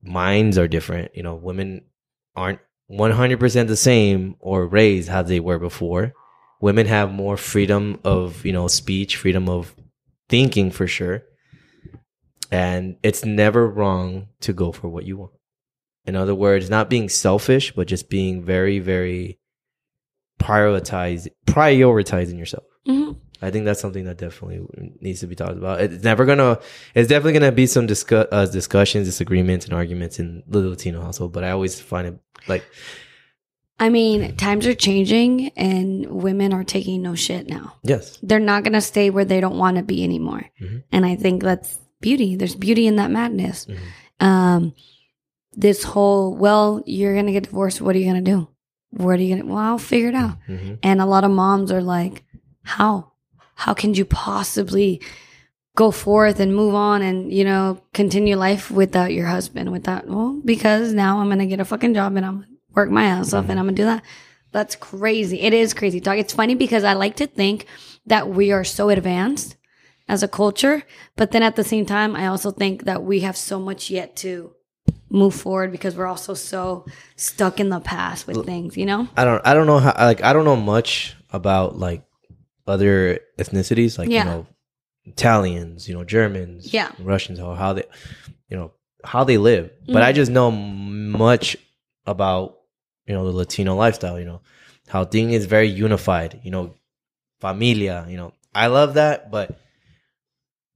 S3: Minds are different. You know, women aren't 100% the same or raised how they were before. Women have more freedom of, you know, speech, freedom of thinking for sure. And it's never wrong to go for what you want. In other words, not being selfish, but just being very, very prioritize prioritizing yourself.
S5: Mhm.
S3: I think that's something that definitely needs to be talked about. It's never gonna. It's definitely gonna be some discuss, uh, discussions, disagreements, and arguments in the Latino household. But I always find it like
S5: I mean, times are changing and women are taking no shit now.
S3: yes,
S5: They're not going to stay where they don't want to be anymore.
S3: Mhm.
S5: And I think that's beauty. There's beauty in that madness.
S3: Mhm.
S5: Um, this whole, well, you're going to get divorced. What are you going to do? Where are you going to, well, I'll figure it out.
S3: hmm
S5: And a lot of moms are like, how? How can you possibly go forth and move on and, you know, continue life without your husband? Without, well, because now I'm going to get a fucking job and I'm going to work my ass off
S3: Mm-hmm.
S5: and I'm going to do that. That's crazy. It is crazy talk. It's funny because I like to think that we are so advanced as a culture, but then at the same time, I also think that we have so much yet to move forward because we're also so stuck in the past with things, you know?
S3: I don't. I don't know how. Like I don't know much about like other ethnicities, like
S5: Yeah.
S3: you know, Italians, you know, Germans,
S5: Yeah.
S3: Russians, or how they, you know, how they live. But
S5: Mm-hmm.
S3: I just know m- much about you know the Latino lifestyle. You know, how thing is very unified. You know, familia. You know, I love that, but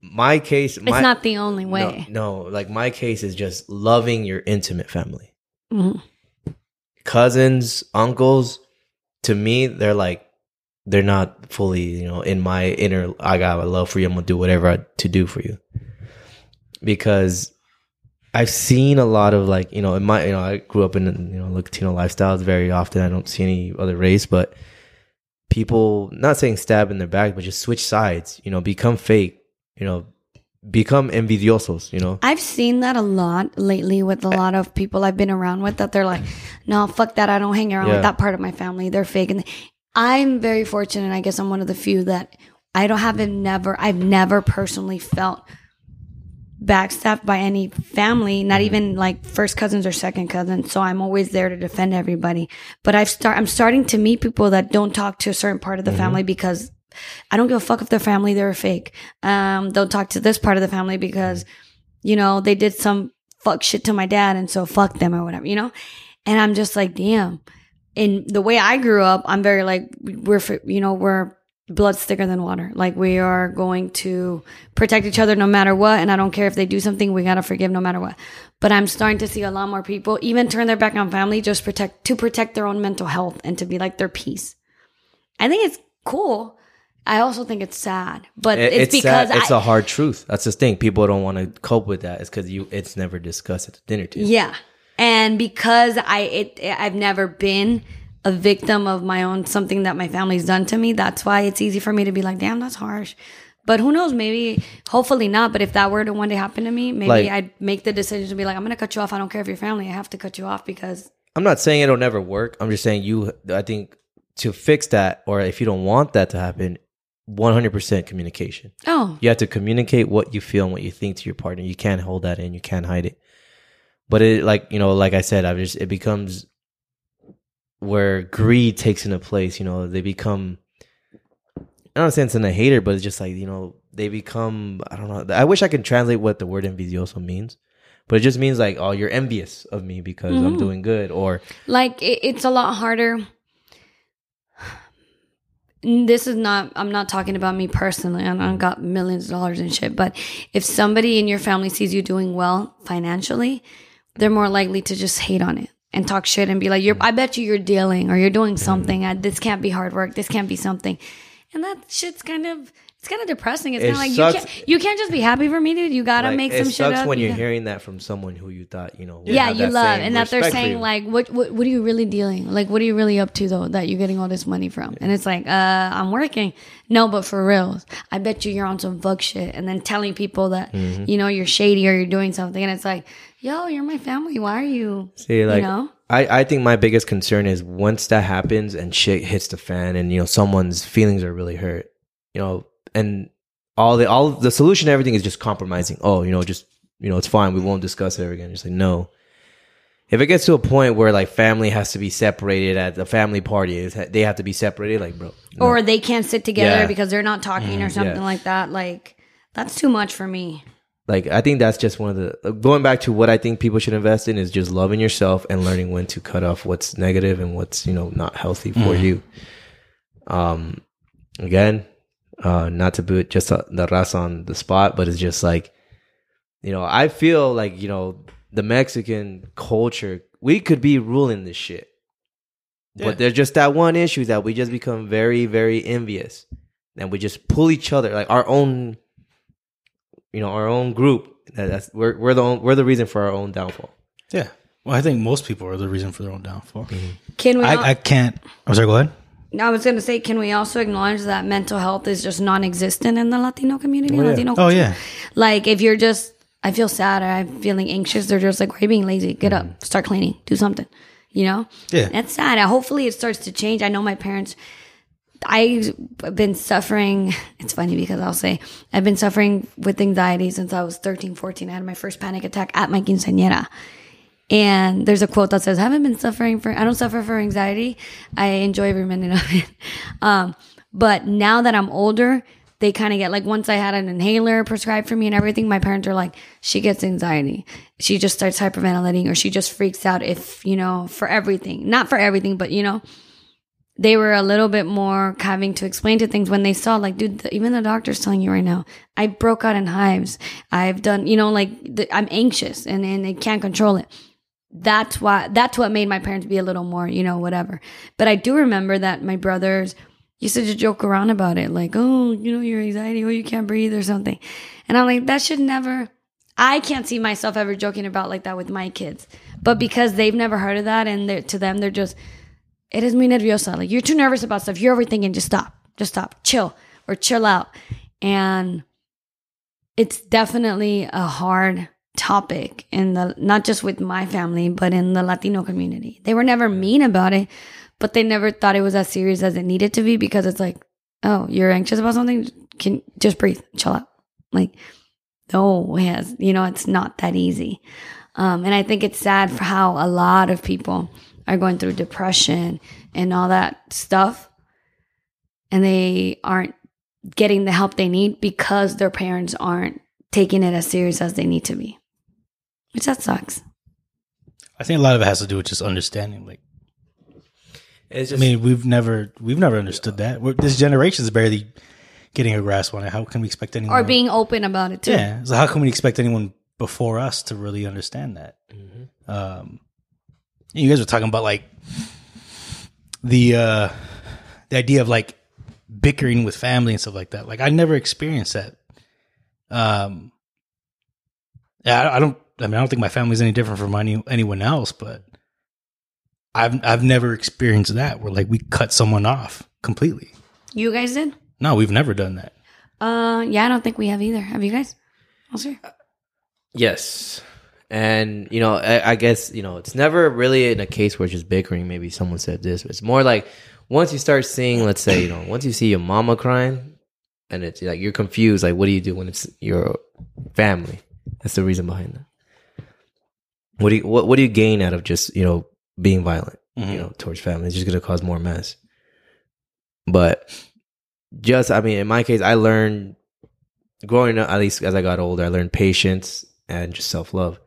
S3: my case,
S5: It's
S3: my,
S5: not the only
S3: no,
S5: way.
S3: no, like my case is just loving your intimate family
S5: Mhm.
S3: cousins, uncles, to me, they're like, they're not fully, you know, in my inner, I got a love for you. I'm going to do whatever I, to do for you. Because I've seen a lot of like, you know, in my, you know, I grew up in, you know, Latino lifestyles very often. I don't see any other race, but people, not saying stab in their back, but just switch sides, you know, become fake, you know, become envidiosos, you know.
S5: I've seen that a lot lately with a lot of people I've been around with that they're like, no, fuck that. I don't hang around
S3: Yeah.
S5: with that part of my family. They're fake. And I'm very fortunate. I guess I'm one of the few that I don't have never, I've never personally felt backstabbed by any family, not even like first cousins or second cousins. So I'm always there to defend everybody. But I've start I'm starting to meet people that don't talk to a certain part of the family because I don't give a fuck if they're family, they're fake. Um, don't talk to this part of the family because, you know, they did some fuck shit to my dad and so fuck them or whatever, you know? And I'm just like, damn. In the way I grew up, I'm very like, we're, fi- you know, we're blood's thicker than water. Like we are going to protect each other no matter what. And I don't care if they do something, we got to forgive no matter what. But I'm starting to see a lot more people even turn their back on family just protect to protect their own mental health and to be like their peace. I think it's cool. I also think it's sad, but
S3: It-
S5: it's, because
S3: sad. it's
S5: I,
S3: a hard truth. That's the thing. People don't want to cope with that. It's because you. It's never discussed at the dinner table.
S5: Yeah. And because I it I've never been a victim of my own something that my family's done to me, that's why it's easy for me to be like, damn, that's harsh. But who knows? Maybe, hopefully not. But if that were to one day happen to me, maybe
S3: Like-
S5: I'd make the decision to be like, I'm gonna cut you off. I don't care if you're family. I have to cut you off because
S3: I'm not saying it'll never work. I'm just saying you. I think to fix that, or if you don't want that to happen, 100% communication.
S5: oh
S3: You have to communicate what you feel and what you think to your partner. You can't hold that in. You can't hide it. But it, like you know, like I said, I just it becomes where greed takes into place. You know, they become. I don't saying it's in a hater, but it's just like you know they become. I don't know. I wish I could translate what the word envidioso means, but it just means like oh you're envious of me because I'm
S5: Mhm.
S3: doing good or
S5: like it, it's a lot harder this is not i'm not talking about me personally and i got millions of dollars and shit but if somebody in your family sees you doing well financially they're more likely to just hate on it and talk shit and be like you're i bet you you're dealing or you're doing something I, this can't be hard work this can't be something and that shit's kind of It's kind of depressing. It's
S3: It
S5: kind of like you
S3: sucks.
S5: can't, you can't just be happy for me, dude. You gotta
S3: Like,
S5: make
S3: it
S5: some shit
S3: sucks
S5: up.
S3: when
S5: You
S3: you're
S5: gotta-
S3: hearing that from someone who you thought you know. would
S5: yeah,
S3: have
S5: you
S3: that
S5: love,
S3: same
S5: and that they're
S3: respect for
S5: saying
S3: you.
S5: like, what, what what are you really dealing? Like, what are you really up to though that you're getting all this money from? And it's like, uh, I'm working. No, but for real, I bet you you're on some fuck shit, and then telling people that
S3: Mm-hmm.
S5: you know you're shady or you're doing something, and it's like, yo, you're my family. Why are you?
S3: See, like,
S5: know?
S3: I, I think my biggest concern is once that happens and shit hits the fan and, you know, someone's feelings are really hurt, you know, and all the, all the solution to everything is just compromising. Oh, you know, just, you know, it's fine. We won't discuss it ever again. Just like, no. If it gets to a point where like family has to be separated at the family party, it's, they have to be separated, like, bro. no.
S5: Or they can't sit together
S3: Yeah. Mm-hmm.
S5: because they're not talking or something
S3: yeah.
S5: like that. Like, that's too much for me.
S3: like, I think that's just one of the, like, going back to what I think people should invest in is just loving yourself and learning when to cut off what's negative and what's, you know, not healthy for you. Um, again, uh, not to put just uh, the ras on the spot, but it's just like, you know, I feel like, you know, the Mexican culture, we could be ruling this shit.
S4: Yeah.
S3: But there's just that one issue that we just become very, very envious. And we just pull each other, like our own, you know, our own group. That- That's we're we're the own, we're the reason for our own downfall.
S4: (laughs) Yeah. Well, I think most people are the reason for their own downfall.
S5: Can we?
S4: I,
S5: all-
S4: I can't. I'm sorry. Go ahead.
S5: No, I was going to say, can we also acknowledge that mental health is just non-existent in the Latino community? Latino
S4: Oh
S5: culture?
S4: yeah.
S5: Like if you're just, I feel sad or I'm feeling anxious, they're just like, why are you being lazy? Get up, start cleaning, do something. You know?
S4: Yeah.
S5: That's sad. I, hopefully it starts to change. I know my parents, I've been suffering. (laughs) It's funny because I'll say I've been suffering with anxiety since I was 13, 14. I had my first panic attack at my quinceañera. And there's a quote that says, I haven't been suffering for, I don't suffer for anxiety. I enjoy every minute of it. (laughs) Um, but now that I'm older, they kind of get like, once I had an inhaler prescribed for me and everything, my parents are like, she gets anxiety. She just starts hyperventilating or she just freaks out if, you know, for everything, not for everything, but you know, they were a little bit more having to explain to things when they saw like dude the, even the doctor's telling you right now i broke out in hives i've done you know like the, i'm anxious and and they can't control it that's why that's what made my parents be a little more you know whatever but i do remember that my brothers used to just joke around about it like oh you know your anxiety oh you can't breathe or something and i'm like that should never i can't see myself ever joking about like that with my kids but because they've never heard of that and they're, to them they're just it is muy nerviosa. Like you're too nervous about stuff. You're overthinking. Just stop. Just stop. Chill or chill out. And it's definitely a hard topic in the not just with my family, but in the Latino community. They were never mean about it, but they never thought it was as serious as it needed to be because it's like, oh, you're anxious about something. Can just breathe. Chill out. Like, no, yes, you know, it's not that easy. Um, and I think it's sad for how a lot of people are going through depression and all that stuff. And they aren't getting the help they need because their parents aren't taking it as serious as they need to be, which that sucks.
S4: I think a lot of it has to do with just understanding. Like,
S3: It's
S4: I
S3: just
S4: mean, we've never we've never understood that. We're, this generation is barely getting a grasp on it. How can we expect anyone?
S5: Or being open about it too.
S4: yeah. So how can we expect anyone before us to really understand that? Um, you guys were talking about like the uh, the idea of like bickering with family and stuff like that. Like I never experienced that. Um, yeah, I, I don't. I mean, I don't think my family's any different from any, anyone else, but I've I've never experienced that where like we cut someone off completely.
S5: You guys did?
S4: No, we've never done that.
S5: Uh, yeah, I don't think we have either. Have you guys? Oh, sure.
S3: Yes. And, you know, I, I guess, you know, it's never really in a case where it's just bickering. Maybe someone said this. But it's more like once you start seeing, let's say, you know, once you see your mama crying and it's like you're confused, like, what do you do when it's your family? That's the reason behind that. What do you, what, what do you gain out of just, you know, being violent,
S4: Mm-hmm.
S3: you know, towards family? It's just going to cause more mess. But just, I mean, in my case, I learned growing up, at least as I got older, I learned patience and just self love.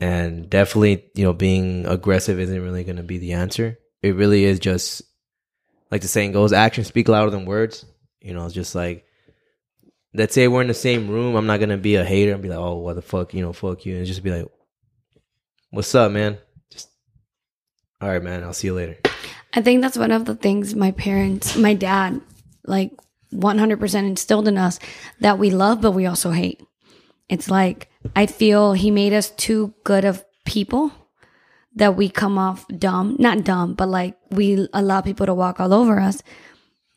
S3: And definitely, you know, being aggressive isn't really going to be the answer. It really is just like the saying goes actions speak louder than words. You know, it's just like, let's say we're in the same room. I'm not going to be a hater and be like, oh, what the fuck, you know, fuck you. And just be like, what's up, man? Just, all right, man, I'll see you later.
S5: I think that's one of the things my parents, my dad, like 100% instilled in us that we love, but we also hate. It's like, I feel he made us too good of people that we come off dumb, not dumb, but like we allow people to walk all over us.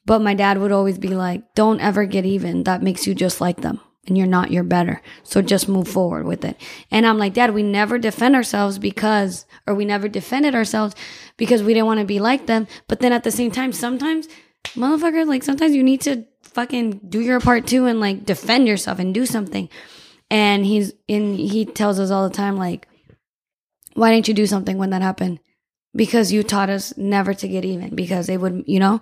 S5: But my dad would always be like, don't ever get even. That makes you just like them and you're not, you're better. So just move forward with it. And I'm like, Dad, we never defend ourselves because, or we never defended ourselves because we didn't want to be like them. But then at the same time, sometimes, motherfucker, like sometimes you need to fucking do your part too and like defend yourself and do something. And he's in, he tells us all the time, like, why didn't you do something when that happened? Because you taught us never to get even because it would, you know?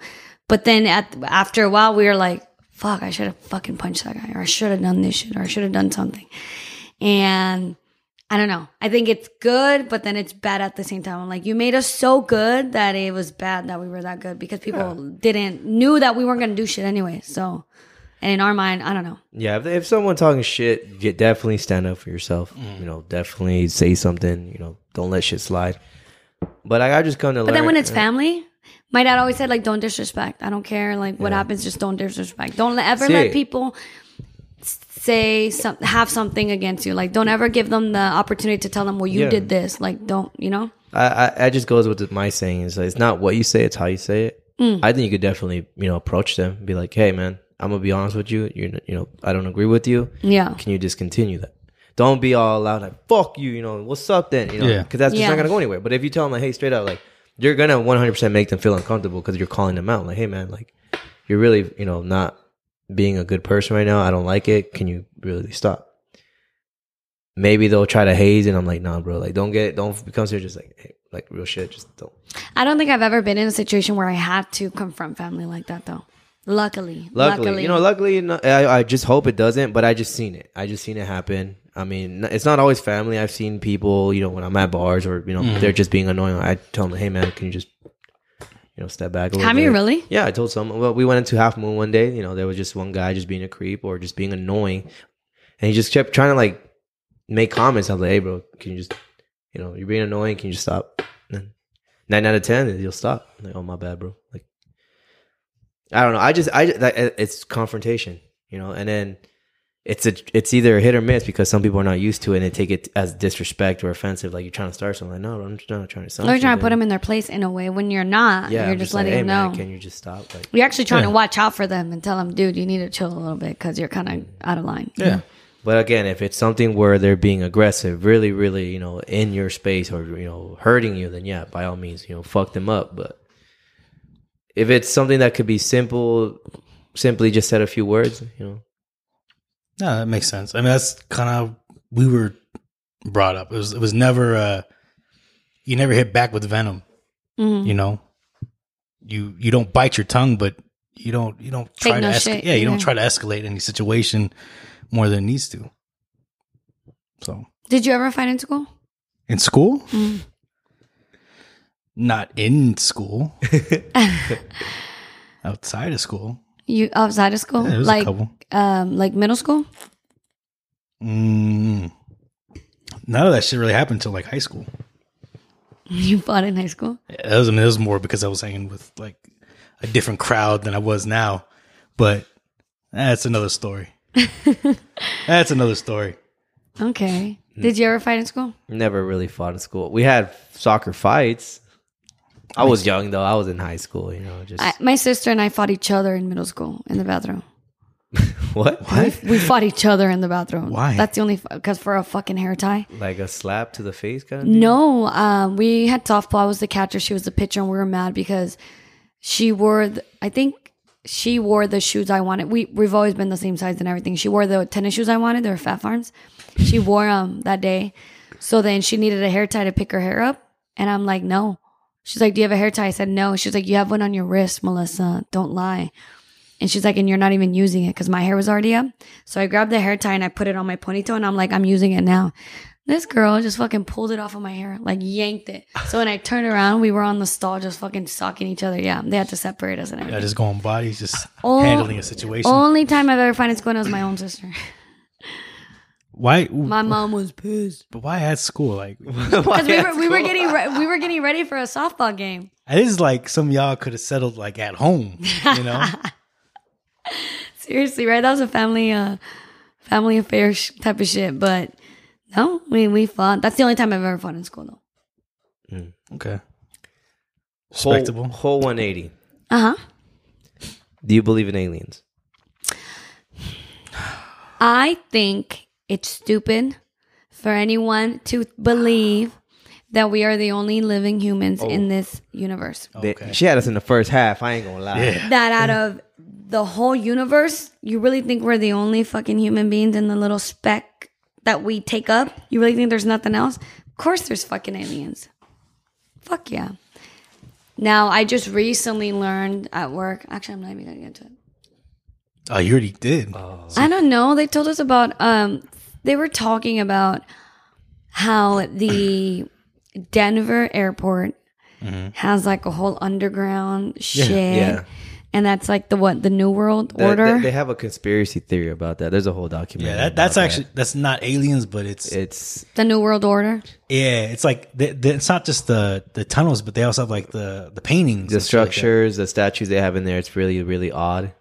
S5: But then at, after a while, we were like, fuck, I should have fucking punched that guy or I should have done this shit or I should have done something. And I don't know. I think it's good, but then it's bad at the same time. I'm like, you made us so good that it was bad that we were that good because people didn't, knew that we weren't going to do shit anyway. So, and in our mind, I don't know.
S3: Yeah, if, if someone talking shit, you definitely stand up for yourself. You know, definitely say something. You know, don't let shit slide. But I, I just come to
S5: But
S3: learn.
S5: then when it's family, my dad always said like, "Don't disrespect. I don't care like what happens. Just don't disrespect. Don't let- ever
S3: See.
S5: let people s- say some have something against you. Like, don't ever give them the opportunity to tell them, "Well, you
S3: Yeah.
S5: did this." Like, don't you know?
S3: I, I, I just goes with my saying is like, it's not what you say, it's how you say it.
S5: Mm.
S3: I think you could definitely you know approach them, and be like, hey man, I'm gonna be honest with you. You you know, I don't agree with you.
S5: Yeah.
S3: Can you discontinue that? Don't be all loud like fuck you. You know what's up then? You know
S4: Yeah.
S3: because that's just
S5: Yeah.
S3: not gonna go anywhere. But if you tell them like, hey, straight up like you're gonna 100 percent make them feel uncomfortable because you're calling them out like, hey man, like you're really you know not being a good person right now. I don't like it. Can you really stop? Maybe they'll try to haze, and I'm like, nah, bro. Like, don't get, don't become serious. Just like, hey, like real shit. Just don't.
S5: I don't think I've ever been in a situation where I had to confront family like that though. Luckily,
S3: Luckily, you know, luckily, no, I, I just hope it doesn't. But I just seen it. I just seen it happen. I mean, n- it's not always family. I've seen people, you know, when I'm at bars or you know they're just being annoying. I tell them, hey man, can you just, you know, step back a little.
S5: Have you
S3: bit?"
S5: really?
S3: Yeah, I told someone. Well, we went into Half Moon one day. You know, there was just one guy just being a creep or just being annoying, and he just kept trying to like make comments. I was like, hey bro, can you just, you know, you're being annoying. Can you just stop? And nine out of ten, you'll stop. I'm like, oh my bad, bro. Like. I don't know. I just I that, it's confrontation, you know, and then it's a it's either a hit or miss because some people are not used to it and they take it as disrespect or offensive. Like you're trying to start something. Like no, I'm just not trying to.
S5: Or Oh, you're trying to put them in their place in a way when you're not.
S3: Yeah,
S5: you're
S3: I'm
S5: just,
S3: like,
S5: letting
S3: hey,
S5: them
S3: man,
S5: know.
S3: Can you just stop? Like
S5: you're actually trying
S4: Yeah.
S5: to watch out for them and tell them, dude, you need to chill a little bit because you're kind of out of line.
S4: Yeah.
S3: But again, if it's something where they're being aggressive, really, really, you know, in your space or you know, hurting you, then yeah, by all means, you know, fuck them up. But if it's something that could be simple, simply just said a few words, you know,
S4: No, that makes sense. I mean, that's kind of we were brought up. It was it was never uh you never hit back with venom.
S5: Mhm.
S4: You know, you you don't bite your tongue, but you don't you don't try
S5: Take no
S4: to escalate.
S5: shit,
S4: Yeah, you don't
S5: yeah.
S4: try to escalate any situation more than it needs to. So
S5: Did you ever fight in school?
S4: in school,
S5: Mm.
S4: not in school, (laughs) outside of school,
S5: You outside of school,
S4: yeah, there's a
S5: like
S4: couple.
S5: um, like middle school. (laughs)
S4: Mm, none of that shit really happened until like high school.
S5: You fought in high school.
S4: It was, I mean, it was more because I was hanging with like a different crowd than I was now. But that's
S5: (laughs)
S4: another story. that's another story.
S5: Okay.
S4: Mm.
S5: Did you ever fight in school?
S3: never really fought in school. We had soccer fights. I was young though. I was in high school. You know, just
S5: I, my sister and I fought each other in middle school in the bathroom.
S3: (laughs) what?
S5: We, we fought each other in the bathroom.
S4: Why?
S5: That's the only because for a fucking hair tie.
S3: Like a slap to the face kind of. Thing?
S5: No, um, we had softball. I was the catcher. She was the pitcher, and we were mad because she wore. The, I think she wore the shoes I wanted. We we've always been the same size and everything. She wore the tennis shoes I wanted. They were Fat Farms. She wore them that day. So then she needed a hair tie to pick her hair up, and I'm like, no. She's like, do you have a hair tie? I said no. She's like, you have one on your wrist, Melissa. Don't lie. And she's like, and you're not even using it because my hair was already up. So I grabbed the hair tie and I put it on my ponytail and I'm like, I'm using it now. This girl just fucking pulled it off of my hair, like yanked it. So when I turned around, we were on the stall just fucking socking each other. Yeah, they had to separate us and
S4: Yeah,
S5: everything.
S4: just going bodies, just
S5: Oh.
S4: handling a situation.
S5: Only time I've ever found it's going was my own sister. (laughs)
S4: Why?
S5: My mom was pissed
S4: But why at school? Like
S5: (laughs) because we were, we were getting re- we were getting ready for a softball game. (laughs)
S4: this is like some of y'all could have settled like at home. You know,
S5: seriously, right? That was a family, uh, family affair sh- type of shit. But no, we we fought. That's the only time I've ever fought in school, though.
S4: Okay.
S3: Whole-
S4: Respectable.
S3: Whole 180.
S5: Uh huh.
S3: Do you believe in aliens?
S5: I think it's stupid for anyone to believe that we are the only living humans in this universe.
S3: They- she had us in the first half. I ain't gonna lie.
S4: Yeah.
S5: that out of the whole universe, you really think we're the only fucking human beings in the little speck that we take up? You really think there's nothing else? Of course, there's fucking aliens. Fuck yeah. Now, I just recently learned at work. Actually, I'm not even gonna get into it.
S4: Oh, you already did.
S5: I don't know. They told us about um they were talking about how the (clears throat) Denver airport has like a whole underground shit.
S3: Mm-hmm. yeah.
S5: And that's like the what, the New World
S3: They-
S5: Order?
S3: They, they have a conspiracy theory about that. There's a whole documentary.
S4: yeah, that, that's
S3: about
S4: actually that's not aliens, but it's
S3: that. it's
S5: the New World Order.
S4: yeah, it's like the, the, it's not just the the tunnels, but they also have like the the paintings,
S3: the
S4: and shit like that.
S3: structures, the statues they have in there. It's really really odd.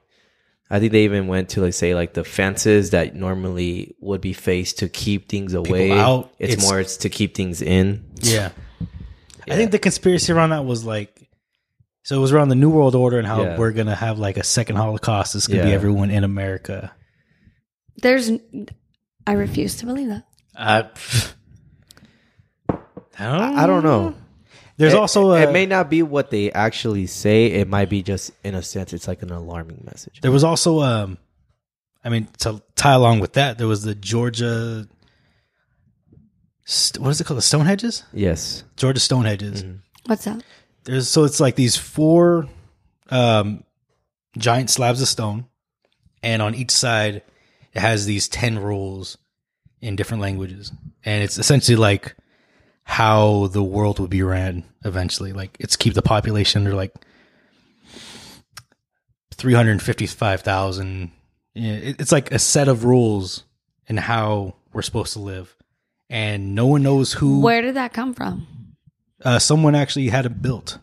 S3: I think they even went to like say like the fences that normally would be faced to keep things away.
S4: out.
S3: It's,
S4: It's-
S3: more it's to keep things in. (laughs)
S4: Yeah. I think the conspiracy around that was like so it was around the New World Order and how
S3: Yeah.
S4: we're gonna have like a second Holocaust. This could be
S3: Yeah.
S4: everyone in America.
S5: There's I refuse to believe that.
S4: I,
S3: I don't know.
S4: There's
S3: It-
S4: also a,
S3: it may not be what they actually say. It might be just in a sense it's like an alarming message.
S4: there was also um, I mean to tie along with that, there was the Georgia. St- what is it called? The Stonehenges,
S3: Yes.
S4: Georgia Stonehenges.
S3: Mm-hmm.
S5: What's that?
S4: there's so it's like these four um giant slabs of stone and on each side it has these 10 rules in different languages and it's essentially like how the world would be ran eventually like it's keep the population under like 355,000 Yeah, it- it's like a set of rules and how we're supposed to live and no one knows who
S5: Where did that come from?
S4: uh, someone actually had it built.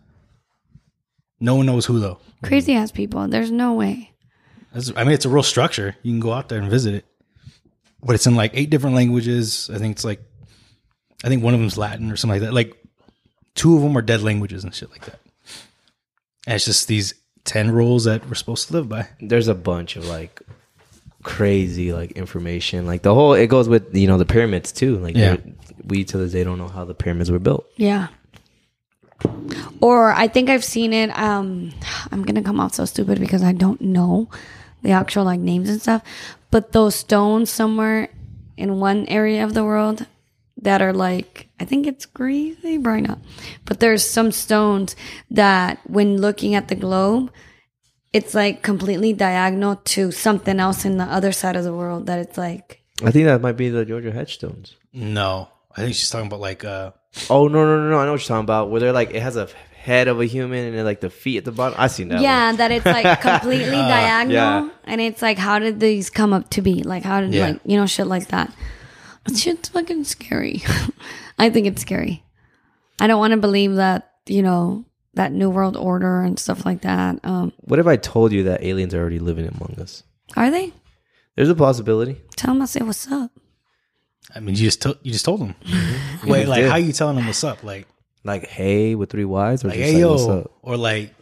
S4: No one knows who though.
S5: Crazy ass people. There's no way.
S4: That's- I mean, it's a real structure. You can go out there and visit it, but it's in like eight different languages. I think it's like, I think one of them's Latin or something like that. Like, two of them are dead languages and shit like that. And it's just these ten rules that we're supposed to live by.
S3: there's a bunch of like crazy like information like the whole it goes with you know the pyramids too like
S4: Yeah.
S3: they're- we to this day don't know how the pyramids were built
S5: Yeah. Or I think I've seen it. Um, I'm gonna come out so stupid because I don't know the actual like names and stuff. But those stones somewhere in one area of the world that are like I think it's Greece, eh, probably not. But there's some stones that when looking at the globe, it's like completely diagonal to something else in the other side of the world that it's like
S3: i think that might be the georgia headstones
S4: No, I think she's talking about like, uh,
S3: oh no no no, no i know what you're talking about where they're like it has a head of a human and then like the feet at the bottom i seen that
S5: yeah, that it's
S4: (laughs)
S5: like completely
S4: Uh,
S5: diagonal,
S3: yeah.
S5: and it's like, how did these come up to be? Like, how did
S4: Yeah.
S5: like you know shit like that? Shit's fucking scary. (laughs) I think it's scary. I don't want to believe that you know that New World Order and stuff like that. Um,
S3: one. what if i told you that aliens are already living among us
S5: are they?
S3: there's a possibility
S5: Tell them I say what's up.
S4: I mean, you just to- you just told them. (laughs) Wait, like
S3: Mm-hmm. did.
S4: how you telling them what's up? Like,
S3: like hey with three y's or
S4: like
S3: just
S4: hey
S3: like, what's
S4: yo,
S3: up
S4: or like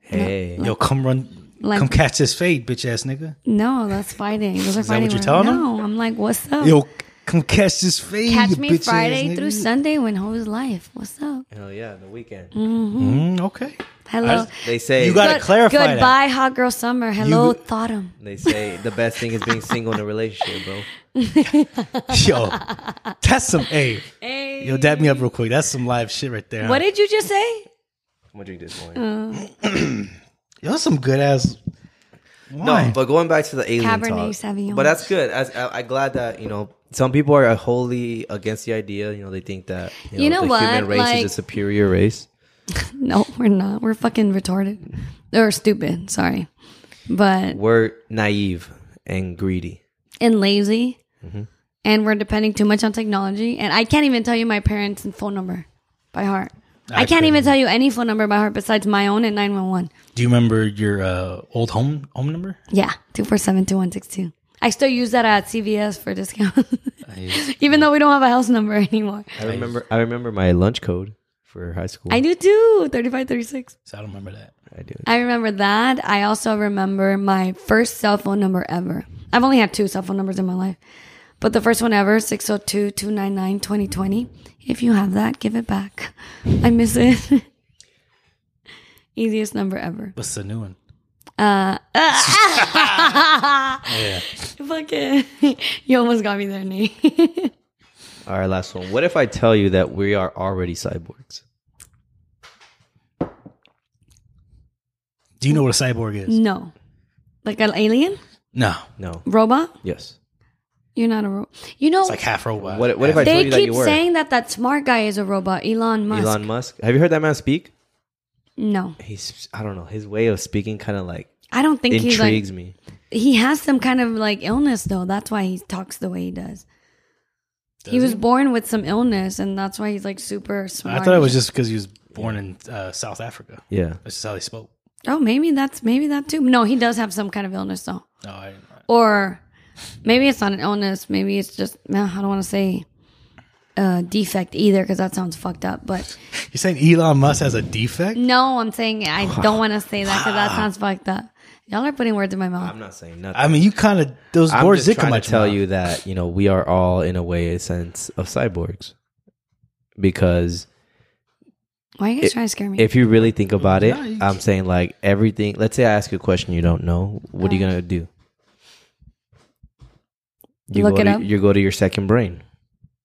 S3: hey
S4: yo, come run,
S5: Like-
S4: come catch this fade, bitch ass nigga.
S5: No, that's fighting. Those are
S4: that
S5: fighting
S4: what you're
S5: words.
S4: telling 'em?
S5: No, I'm like, what's up?
S4: Yo, come catch this fade.
S5: Catch
S4: you
S5: me
S4: bitch-ass
S5: Friday
S4: nigga.
S5: through Sunday when Ho's life. What's up?
S3: hell yeah the weekend
S4: Mm, okay.
S5: Hello.
S3: they say
S4: You got- gotta clarify that.
S5: Goodbye, hot girl summer. Hello,
S4: You-
S5: Thottum.
S3: they say the best thing is being single in a relationship bro
S4: Yo, that's some A.
S5: Hey.
S4: Yo, dab me up real quick. That's some live shit right there.
S5: What did you just say?
S3: i'm gonna drink this wine
S4: Yo, that's some good ass.
S3: No,
S4: wine.
S3: but going back to the alien
S5: Cabernet
S3: talk,
S5: Sauvignon.
S3: but that's good. As, I, I'm glad that you know some people are wholly against the idea. You know, they think that you know,
S5: You know
S3: the human
S5: what?
S3: race
S5: Like-
S3: is a superior race.
S5: No, we're not. We're fucking retarded. Or stupid, sorry. But
S3: We're naive and greedy.
S5: and lazy. And we're depending too much on technology. And I can't even tell you my parents' phone number by heart. I, can't
S4: couldn't.
S5: even tell you any phone number by heart besides my own and 911.
S4: Do you remember your uh, old home home number?
S5: Yeah, 247-2162. I still use that at CVS for discount. (laughs) even though we don't have a house number (laughs) anymore.
S3: I remember. I remember my lunch code for high school.
S5: I do too, 3536.
S4: So I don't remember that.
S3: I do.
S5: I remember that. I also remember my first cell phone number ever. I've only had two cell phone numbers in my life. But the first one ever, 602-299-2020. If you have that, give it back. I miss it. (laughs) Easiest number ever.
S4: What's the new one?
S5: Fuck it. (laughs) You almost got me there, Nate. (laughs)
S3: All right, last one. What if I tell you that we are already cyborgs?
S4: Do you know what a cyborg is?
S5: no. Like an alien?
S4: No,
S3: No.
S5: Robot?
S3: Yes.
S5: You're not a robot. You know,
S4: it's like half robot.
S3: What, what if I told
S5: they
S3: you that
S5: keep
S3: you were
S5: saying that that smart guy is a robot, Elon Musk.
S3: Elon Musk? Have you heard that man speak?
S5: No,
S3: He's I don't know. His way of speaking kind of like
S5: I don't think he's like.
S3: intrigues me.
S5: He has some kind of like illness though. That's why he talks the way he does. he
S4: Does
S5: was born with some illness, and that's why he's like super smart.
S4: I thought it was just because he was born in uh, South Africa.
S3: Yeah.
S4: That's just how they spoke.
S5: Oh, maybe that's maybe that too. No, he does have some kind of illness though,
S4: No, I didn't know.
S5: or maybe it's not an illness. Maybe it's just no, I don't want to say uh, defect either because that sounds fucked up. But
S4: You're saying Elon Musk has a defect?
S5: no, I'm saying
S4: (sighs)
S5: I don't want to say that because that sounds fucked up. Y'all are putting words in my mouth.
S3: I'm not saying nothing.
S4: I mean, you kind of those
S3: I'm
S4: words
S3: just
S4: did come
S3: trying
S4: out.
S3: to
S4: your
S3: tell
S4: mouth.
S3: you that you know we are all in a way a sense of cyborgs because
S5: Why are you guys trying to scare me?
S3: if you really think about it,
S4: No, you
S3: I'm saying like everything. Let's say I ask you a question you don't know. What are you gonna do? You
S5: Look
S3: go
S5: it
S3: to,
S5: up.
S3: You go to your second brain,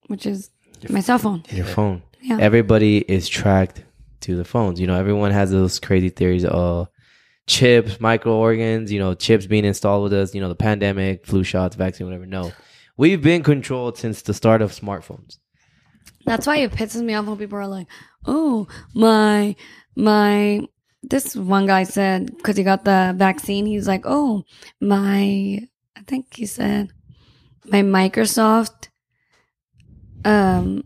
S5: which is my cell phone.
S3: your phone.
S5: Yeah.
S3: Everybody is tracked to the phones. You know, everyone has those crazy theories. Uh, chips, microorgans. You know, chips being installed with us. You know, the pandemic, flu shots, vaccine, whatever. No, we've been controlled since the start of smartphones.
S5: That's why it pisses me off when people are like, "Oh, my, my." This one guy said because he got the vaccine, he's like, "Oh, my," I think he said, "My Microsoft, um,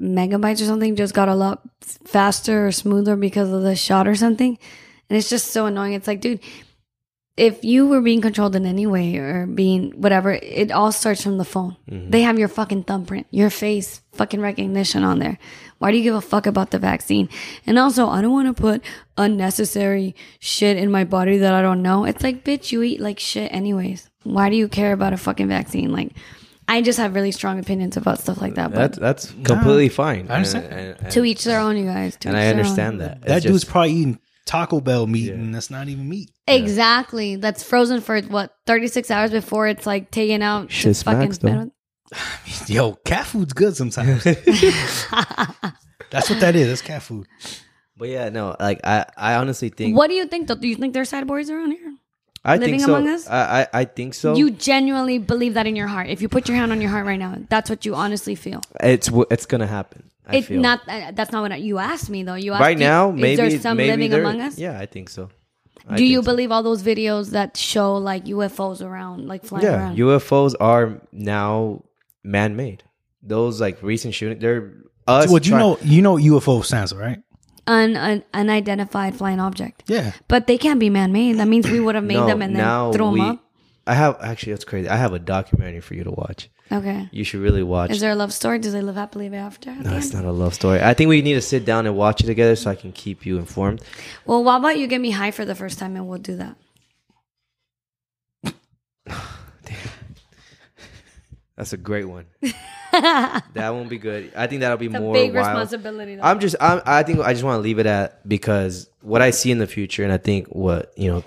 S5: megabytes or something just got a lot faster or smoother because of the shot or something," and it's just so annoying. It's like, dude. If you were being controlled in any way or being whatever, it all starts from the phone. They have your fucking thumbprint, your face, fucking recognition on there. Why do you give a fuck about the vaccine? And also, I don't want to put unnecessary shit in my body that I don't know. It's like, bitch, you eat like shit anyways. Why do you care about a fucking vaccine? Like, I just have really strong opinions about stuff like that. But
S3: That's that's completely fine.
S4: I understand.
S3: And, and-
S5: to each their own, you guys. To
S3: and
S5: each
S3: I
S5: their
S3: understand
S5: own.
S3: that. It's
S4: that
S3: just-
S4: dude's probably eating Taco Bell meat, and that's not even meat. (laughs)
S5: Exactly. That's frozen for what thirty six hours before it's like taken out. to
S3: Shit smacks, though.
S4: Yo, cat food's
S3: (laughs)
S4: good sometimes. (laughs) that's what that is. That's cat food.
S3: But yeah, no, like I, I honestly think
S5: What do you think? though? Do you think there's cyborgs around here?
S3: I
S5: living
S3: think so.
S5: among us?
S3: I, I, I think so.
S5: You genuinely believe that in your heart. If you put your hand on your heart right now, that's what you honestly feel.
S3: it's w- it's gonna happen. I
S5: It's
S3: feel.
S5: not. Uh, that's not what I- you asked me though. You asked
S3: right
S5: do-
S3: now.
S5: Is
S3: Maybe
S5: there some
S3: maybe
S5: living
S3: there-
S5: among us?
S3: Yeah, I think so. I
S5: Do
S3: think
S5: you
S3: so.
S5: believe all those videos that show like UFOs around, like flying
S3: Yeah,
S5: around?
S3: UFOs are now man-made. Those like recent shooting, they're us.
S4: well, you
S3: try-
S4: know, you know, what UFO stands for, right?
S5: Un, un, unidentified flying object.
S4: Yeah,
S5: But they can't be man-made. That means we would have made
S3: no,
S5: them and
S3: now
S5: then threw
S3: we,
S5: them up.
S3: I have actually. That's crazy. I have a documentary for you to watch.
S5: Okay.
S3: You should really watch.
S5: Is there a love story? Do they live happily ever after? at the
S3: no, it's
S5: end?
S3: not a love story. I think we need to sit down and watch it together so I can keep you informed.
S5: Well, why about you get me high for the first time and we'll do that?
S3: That's a great
S5: (laughs)
S3: one. that won't be good. I think that'll be
S5: It's a
S3: more
S5: big
S3: wild.
S5: responsibility. Though.
S3: I'm just I'm, I think I just want to leave it at because what I see in the future, and I think what you know,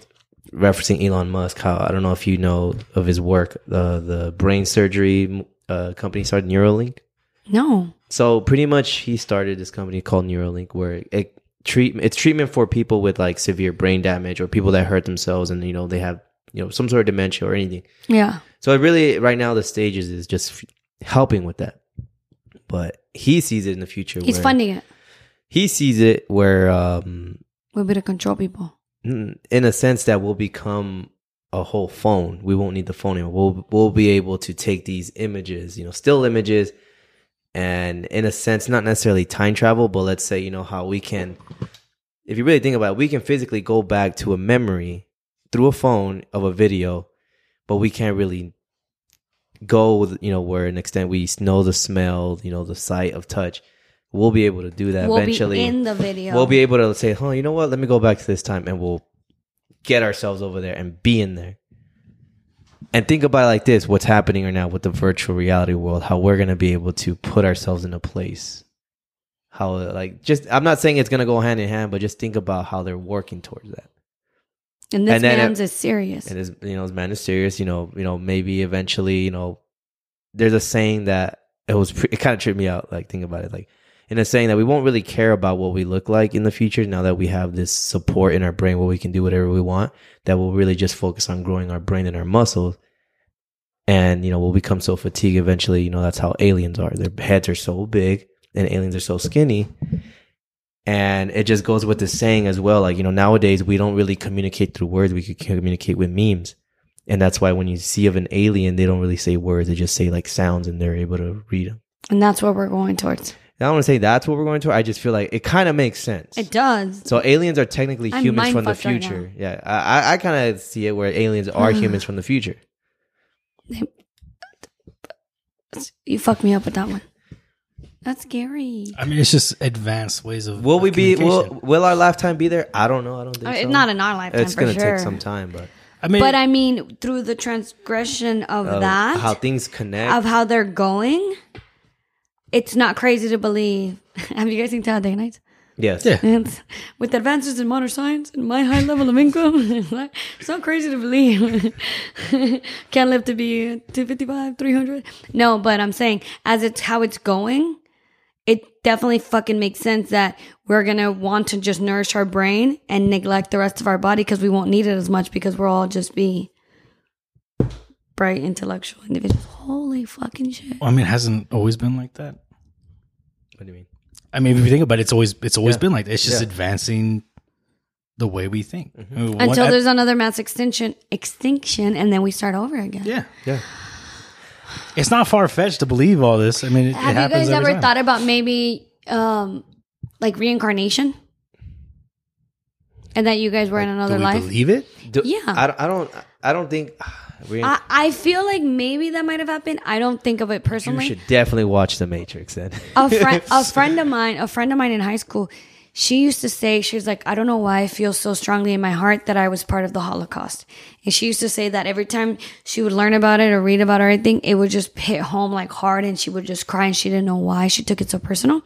S3: referencing Elon Musk, how I don't know if you know of his work, uh, the brain surgery uh, company started Neuralink.
S5: no.
S3: So pretty much, he started this company called Neuralink, where it treat it's treatment for people with like severe brain damage or people that hurt themselves and you know they have you know some sort of dementia or anything.
S5: Yeah.
S3: So it really right now the stages is just f- helping with that. But he sees it in the future.
S5: He's
S3: where-
S5: funding it.
S3: He sees it where, um,
S5: We'll be to control people.
S3: in a sense, that we'll become a whole phone. We won't need the phone anymore. We'll we'll be able to take these images, you know, still images, and in a sense, not necessarily time travel, but let's say you know how we can, if you really think about it, we can physically go back to a memory through a phone of a video, but we can't really go with, you know where an extent we know the smell, you know the sight of touch. We'll be able to do that
S5: We'll
S3: eventually
S5: be in the video.
S3: we'll be able to say, "Huh, you know what? Let me go back to this time, and we'll get ourselves over there and be in there." And think about it like this: what's happening right now with the virtual reality world? How we're gonna be able to put ourselves in a place? How like just? I'm not saying it's gonna go hand in hand, but just think about how they're working towards that.
S5: and this
S3: and then
S5: man's is serious.
S3: And this, you know, this man is serious. You know, you know, maybe eventually, you know, there's a saying that it was. Pre- it kind of tripped me out. Like, think about it. Like, in a saying that we won't really care about what we look like in the future now that we have this support in our brain where we can do whatever we want. That we'll really just focus on growing our brain and our muscles. And you know, we'll become so fatigued eventually. You know, that's how aliens are. Their heads are so big, and aliens are so skinny. And it just goes with the saying as well. Like, you know, nowadays we don't really communicate through words. We could communicate with memes. And that's why when you see of an alien, they don't really say words. They just say like sounds and they're able to read them.
S5: and that's what we're going towards.
S3: I don't want to say that's what we're going to. I just feel like it kind of makes sense.
S5: It does.
S3: So aliens are technically
S5: I'm
S3: humans from the
S5: mindfucked right now.
S3: future. yeah. I, I- I kind of see it where aliens
S5: (sighs)
S3: are humans from the future.
S5: You fucked me up with that one. That's scary.
S4: I mean, it's just advanced ways of.
S3: Will
S4: of
S3: we be, will,
S4: communication.
S3: will our lifetime be there? I don't know. I don't think
S5: I
S3: so.
S5: mean, Uh, Not in our lifetime,
S3: It's
S5: for
S3: going to
S5: sure.
S3: take some time, but
S4: I mean,
S5: But I mean, through the transgression of
S3: uh,
S5: that,
S3: how things connect.
S5: of how they're going, it's not crazy to believe. (laughs) Have you guys seen Talladega Nights?
S3: yes.
S4: Yeah.
S5: It's, with the advances in modern science and my high level of income, (laughs) it's not crazy to believe. (laughs) Can't live to be 255, 300. No, but I'm saying, as it's how it's going, it definitely fucking makes sense that we're gonna want to just nourish our brain and neglect the rest of our body because we won't need it as much because we'll all just be bright, intellectual individuals. Holy fucking shit.
S4: I mean, it hasn't always been like that.
S3: What do you mean?
S4: I mean, if you think about it, it's always it's always
S3: Yeah.
S4: been like that. It's just
S3: Yeah. Mm-hmm.
S4: advancing the way we think. I mean, one-
S5: Until
S4: I-
S5: there's another mass extinction, extinction, and then we start over again.
S4: yeah,
S3: Yeah.
S4: it's not far fetched to believe all this. I mean, it, it
S5: Have you guys
S4: happens every
S5: ever
S4: time.
S5: thought about maybe um like reincarnation? And that you guys were in
S4: Do
S5: another
S4: we
S5: life?
S4: believe it?
S3: Do-
S5: Yeah.
S3: I, don't- I don't. I don't think. (sighs) we
S5: I, I feel like maybe that might have happened. I don't think of it
S3: you
S5: personally.
S3: should definitely watch The Matrix. Then (laughs)
S5: a friend a friend of mine a friend of mine in high school she used to say she was like i don't know why i feel so strongly in my heart that i was part of the holocaust and she used to say that every time she would learn about it or read about it or anything it would just hit home like hard and she would just cry and she didn't know why she took it so personal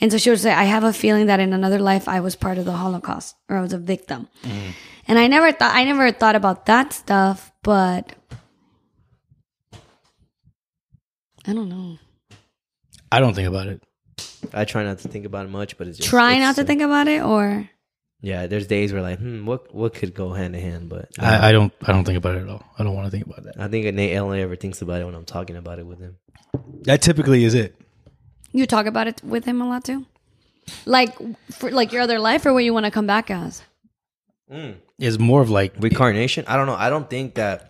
S5: and so she would say i have a feeling that in another life i was part of the holocaust or i was a victim and i never thought i never thought about that stuff but i don't know
S4: I don't think about it.
S3: I try not to think about it much, but it's just,
S5: try
S3: it's,
S5: not to
S3: uh,
S5: think about it or
S3: Yeah, there's days where like, hmm, what what could go hand in hand, but I,
S4: I, I don't. I don't think about it at all. I don't want to think about that.
S3: I think Nate only ever thinks about it when I'm talking about it with him.
S4: That typically is it.
S5: You talk about it with him a lot too, like for like your other life or what you want to come back as.
S4: It's more of like
S3: Reincarnation? I don't know. I don't think that.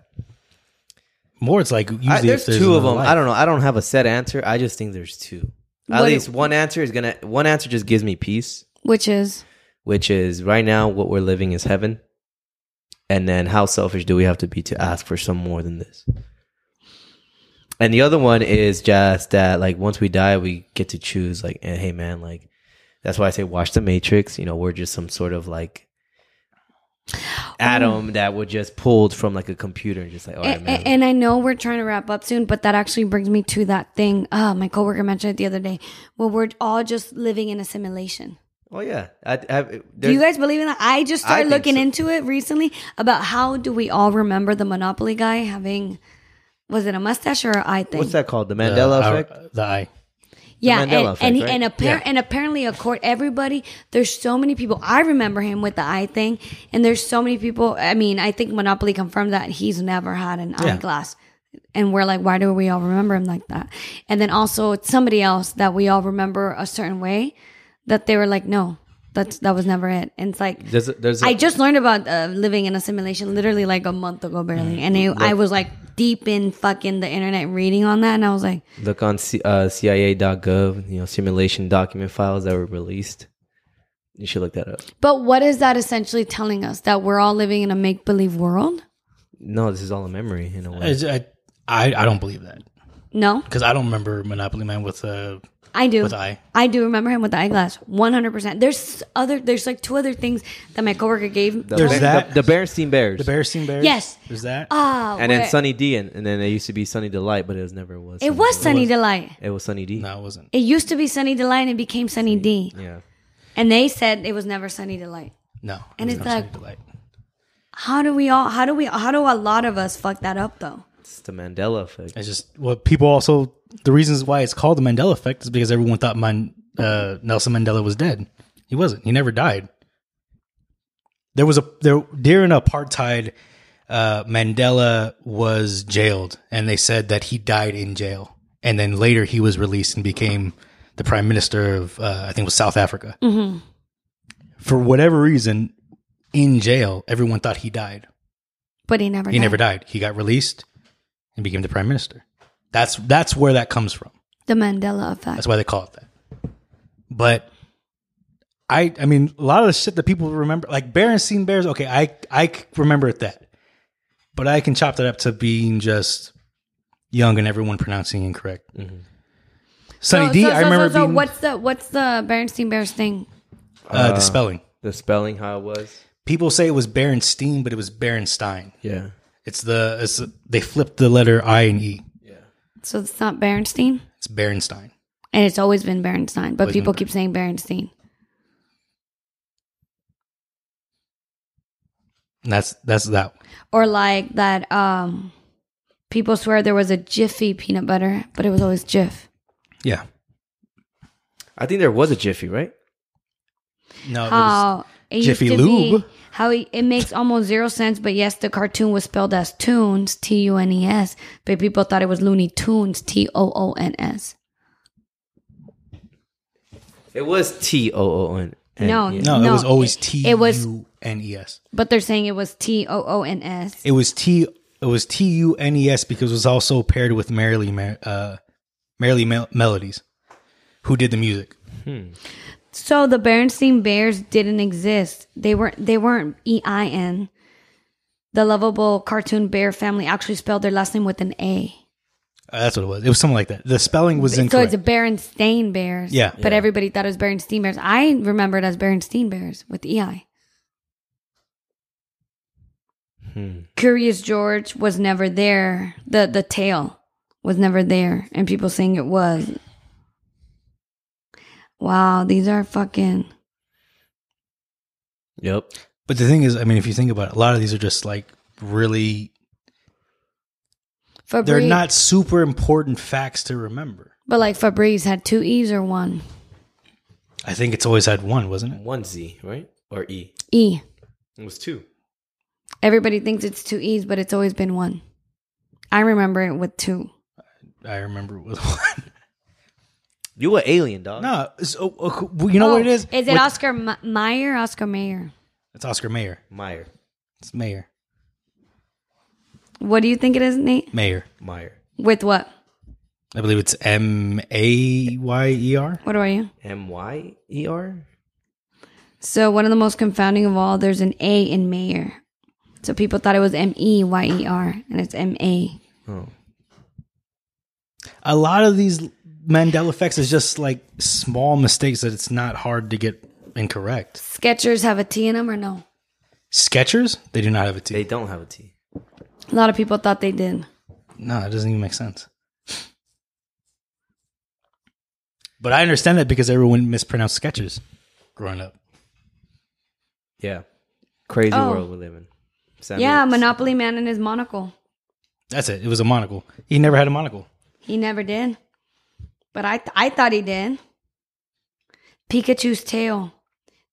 S4: more. It's like usually
S3: I, there's,
S4: if there's
S3: two of
S4: another
S3: them.
S4: life.
S3: I don't know. I don't have a set answer. I just think there's two. At
S5: What-
S3: least one answer is gonna. One answer just gives me peace,
S5: Which is
S3: which is right now what we're living is heaven. And then how selfish do we have to be to ask for some more than this? And the other one is just that like once we die, we get to choose like, and hey man, like that's why I say watch the Matrix. You know, we're just some sort of like atom that was just pulled from like a computer and just like, all right,
S5: and,
S3: man.
S5: and I know we're trying to wrap up soon, but that actually brings me to that thing. Uh, my coworker mentioned it the other day. Well, we're all just living in a simulation.
S3: oh yeah, I, I, there's,
S5: Do you guys believe in that? I just
S3: I
S5: started
S3: think
S5: looking
S3: so.
S5: into it recently about how do we all remember the Monopoly guy having was it a mustache or an eye thing?
S3: what's that called? The
S4: The-
S3: Mandela
S4: our-
S3: effect.
S4: The eye.
S5: Yeah,
S3: Mandela
S5: and
S3: effect,
S5: and, he,
S3: right?
S5: and, appar-
S4: Yeah.
S5: and apparently, a court. Everybody, there's so many people. I remember him with the eye thing, and there's so many people. I mean, I think Monopoly confirmed that he's never had an
S4: Yeah.
S5: eyeglass, and we're like, why do we all remember him like that? And then also it's somebody else that we all remember a certain way that they were like, no, that's that was never it. And it's like.
S3: There's, a- there's a-
S5: I just learned about uh, living in a simulation literally like a month ago, barely, and it, I was like, deep in fucking the internet reading on that, and I was like,
S3: Look on C- uh, CIA.gov, you know, simulation document files that were released. You should look that up.
S5: but what is that essentially telling us that we're all living in a make believe world?
S3: No, this is all a memory in a way.
S4: It's- I, I I don't believe that
S5: No,
S4: because I don't remember Monopoly Man with uh
S5: I do.
S4: with I.
S5: I do remember him with the eyeglass, one hundred percent. There's other, there's like two other things that my coworker gave.
S3: The
S4: There's
S3: Bear-
S4: that.
S3: The, the Berenstein Bears.
S4: The Bearstein Bears.
S5: Yes.
S4: There's that.
S5: Ah,
S3: and then
S5: where-
S3: Sunny D, and, and then it used to be Sunny Delight, but it was never was.
S5: It was Sunny
S4: was-
S5: Delight.
S3: It was Sunny D.
S4: no, it wasn't.
S5: It used to be Sunny Delight, and it became Sunny D.
S3: Yeah.
S5: And they said it was never Sunny Delight.
S4: No.
S5: And
S4: it
S5: it's
S4: was not
S5: like-
S4: Sunny Delight.
S5: How do we all? How do we? How do a lot of us fuck that up though?
S3: It's the Mandela effect.
S4: It's just what people also the reasons why it's called the Mandela effect is because everyone thought Man, uh, Nelson Mandela was dead. He wasn't. He never died. There was a there during apartheid. Uh, Mandela was jailed, and they said that he died in jail. And then later he was released and became the prime minister of uh, I think it was South Africa. For whatever reason, in jail, everyone thought he died.
S5: But he never.
S4: He never died. He got released and became the prime minister. That's that's where that comes from.
S5: The Mandela effect.
S4: That's why they call it that. But I I mean a lot of the shit that people remember like Berenstein Bears, okay, I I c- remember it that. But I can chop that up to being just young and everyone pronouncing incorrect. Sunny D, I remember
S5: Mm-hmm. So, so
S4: being
S5: what's the what's the Bernstein Bears thing?
S4: uh, the spelling.
S3: The spelling, how it was.
S4: People say it was Berenstein, but it was Berenstein.
S3: Yeah.
S4: It's the it's they flipped the letter I and E.
S5: So it's not Bernstein,
S4: It's Berenstein.
S5: and it's always been Bernstein, but
S4: Always been
S5: people keep saying Bernstein.
S4: And that's that's that.
S5: or like that um people swear there was a jiffy peanut butter but it was always jiff
S4: Yeah.
S3: I think there was a Jiffy, right?
S4: No, it was,
S5: how it
S4: Jiffy
S5: used to be-
S4: Lube.
S5: how it, it makes almost zero sense but yes the cartoon was spelled as tunes t-u-n-e-s E but people thought it was looney tunes t-o-o-n-s
S3: It was T O O N. E. And-
S5: No,
S3: yeah.
S4: no,
S5: no,
S4: it was always
S5: it-
S4: T
S5: it was-
S4: U N E S.
S5: but they're saying it was t-o-o-n-s
S4: It was T. It was T U N E S because it was also paired with Merrily, Me- uh, Merrily Mel- Melodies, who did the music.
S5: so the Berenstain Bears didn't exist. They weren't. They weren't E I N. The lovable cartoon bear family actually spelled their last name with an A.
S4: Uh, that's what it was. It was something like that. The spelling was
S5: So
S4: incorrect.
S5: it's a Berenstain Bears.
S4: Yeah.
S5: But everybody thought it was Berenstain Bears. I remember it as Berenstain Bears with E the EI. Curious George was never there. The the tail was never there. And people saying it was. Wow, these are fucking
S3: Yep.
S4: but the thing is, I mean, if you think about it, a lot of these are just like really.
S5: Febreze.
S4: They're not super important facts to remember.
S5: but like Febreze had two E's or one.
S4: I think it's always had one, wasn't it?
S3: One Z, right? Or E.
S5: E.
S3: It was two.
S5: Everybody thinks it's two E's, but it's always been one. I remember it with two.
S4: I remember it was (laughs) one.
S3: You were alien, dog.
S4: no, it's, oh, oh, well, you know what it is?
S5: Is it
S4: With-
S5: Oscar M- Meyer? Oscar Mayer.
S4: it's Oscar Mayer.
S3: Meyer.
S4: It's Mayer.
S5: What do you think it is, Nate?
S4: Mayer.
S3: Meyer.
S5: With what?
S4: I believe it's M A Y E R.
S5: What are you?
S3: M Y E R?
S5: So one of the most confounding of all, there's an A in Mayer. So people thought it was M E Y E R, and it's M A.
S3: Oh.
S4: A lot of these Mandela effects is just like small mistakes that it's not hard to get incorrect.
S5: Sketchers have a T in them, or no?
S4: Sketchers, they do not have a T.
S3: They don't have a T.
S5: A lot of people thought they did.
S4: no, it doesn't even make sense. But I understand that because everyone mispronounced Sketchers growing up.
S3: Yeah. Crazy
S5: Oh.
S3: world we live in. Sammy-
S5: Yeah, Monopoly Man and his monocle.
S4: That's it. It was a monocle. He never had a monocle.
S5: He never did, but I I thought he did. Pikachu's tail.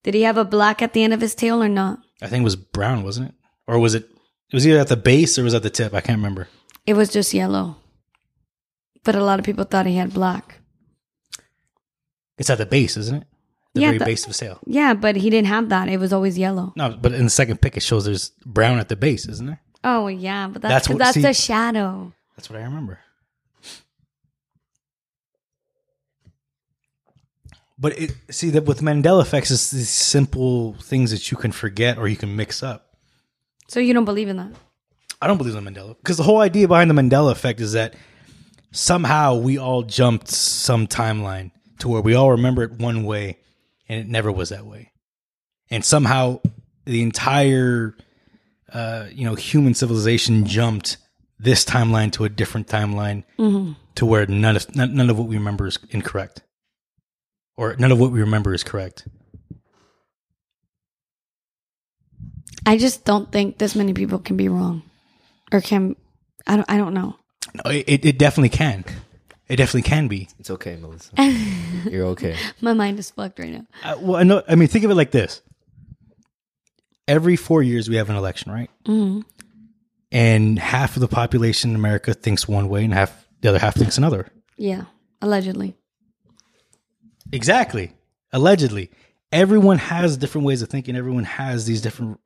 S5: Did he have a black at the end of his tail or not?
S4: I think it was brown, wasn't it? Or was it? It was either at the base or was at the tip. I can't remember.
S5: It was just yellow. But a lot of people thought he had black.
S4: It's at the base, isn't it? The
S5: Yeah,
S4: very
S5: the-
S4: base of the sail.
S5: Yeah, but he didn't have that. It was always yellow.
S4: No, but in the second pick, it shows there's brown at the base, isn't there?
S5: Oh yeah, but that's
S4: That's
S5: that's,
S4: what- see-
S5: the shadow.
S4: That's what I remember. But it, see that with Mandela effects, it's these simple things that you can forget or you can mix up.
S5: So you don't believe in that?
S4: I don't believe in Mandela because the whole idea behind the Mandela effect is that somehow we all jumped some timeline to where we all remember it one way and it never was that way, and somehow the entire uh, you know human civilization jumped this timeline to a different timeline
S5: Mm-hmm.
S4: to where none of none, none of what we remember is incorrect, or none of what we remember is correct.
S5: I just don't think this many people can be wrong, or can I don't I don't know.
S4: No, it- it, it definitely can. It definitely can be.
S3: It's okay,
S5: (laughs)
S3: Melissa. You're okay.
S5: My mind is fucked right now.
S4: Uh, well, I know. I mean, think of it like this: every four years we have an election, right?
S5: hmm
S4: And half of the population in America thinks one way, and half the other half thinks another.
S5: Yeah, allegedly.
S4: Exactly. Allegedly, everyone has different ways of thinking. Everyone has these different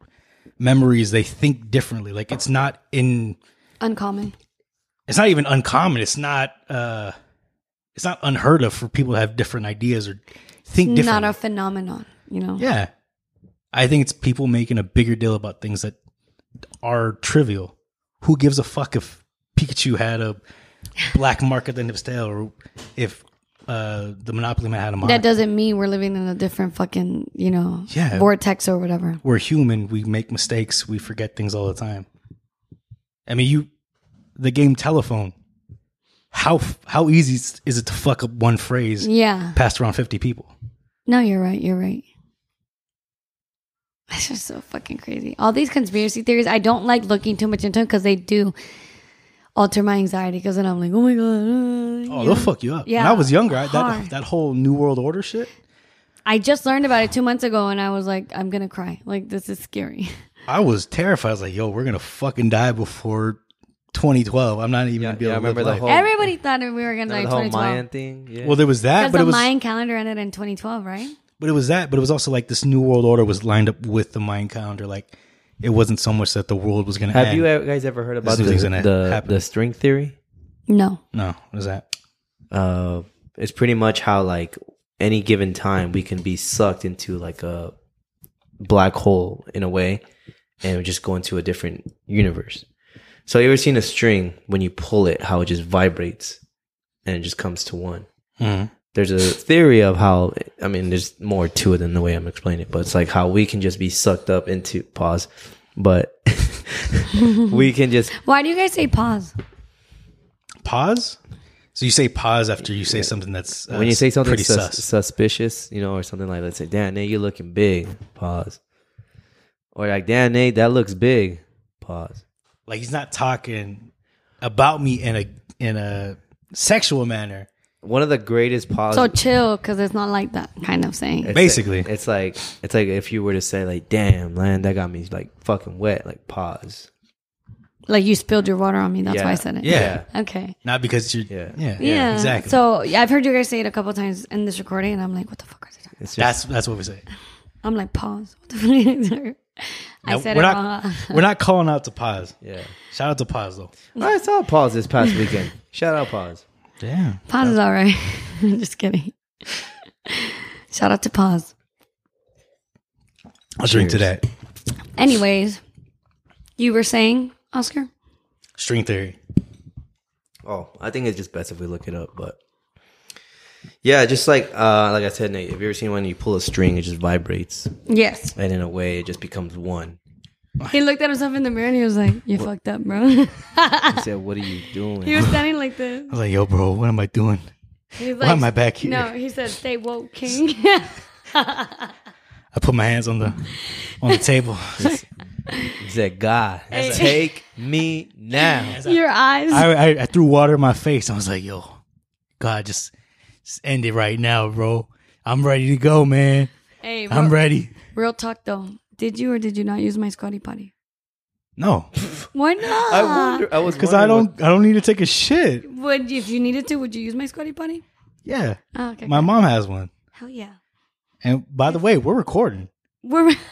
S4: memories. They think differently. Like it's not in
S5: Uncommon.
S4: it's not even uncommon. It's not uh it's not unheard of for people to have different ideas or think
S5: Not
S4: different.
S5: a phenomenon, you know?
S4: yeah. I think it's people making a bigger deal about things that are trivial. Who gives a fuck if Pikachu had a black market than of stale or if uh the Monopoly man had a
S5: That
S4: market?
S5: doesn't mean we're living in a different fucking, you know,
S4: Yeah.
S5: vortex or whatever.
S4: We're human, we make mistakes, we forget things all the time. I mean you the game telephone. How f- how easy is- is it to fuck up one phrase
S5: Yeah.
S4: passed around 50 people.
S5: No, you're right. You're right. (laughs) That's just so fucking crazy. All these conspiracy theories, I don't like looking too much into because they do alter my anxiety. Because then I'm like, oh my god. uh,
S4: Oh,
S5: you know?
S4: they'll fuck you up. when
S5: Yeah.
S4: I was younger, I, that
S5: Hard.
S4: that whole New World Order shit,
S5: I just learned about it two months ago, and I was like, I'm gonna cry. Like this is scary. (laughs)
S4: I was terrified. I was like, "Yo, we're gonna fucking die before 2012." I'm not even
S3: Yeah,
S4: gonna be
S3: yeah,
S4: able
S3: I
S4: to live
S3: remember the
S4: life.
S3: whole-
S5: Everybody thought that we were gonna die
S3: Remember
S5: in
S3: the whole
S5: 2012.
S3: Mayan thing. Yeah.
S4: Well, there was that,
S5: Because
S4: but
S5: the
S4: it was
S5: Mayan calendar ended in 2012, right?
S4: but it was that, but it was also like this New World Order was lined up with the Mayan calendar. Like, it wasn't so much that the world was gonna.
S3: Have
S4: end.
S3: you e- guys ever heard about the,
S4: This is gonna
S3: the,
S4: happen.
S3: the string theory?
S5: No.
S4: No, what is that?
S3: Uh, it's pretty much how like any given time we can be sucked into like a black hole in a way, and we just go into a different universe. So you ever seen a string when you pull it, how it just vibrates, and it just comes to one.
S4: Mhm.
S3: there's a theory of how I mean there's more to it than the way I'm explaining it, but it's like how we can just be sucked up into pause, but (laughs) we can just
S5: Why do you guys say pause?
S4: Pause. So you say pause after you say something that's uh,
S3: when you say something
S4: pretty
S3: sus-
S4: sus.
S3: suspicious, you know, or something like let's say, "Damn, Nate, you're looking big," pause, or like, "Damn, Nate, that looks big," pause.
S4: Like he's not talking about me in a in a sexual manner.
S3: One of the greatest pauses.
S5: So chill, because it's not like that kind of saying.
S3: It's
S4: Basically.
S3: like- it's like it's like if you were to say like, "Damn, man, that got me like fucking wet," like pause.
S5: Like you spilled your water on me. That's why I
S3: Yeah.
S5: said it.
S4: Yeah.
S5: Okay.
S4: Not because you're.
S3: Yeah.
S4: Yeah.
S5: Yeah.
S4: Exactly.
S5: So yeah, I've heard you guys say it a couple times in this recording, and I'm like, what the fuck are they talking?
S3: It's just,
S4: that's that's what we say.
S5: I'm like, pause. (laughs) What the fuck are they talking? I
S4: No,
S5: said
S4: we're
S5: it.
S4: not-
S5: wrong.
S4: We're not calling out to pause.
S3: yeah.
S4: Shout out to pause though.
S3: I saw pause this past
S5: (laughs)
S3: weekend. Shout out pause.
S4: Damn.
S5: Pause is all right. (laughs) Just kidding. (laughs) Shout out to pause.
S4: I'll drink to that.
S5: Anyways, you were saying Oscar.
S4: String theory.
S3: Oh, I think it's just best if we look it up, but yeah, just like uh like I said, Nate, have you ever seen when you pull a string, it just vibrates
S5: Yes.
S3: and in a way it just becomes
S4: (laughs)
S3: one.
S5: He looked at himself in the mirror and he was like, "You fucked up, bro." (laughs)
S3: I said, What are you doing?
S5: he was standing like this.
S4: I was like, yo, bro, what am I doing?
S5: He was
S4: Why
S5: like,
S4: am I back here?
S5: No, he said, "Stay woke,
S4: (laughs)
S5: king."
S4: I put my hands on the on the table.
S3: he said, God,
S5: Hey.
S3: take me
S4: (laughs)
S3: now.
S5: Your eyes.
S4: I, I I threw water in my face. I was like, yo, God, just, just end it right now, bro. I'm ready to go, man.
S5: hey, real,
S4: I'm ready.
S5: real talk though. Did you or did you not use my squatty potty?
S4: No,
S5: Why not?
S3: I wonder I was
S4: because I
S3: wondering
S4: don't I don't need to take a shit.
S5: Would if you needed to? Would you use my squatty potty?
S4: Yeah,
S5: Oh, okay.
S4: my mom has one.
S5: Hell yeah.
S4: And by the way, we're recording.
S5: We're (laughs)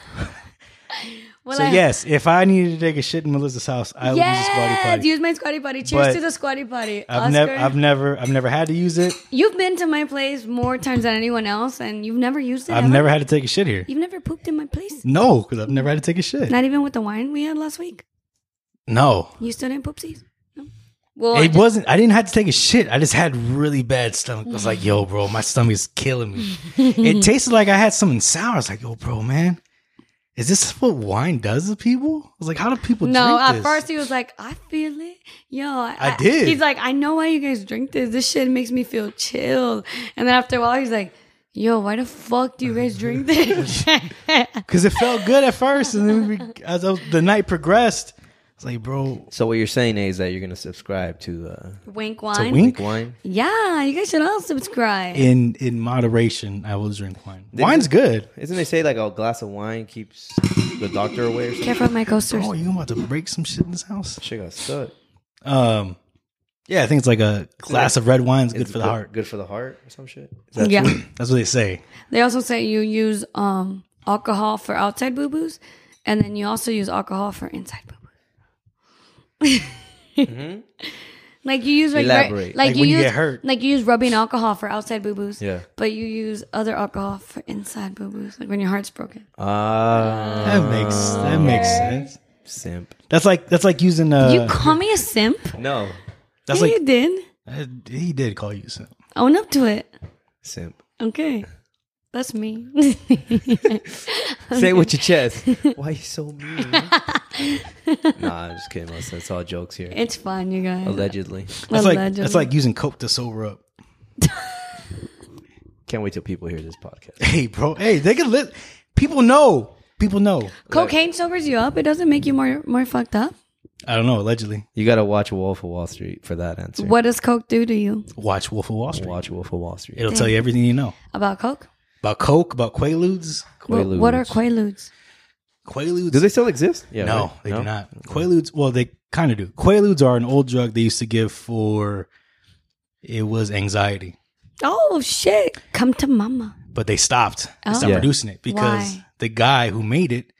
S5: Well,
S4: so
S5: I-
S4: yes, if I needed to take a shit in Melissa's house, I would use a squatty
S5: Yes,
S4: potty.
S5: use my squatty potty. Cheers
S4: But
S5: to the squatty potty.
S4: I've
S5: Oscar,
S4: never, I've never, I've never had to use it.
S5: you've been to my place more times than anyone else, and you've never used it.
S4: I've
S5: ever?
S4: never had to take a shit here.
S5: You've never pooped in my place.
S4: No, because I've never had to take a shit.
S5: Not even with the wine we had last week.
S4: No,
S5: You still didn't poopsies. No? Well, I
S4: it
S5: just-
S4: wasn't. I didn't have to take a shit. I just had really bad stomach. I was like, yo, bro, my stomach is
S5: (laughs)
S4: killing me. it tasted like I had something sour. I was like, yo, bro, man, is this what wine does to people? I was like, how do people
S5: no.
S4: drink
S5: At
S4: this?
S5: first, he was like, "I feel it, yo." I,
S4: I did.
S5: He's like, "I know why you guys drink this. This shit makes me feel chill." And then after a while, he's like, "Yo, why the fuck do you guys
S4: (laughs)
S5: drink this?"
S4: because it felt good at first, and then we, as I was- the night progressed, I was like, bro,
S3: So what you're saying is that you're gonna subscribe to uh,
S5: (laughs) Wink wine.
S3: Nick
S4: wink?
S3: wine.
S5: Yeah, you guys should all subscribe.
S4: in in moderation, I will drink wine. Wine's good.
S3: Isn't they say like a glass of wine keeps the doctor away or something?
S5: Careful of my coasters.
S4: Oh, you about to break some shit in this house?
S3: Shit got stuck.
S4: Um, yeah, I think it's like a glass of red wine's good
S3: It's
S4: for the heart.
S3: Good for the heart or some shit. Is that
S5: yeah.
S4: (clears throat) That's what they say.
S5: They also say you use um, alcohol for outside boo boos, and then you also use alcohol for inside boo boos. (laughs) Like you use like ru-
S3: Elaborate.
S5: like,
S4: Mm-hmm. Like
S5: you
S4: when you
S5: use
S4: get hurt.
S5: like you use rubbing alcohol for outside boo boos.
S3: Yeah.
S5: But you use other alcohol for inside boo boos, like when your heart's broken.
S3: Ah,
S4: That makes that makes sense.
S3: simp.
S4: That's like that's like using uh
S5: you call me a simp?
S3: No,
S4: (laughs) that's
S5: yeah,
S4: like
S5: you did.
S4: uh, he did call you so.
S5: Own up to it.
S4: (laughs)
S3: simp.
S5: Okay. That's me. (laughs)
S3: Say it with your
S4: (laughs)
S3: chest. Why you so mean? nah, I'm just kidding. Listen, it's all jokes here.
S5: it's fun, you guys.
S3: Allegedly.
S4: That's like
S5: Allegedly.
S4: that's like using coke to sober up. (laughs)
S3: Can't wait till people hear this podcast.
S4: Hey, bro. Hey, they can li- people know. People know.
S5: cocaine sobers you up. It doesn't make you more more fucked up.
S4: I don't know. Allegedly,
S3: You gotta watch Wolf of Wall Street for that answer.
S5: What does coke do to you?
S4: watch Wolf of Wall Street.
S3: Watch Wolf of Wall Street.
S4: It'll tell you everything you know
S5: About coke?
S4: about coke, about quaaludes.
S5: Wh- What are
S3: Quaaludes.
S5: quaaludes?
S4: Quaaludes.
S3: Do they still exist? Yeah.
S4: no,
S3: right?
S4: they do not. Quaaludes. Well, they kind of do. Quaaludes are an old drug they used to give for. It was anxiety.
S5: Oh shit! Come to mama.
S4: but they stopped. They
S5: Oh.
S4: stopped
S3: Yeah.
S4: producing it because
S5: Why?
S4: the guy who made it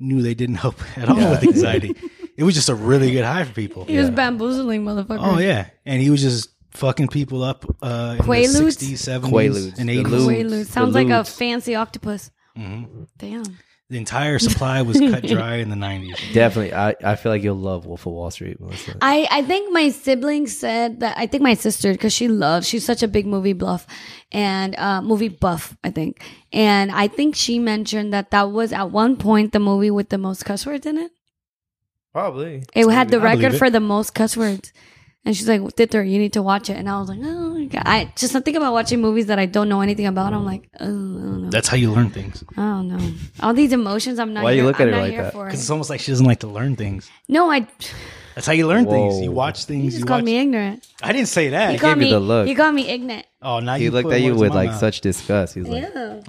S4: knew they didn't help (laughs) at all with anxiety. it was just a really good high for people.
S5: He was bamboozling, motherfucker.
S4: Oh yeah, and he was just fucking people up uh, in
S5: Quaaludes?
S4: the sixties, seventies,
S3: Quaaludes.
S4: and
S3: The
S4: eighties.
S3: lube.
S5: Quaaludes. Sounds
S3: The
S5: like a
S3: lubes.
S5: fancy octopus.
S4: Mhm.
S5: Damn.
S4: The entire supply was cut dry in the
S3: (laughs)
S4: nineties.
S3: Definitely. I, I feel like you'll love Wolf of Wall Street, Melissa.
S5: I, I think my sibling said that I think my sister because she loves she's such a big movie bluff and uh, movie buff I think and I think she mentioned that that was at one point the movie with the most cuss words in it.
S3: Probably.
S5: It had the
S4: I believe
S5: record
S4: it.
S5: for the most cuss words. And she's like, Dither, you need to watch it. And I was like, oh, my God. I just think about watching movies that I don't know anything about. I'm like, oh, I don't know.
S4: That's how you learn things.
S5: I don't know. All these emotions, I'm not
S3: Why you
S5: here,
S3: look at
S5: I'm
S3: it
S5: not
S3: like
S5: here
S3: that?
S5: for.
S4: Because it's almost like she doesn't like to learn things.
S5: No, I.
S4: That's how you learn
S3: Whoa.
S4: things. You watch
S5: You
S4: things. You,
S5: just
S4: watch.
S5: called me ignorant.
S4: I didn't say
S5: You
S4: that.
S5: called
S3: me
S5: me.
S3: the look.
S5: You called me ignorant.
S4: Oh, now
S3: He
S4: you
S3: looked
S4: put
S3: at you
S4: words in
S3: with
S4: my
S3: like
S4: mouth.
S3: such disgust. He was like,
S5: Ew.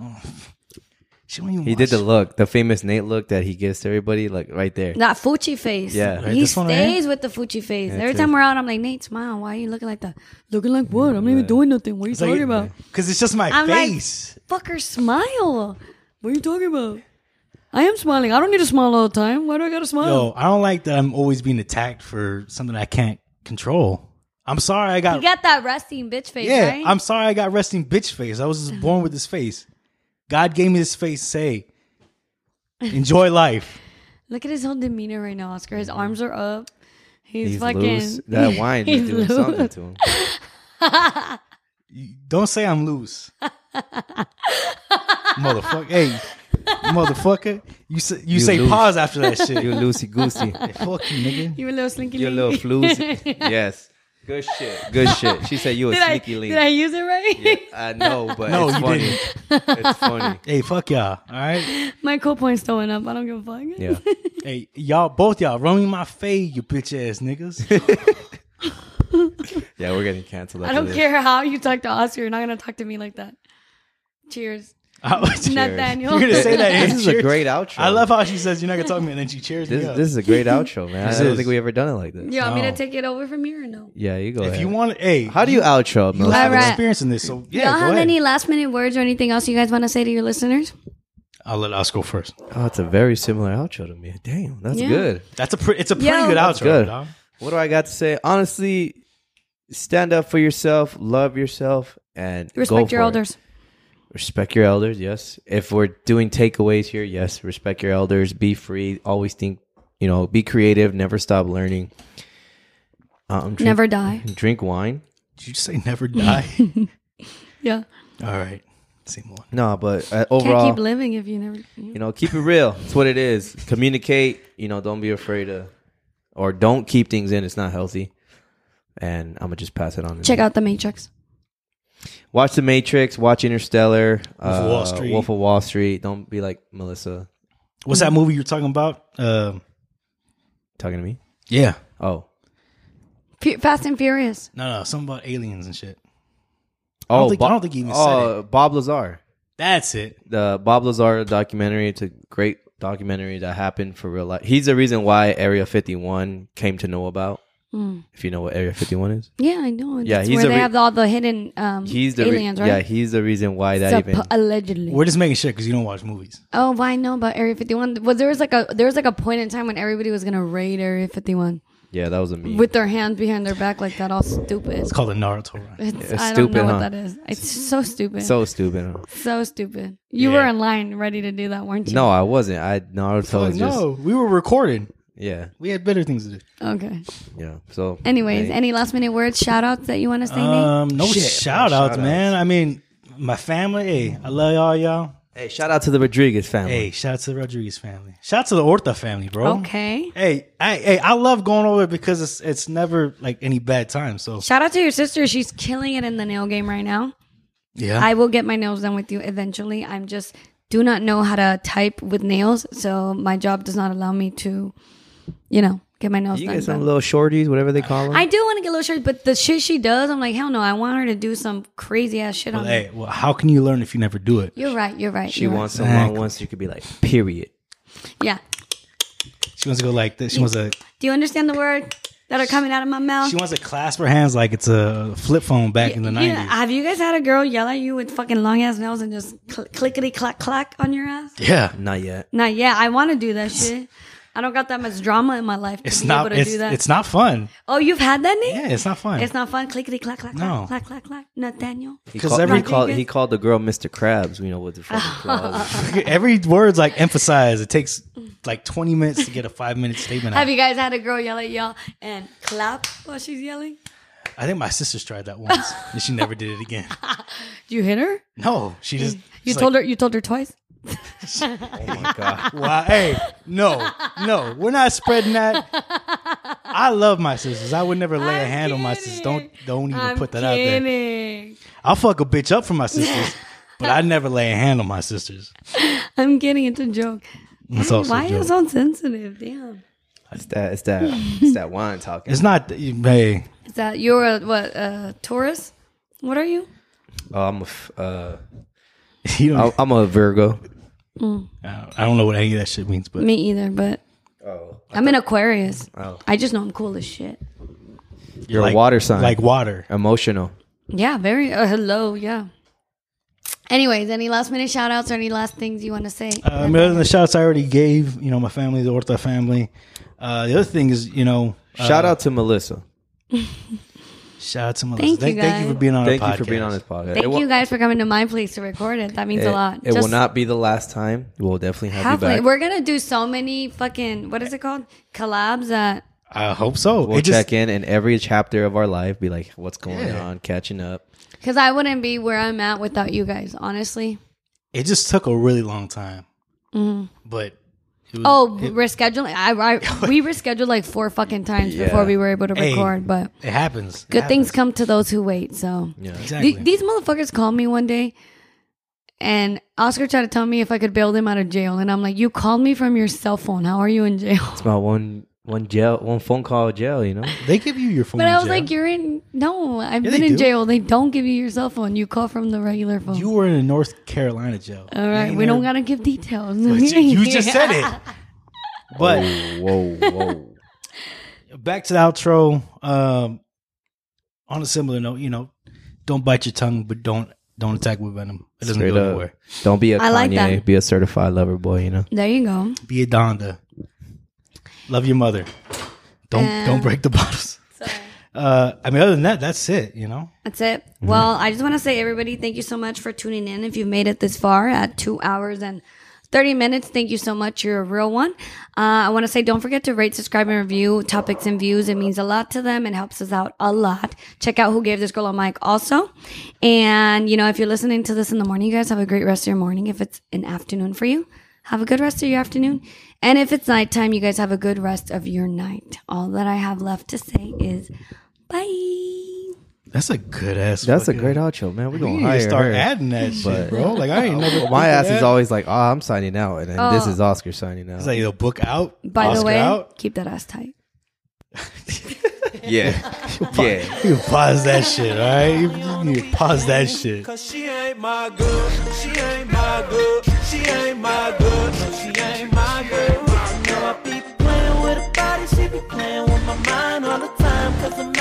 S4: She don't even
S3: he did
S4: watch.
S3: the look, the famous Nate look that he gives to everybody, like right there.
S5: That Fuchi face.
S3: Yeah. Right,
S5: he
S4: this one right here?
S5: stays with the Fuchi face. Every
S3: true.
S5: time we're out, I'm like, Nate, smile. Why are you looking like that? Looking like what? I'm not even doing nothing. What are you
S4: It's
S5: talking
S4: like,
S5: about?
S4: Because it's just my
S5: I'm like-
S4: face.
S5: Fucker, smile. What are you talking about? I am smiling. I don't need to smile all the time. Why do I gotta smile?
S4: Yo, I don't like that I'm always being attacked for something I can't control. I'm sorry I got,
S5: You got that resting bitch face,
S4: yeah.
S5: right?
S4: I'm sorry I got resting bitch face. I was just born with this face. God gave me this face. Say, enjoy life.
S5: Look at his whole demeanor right now, Oscar. His arms are up. He's,
S3: He's
S5: fucking (laughs)
S3: loose. That wine is
S5: He's
S3: doing something
S5: loose.
S3: to him.
S4: You- Don't say I'm
S5: (laughs)
S4: loose, motherfucker. Hey, motherfucker. You say you, say
S3: loose.
S4: pause after that shit. (laughs)
S3: You loosey
S5: (laughs)
S3: goosey.
S4: Fuck you, nigga.
S5: You a little slinky.
S3: You little floozy. yes. Good shit. Good shit. She said you a
S5: (laughs) Did I,
S3: sneaky
S5: did
S3: link.
S5: I use it right?
S3: I know, but
S4: No,
S3: it's
S4: you
S3: funny.
S4: didn't.
S3: It's funny.
S4: Hey, fuck y'all. All right.
S5: (laughs) My cool point's still went up. I don't give a fuck.
S3: Yeah.
S4: Hey, y'all, both y'all, run me my fade, you bitch ass niggas.
S3: (laughs) Yeah, we're getting canceled.
S5: I
S3: after
S5: don't
S3: this.
S5: care how you talk to Oscar. You're not gonna talk to me like that. Cheers,
S4: (laughs)
S5: Nathaniel.
S4: You're gonna say that.
S3: This is a
S4: Cheers.
S3: great outro.
S4: (laughs) I love how she says you're not gonna talk to me, and then she cheers
S3: this.
S4: me up.
S3: This is a
S5: (laughs)
S3: great outro, man. I
S4: This
S3: don't
S4: is-
S3: think we ever done it like this.
S5: You want me to
S4: No.
S5: take it over from here or no?
S3: Yeah, you go.
S4: if
S3: ahead.
S4: you want, hey,
S3: how do you outro?
S4: you
S3: Melissa?
S4: have
S5: Alright.
S4: experience in this? So yeah,
S5: Y'all
S4: go
S5: have
S4: ahead.
S5: any last minute words or anything else you guys want to say to your listeners?
S4: I'll let us go first.
S3: Oh, it's a very similar outro to me. Damn, that's
S5: Yeah.
S3: good.
S4: That's a pre- it's a pretty
S5: Yeah.
S4: good
S3: That's
S4: outro.
S3: good.
S4: dog.
S3: What do I got to say? Honestly, stand up for yourself, love yourself, and go
S5: Respect
S3: for
S5: your
S3: it.
S5: elders.
S3: Respect your elders. Yes. If we're doing takeaways here, yes. Respect your elders. Be free. Always think. You know, be creative. Never stop learning. Um, drink, (laughs)
S5: Never die.
S3: drink wine.
S4: Did you say never die?
S5: (laughs) Yeah.
S4: All right, Seymour.
S3: No, but uh,
S5: Can't
S3: overall,
S5: keep living if you never.
S3: you know, keep it real. It's what it is. Communicate. You know, don't be afraid to, or don't keep things in. It's not healthy. And I'm gonna just pass it on. to
S5: Check
S3: Nick.
S5: out the Matrix.
S3: Watch The Matrix. Watch Interstellar. uh,
S4: Wolf of Wall Street.
S3: Wolf of Wall Street. Don't be like Melissa
S4: What's that movie you're talking about? Um
S3: talking to me.
S4: yeah.
S3: Oh,
S5: Fu- Fast and Furious.
S4: No, no, something about aliens and shit.
S3: oh,
S4: don't think- I don't think he even said
S3: oh, Bob Lazar.
S4: That's it.
S3: The Bob Lazar documentary. It's a great documentary that happened for real life. He's the reason why Area 51 came to know about.
S5: Mm.
S3: If you know what Area 51 is,
S5: Yeah, I know.
S3: Yeah,
S5: That's
S3: he's
S5: where
S3: a
S5: they
S3: re-
S5: have all the hidden um,
S3: he's the re-
S5: aliens,
S3: yeah,
S5: right?
S3: he's the reason why that
S5: Supp-
S3: even
S5: allegedly.
S4: We're just making shit because you don't watch movies.
S5: Oh, but I know about Area 51. Well, there was like a there was like a point in time when everybody was gonna raid Area 51
S3: yeah that was a meme.
S5: with their hands behind their back like that, all stupid.
S4: It's called a Naruto run.
S5: It's,
S3: Yeah,
S5: I
S3: stupid,
S5: don't know
S3: huh?
S5: what that is. It's so stupid. So,
S3: so stupid. huh?
S5: stupid. You
S4: Yeah.
S5: were in line ready to do that, weren't you?
S3: No, I wasn't. I Naruto
S4: Like,
S3: was just
S4: no, we were recording.
S3: yeah
S4: We had better things to do.
S5: Okay.
S3: yeah. So
S5: Anyways,
S3: hey,
S5: any last minute words, shout outs that you want to say, Nate?
S4: Um, no
S3: Shit,
S4: shout
S3: no
S4: outs,
S3: shout-outs.
S4: man. I mean, my family. Hey, I love y'all, y'all.
S3: hey, shout out to the Rodriguez family.
S4: Hey, shout out to the Rodriguez family. Shout out to the Orta family, bro.
S5: Okay.
S4: Hey, I, hey, I love going over it because it's it's never like any bad time. So
S5: Shout out to your sister. She's killing it in the nail game right now.
S4: yeah,
S5: I will get my nails done with you eventually. I'm just do not know how to type with nails, so my job does not allow me to, you know, get my nails
S3: You
S5: done.
S3: get some
S5: but-
S3: little shorties, whatever they call them.
S5: I do want to get little shirts, but the shit she does, I'm like, hell no! I want her to do some crazy ass shit
S4: Well,
S5: on me.
S4: hey, well, how can you learn if you never do it?
S5: You're right. You're right.
S3: she
S5: you're
S3: wants someone
S4: Exactly.
S3: once you could be like, period.
S5: Right. Yeah.
S4: She wants to go like this. She wants to
S5: Do you understand the words that are coming out of my mouth?
S4: she wants to clasp her hands like it's a flip phone back in the
S5: You know,
S4: nineties.
S5: have you guys had a girl yell at you with fucking long ass nails and just cl- clickety clack clack on your ass?
S4: Yeah,
S3: Not yet.
S5: Not yet. I want to do that shit. I don't got that much drama in my life to
S4: it's
S5: be
S4: not
S5: able to
S4: it's,
S5: do that.
S4: it's not fun.
S5: oh, you've had that, Nate?
S4: Yeah, it's not fun. (laughs)
S5: It's not fun. Clickety clack clack
S4: No.
S5: clack clack clack clack. Nathaniel.
S3: He
S4: 'Cause
S3: called,
S4: every-
S3: he called he
S5: Rodriguez?
S3: called the girl Mr. Krabs. You know with the fucking
S5: (laughs)
S3: claws.
S4: Every word's like emphasized. It takes like twenty minutes to get a five minute statement.
S5: Have
S4: Out.
S5: you guys had a girl yell at y'all and clap while she's yelling?
S4: I think my sister's tried that once, and she never did it again.
S5: (laughs) Did you hit her?
S4: No, she just
S5: You told her. You told her twice.
S3: oh my god.
S4: (laughs) Why? Hey, no, no, we're not spreading that. I love my sisters. I would never lay a
S5: I'm
S4: hand on my sisters. Don't
S5: kidding.
S4: don't even
S5: I'm
S4: put that out there.
S5: kidding.
S4: I'll fuck a bitch up for my sisters, but I never lay a hand on my sisters.
S5: I'm kidding. It's a joke.
S4: It's also
S5: Mm, Why
S4: a
S5: are
S4: joke.
S5: you so sensitive? Damn.
S3: It's that it's
S5: (laughs)
S3: that it's that wine talking.
S4: It's not. Hey, (laughs)
S5: Is that you're a what? A Taurus? What are you?
S3: Oh, I'm a f- uh,
S4: you don't,
S3: I'm- I'm a Virgo.
S4: I I don't know what any of that shit means, but
S5: Me either, but
S3: Oh,
S5: I'm an Aquarius.
S3: Oh.
S5: I just know I'm cool as shit.
S3: you're a
S4: like-
S3: water sign.
S4: Like water.
S3: emotional.
S5: Yeah, very. Uh, hello, yeah. Anyways, any last minute shout outs or any last things you want to say?
S4: Um, other than the shouts I already gave, you know, my family, the Orta family. Uh, the other thing is, you know, uh,
S3: Shout out to Melissa.
S4: shout out to Melissa.
S5: Thank you,
S4: you
S5: guys.
S4: for being on
S3: Thank
S4: our
S3: you
S4: podcast.
S3: for being on this podcast.
S5: Thank
S3: It will-
S5: you guys for coming to my place to record it. That means
S3: it-
S5: a lot.
S3: It will
S5: Just
S3: not be the last time. We'll definitely have
S5: halfway-
S3: you back.
S5: We're gonna do so many fucking what is it called collabs that
S4: I hope so.
S3: We'll
S4: It just-
S3: check in in every chapter of our life. Be like, what's going
S4: Yeah.
S3: on? Catching up.
S5: because I wouldn't be where I'm at without you guys, honestly.
S4: It just took a really long time, but
S3: Mm.
S4: it was,
S5: Mm-hmm. Oh, rescheduling. I,
S3: (laughs)
S5: I we rescheduled like four fucking times
S3: Yeah.
S5: before we were able to
S4: Hey.
S5: record, but
S4: it happens. It
S5: good things
S4: happens.
S5: come to those who wait. So
S3: Yeah.
S5: (laughs)
S4: Exactly.
S5: Th- these motherfuckers called me one day, and Oscar tried to tell me if I could bail them out of jail, and I'm like, "You called me from your cell phone. How are you in
S4: (laughs)
S5: jail?"
S3: It's about one one jail, one phone call jail. You know.
S4: they give you your phone.
S5: But I was
S4: Jeff.
S5: like, "You're in no. I've
S4: Yeah,
S5: been
S4: they
S5: in
S4: do.
S5: jail. They don't give you your cell phone. You call from the regular phone."
S4: you were in a North Carolina jail.
S5: All right, we don't gotta give details. (laughs)
S4: You, you just said it. But
S3: whoa, (laughs) whoa. Oh.
S4: back to the outro. Um, on a similar note, you know, don't bite your tongue, but don't Don't attack with venom. It doesn't
S3: Straight
S4: go
S3: up.
S4: anywhere.
S3: Don't be a
S5: I
S3: Kanye.
S5: like that.
S3: Be a certified lover boy. You know.
S5: (laughs) There you go.
S4: Be a Donda. Love your mother. Don't
S5: Uh,
S4: don't break the bottles. Uh, I mean, other than that, that's it. You know.
S5: That's it. Well, I just want to say, everybody, thank you so much for tuning in. If you've made it this far at two hours and 30 minutes, thank you so much. You're a real one. Uh, I want to say, don't forget to rate, subscribe, and review topics and views. It means a lot to them and helps us out a lot. Check out Who Gave This Girl a Mic also. And, you know, if you're listening to this in the morning, you guys have a great rest of your morning. If it's an afternoon for you, have a good rest of your afternoon. And if it's nighttime, you guys have a good rest of your night. All that I have left to say is bye.
S4: That's a good ass.
S3: That's a
S4: fucking-
S3: great outro, man. We're
S4: You
S3: gonna
S4: need to
S3: hire
S4: start
S3: her.
S4: adding that shit,
S3: But-
S4: bro. Like
S3: (laughs)
S4: I ain't never.
S3: My ass
S4: that.
S3: is always like, oh, I'm signing out, and then this
S5: Oh.
S3: is Oscar signing out.
S4: It's like the book out.
S5: By
S4: Oscar
S5: the way,
S4: out.
S5: keep that ass tight.
S3: (laughs) yeah, yeah.
S4: You pause that shit, all right? You, you pause that shit.
S2: Cause she ain't my girl, she ain't my girl, she ain't my girl, no, she ain't my girl. You know I be playing with her body, she be playing with my mind all the time. Cause I'm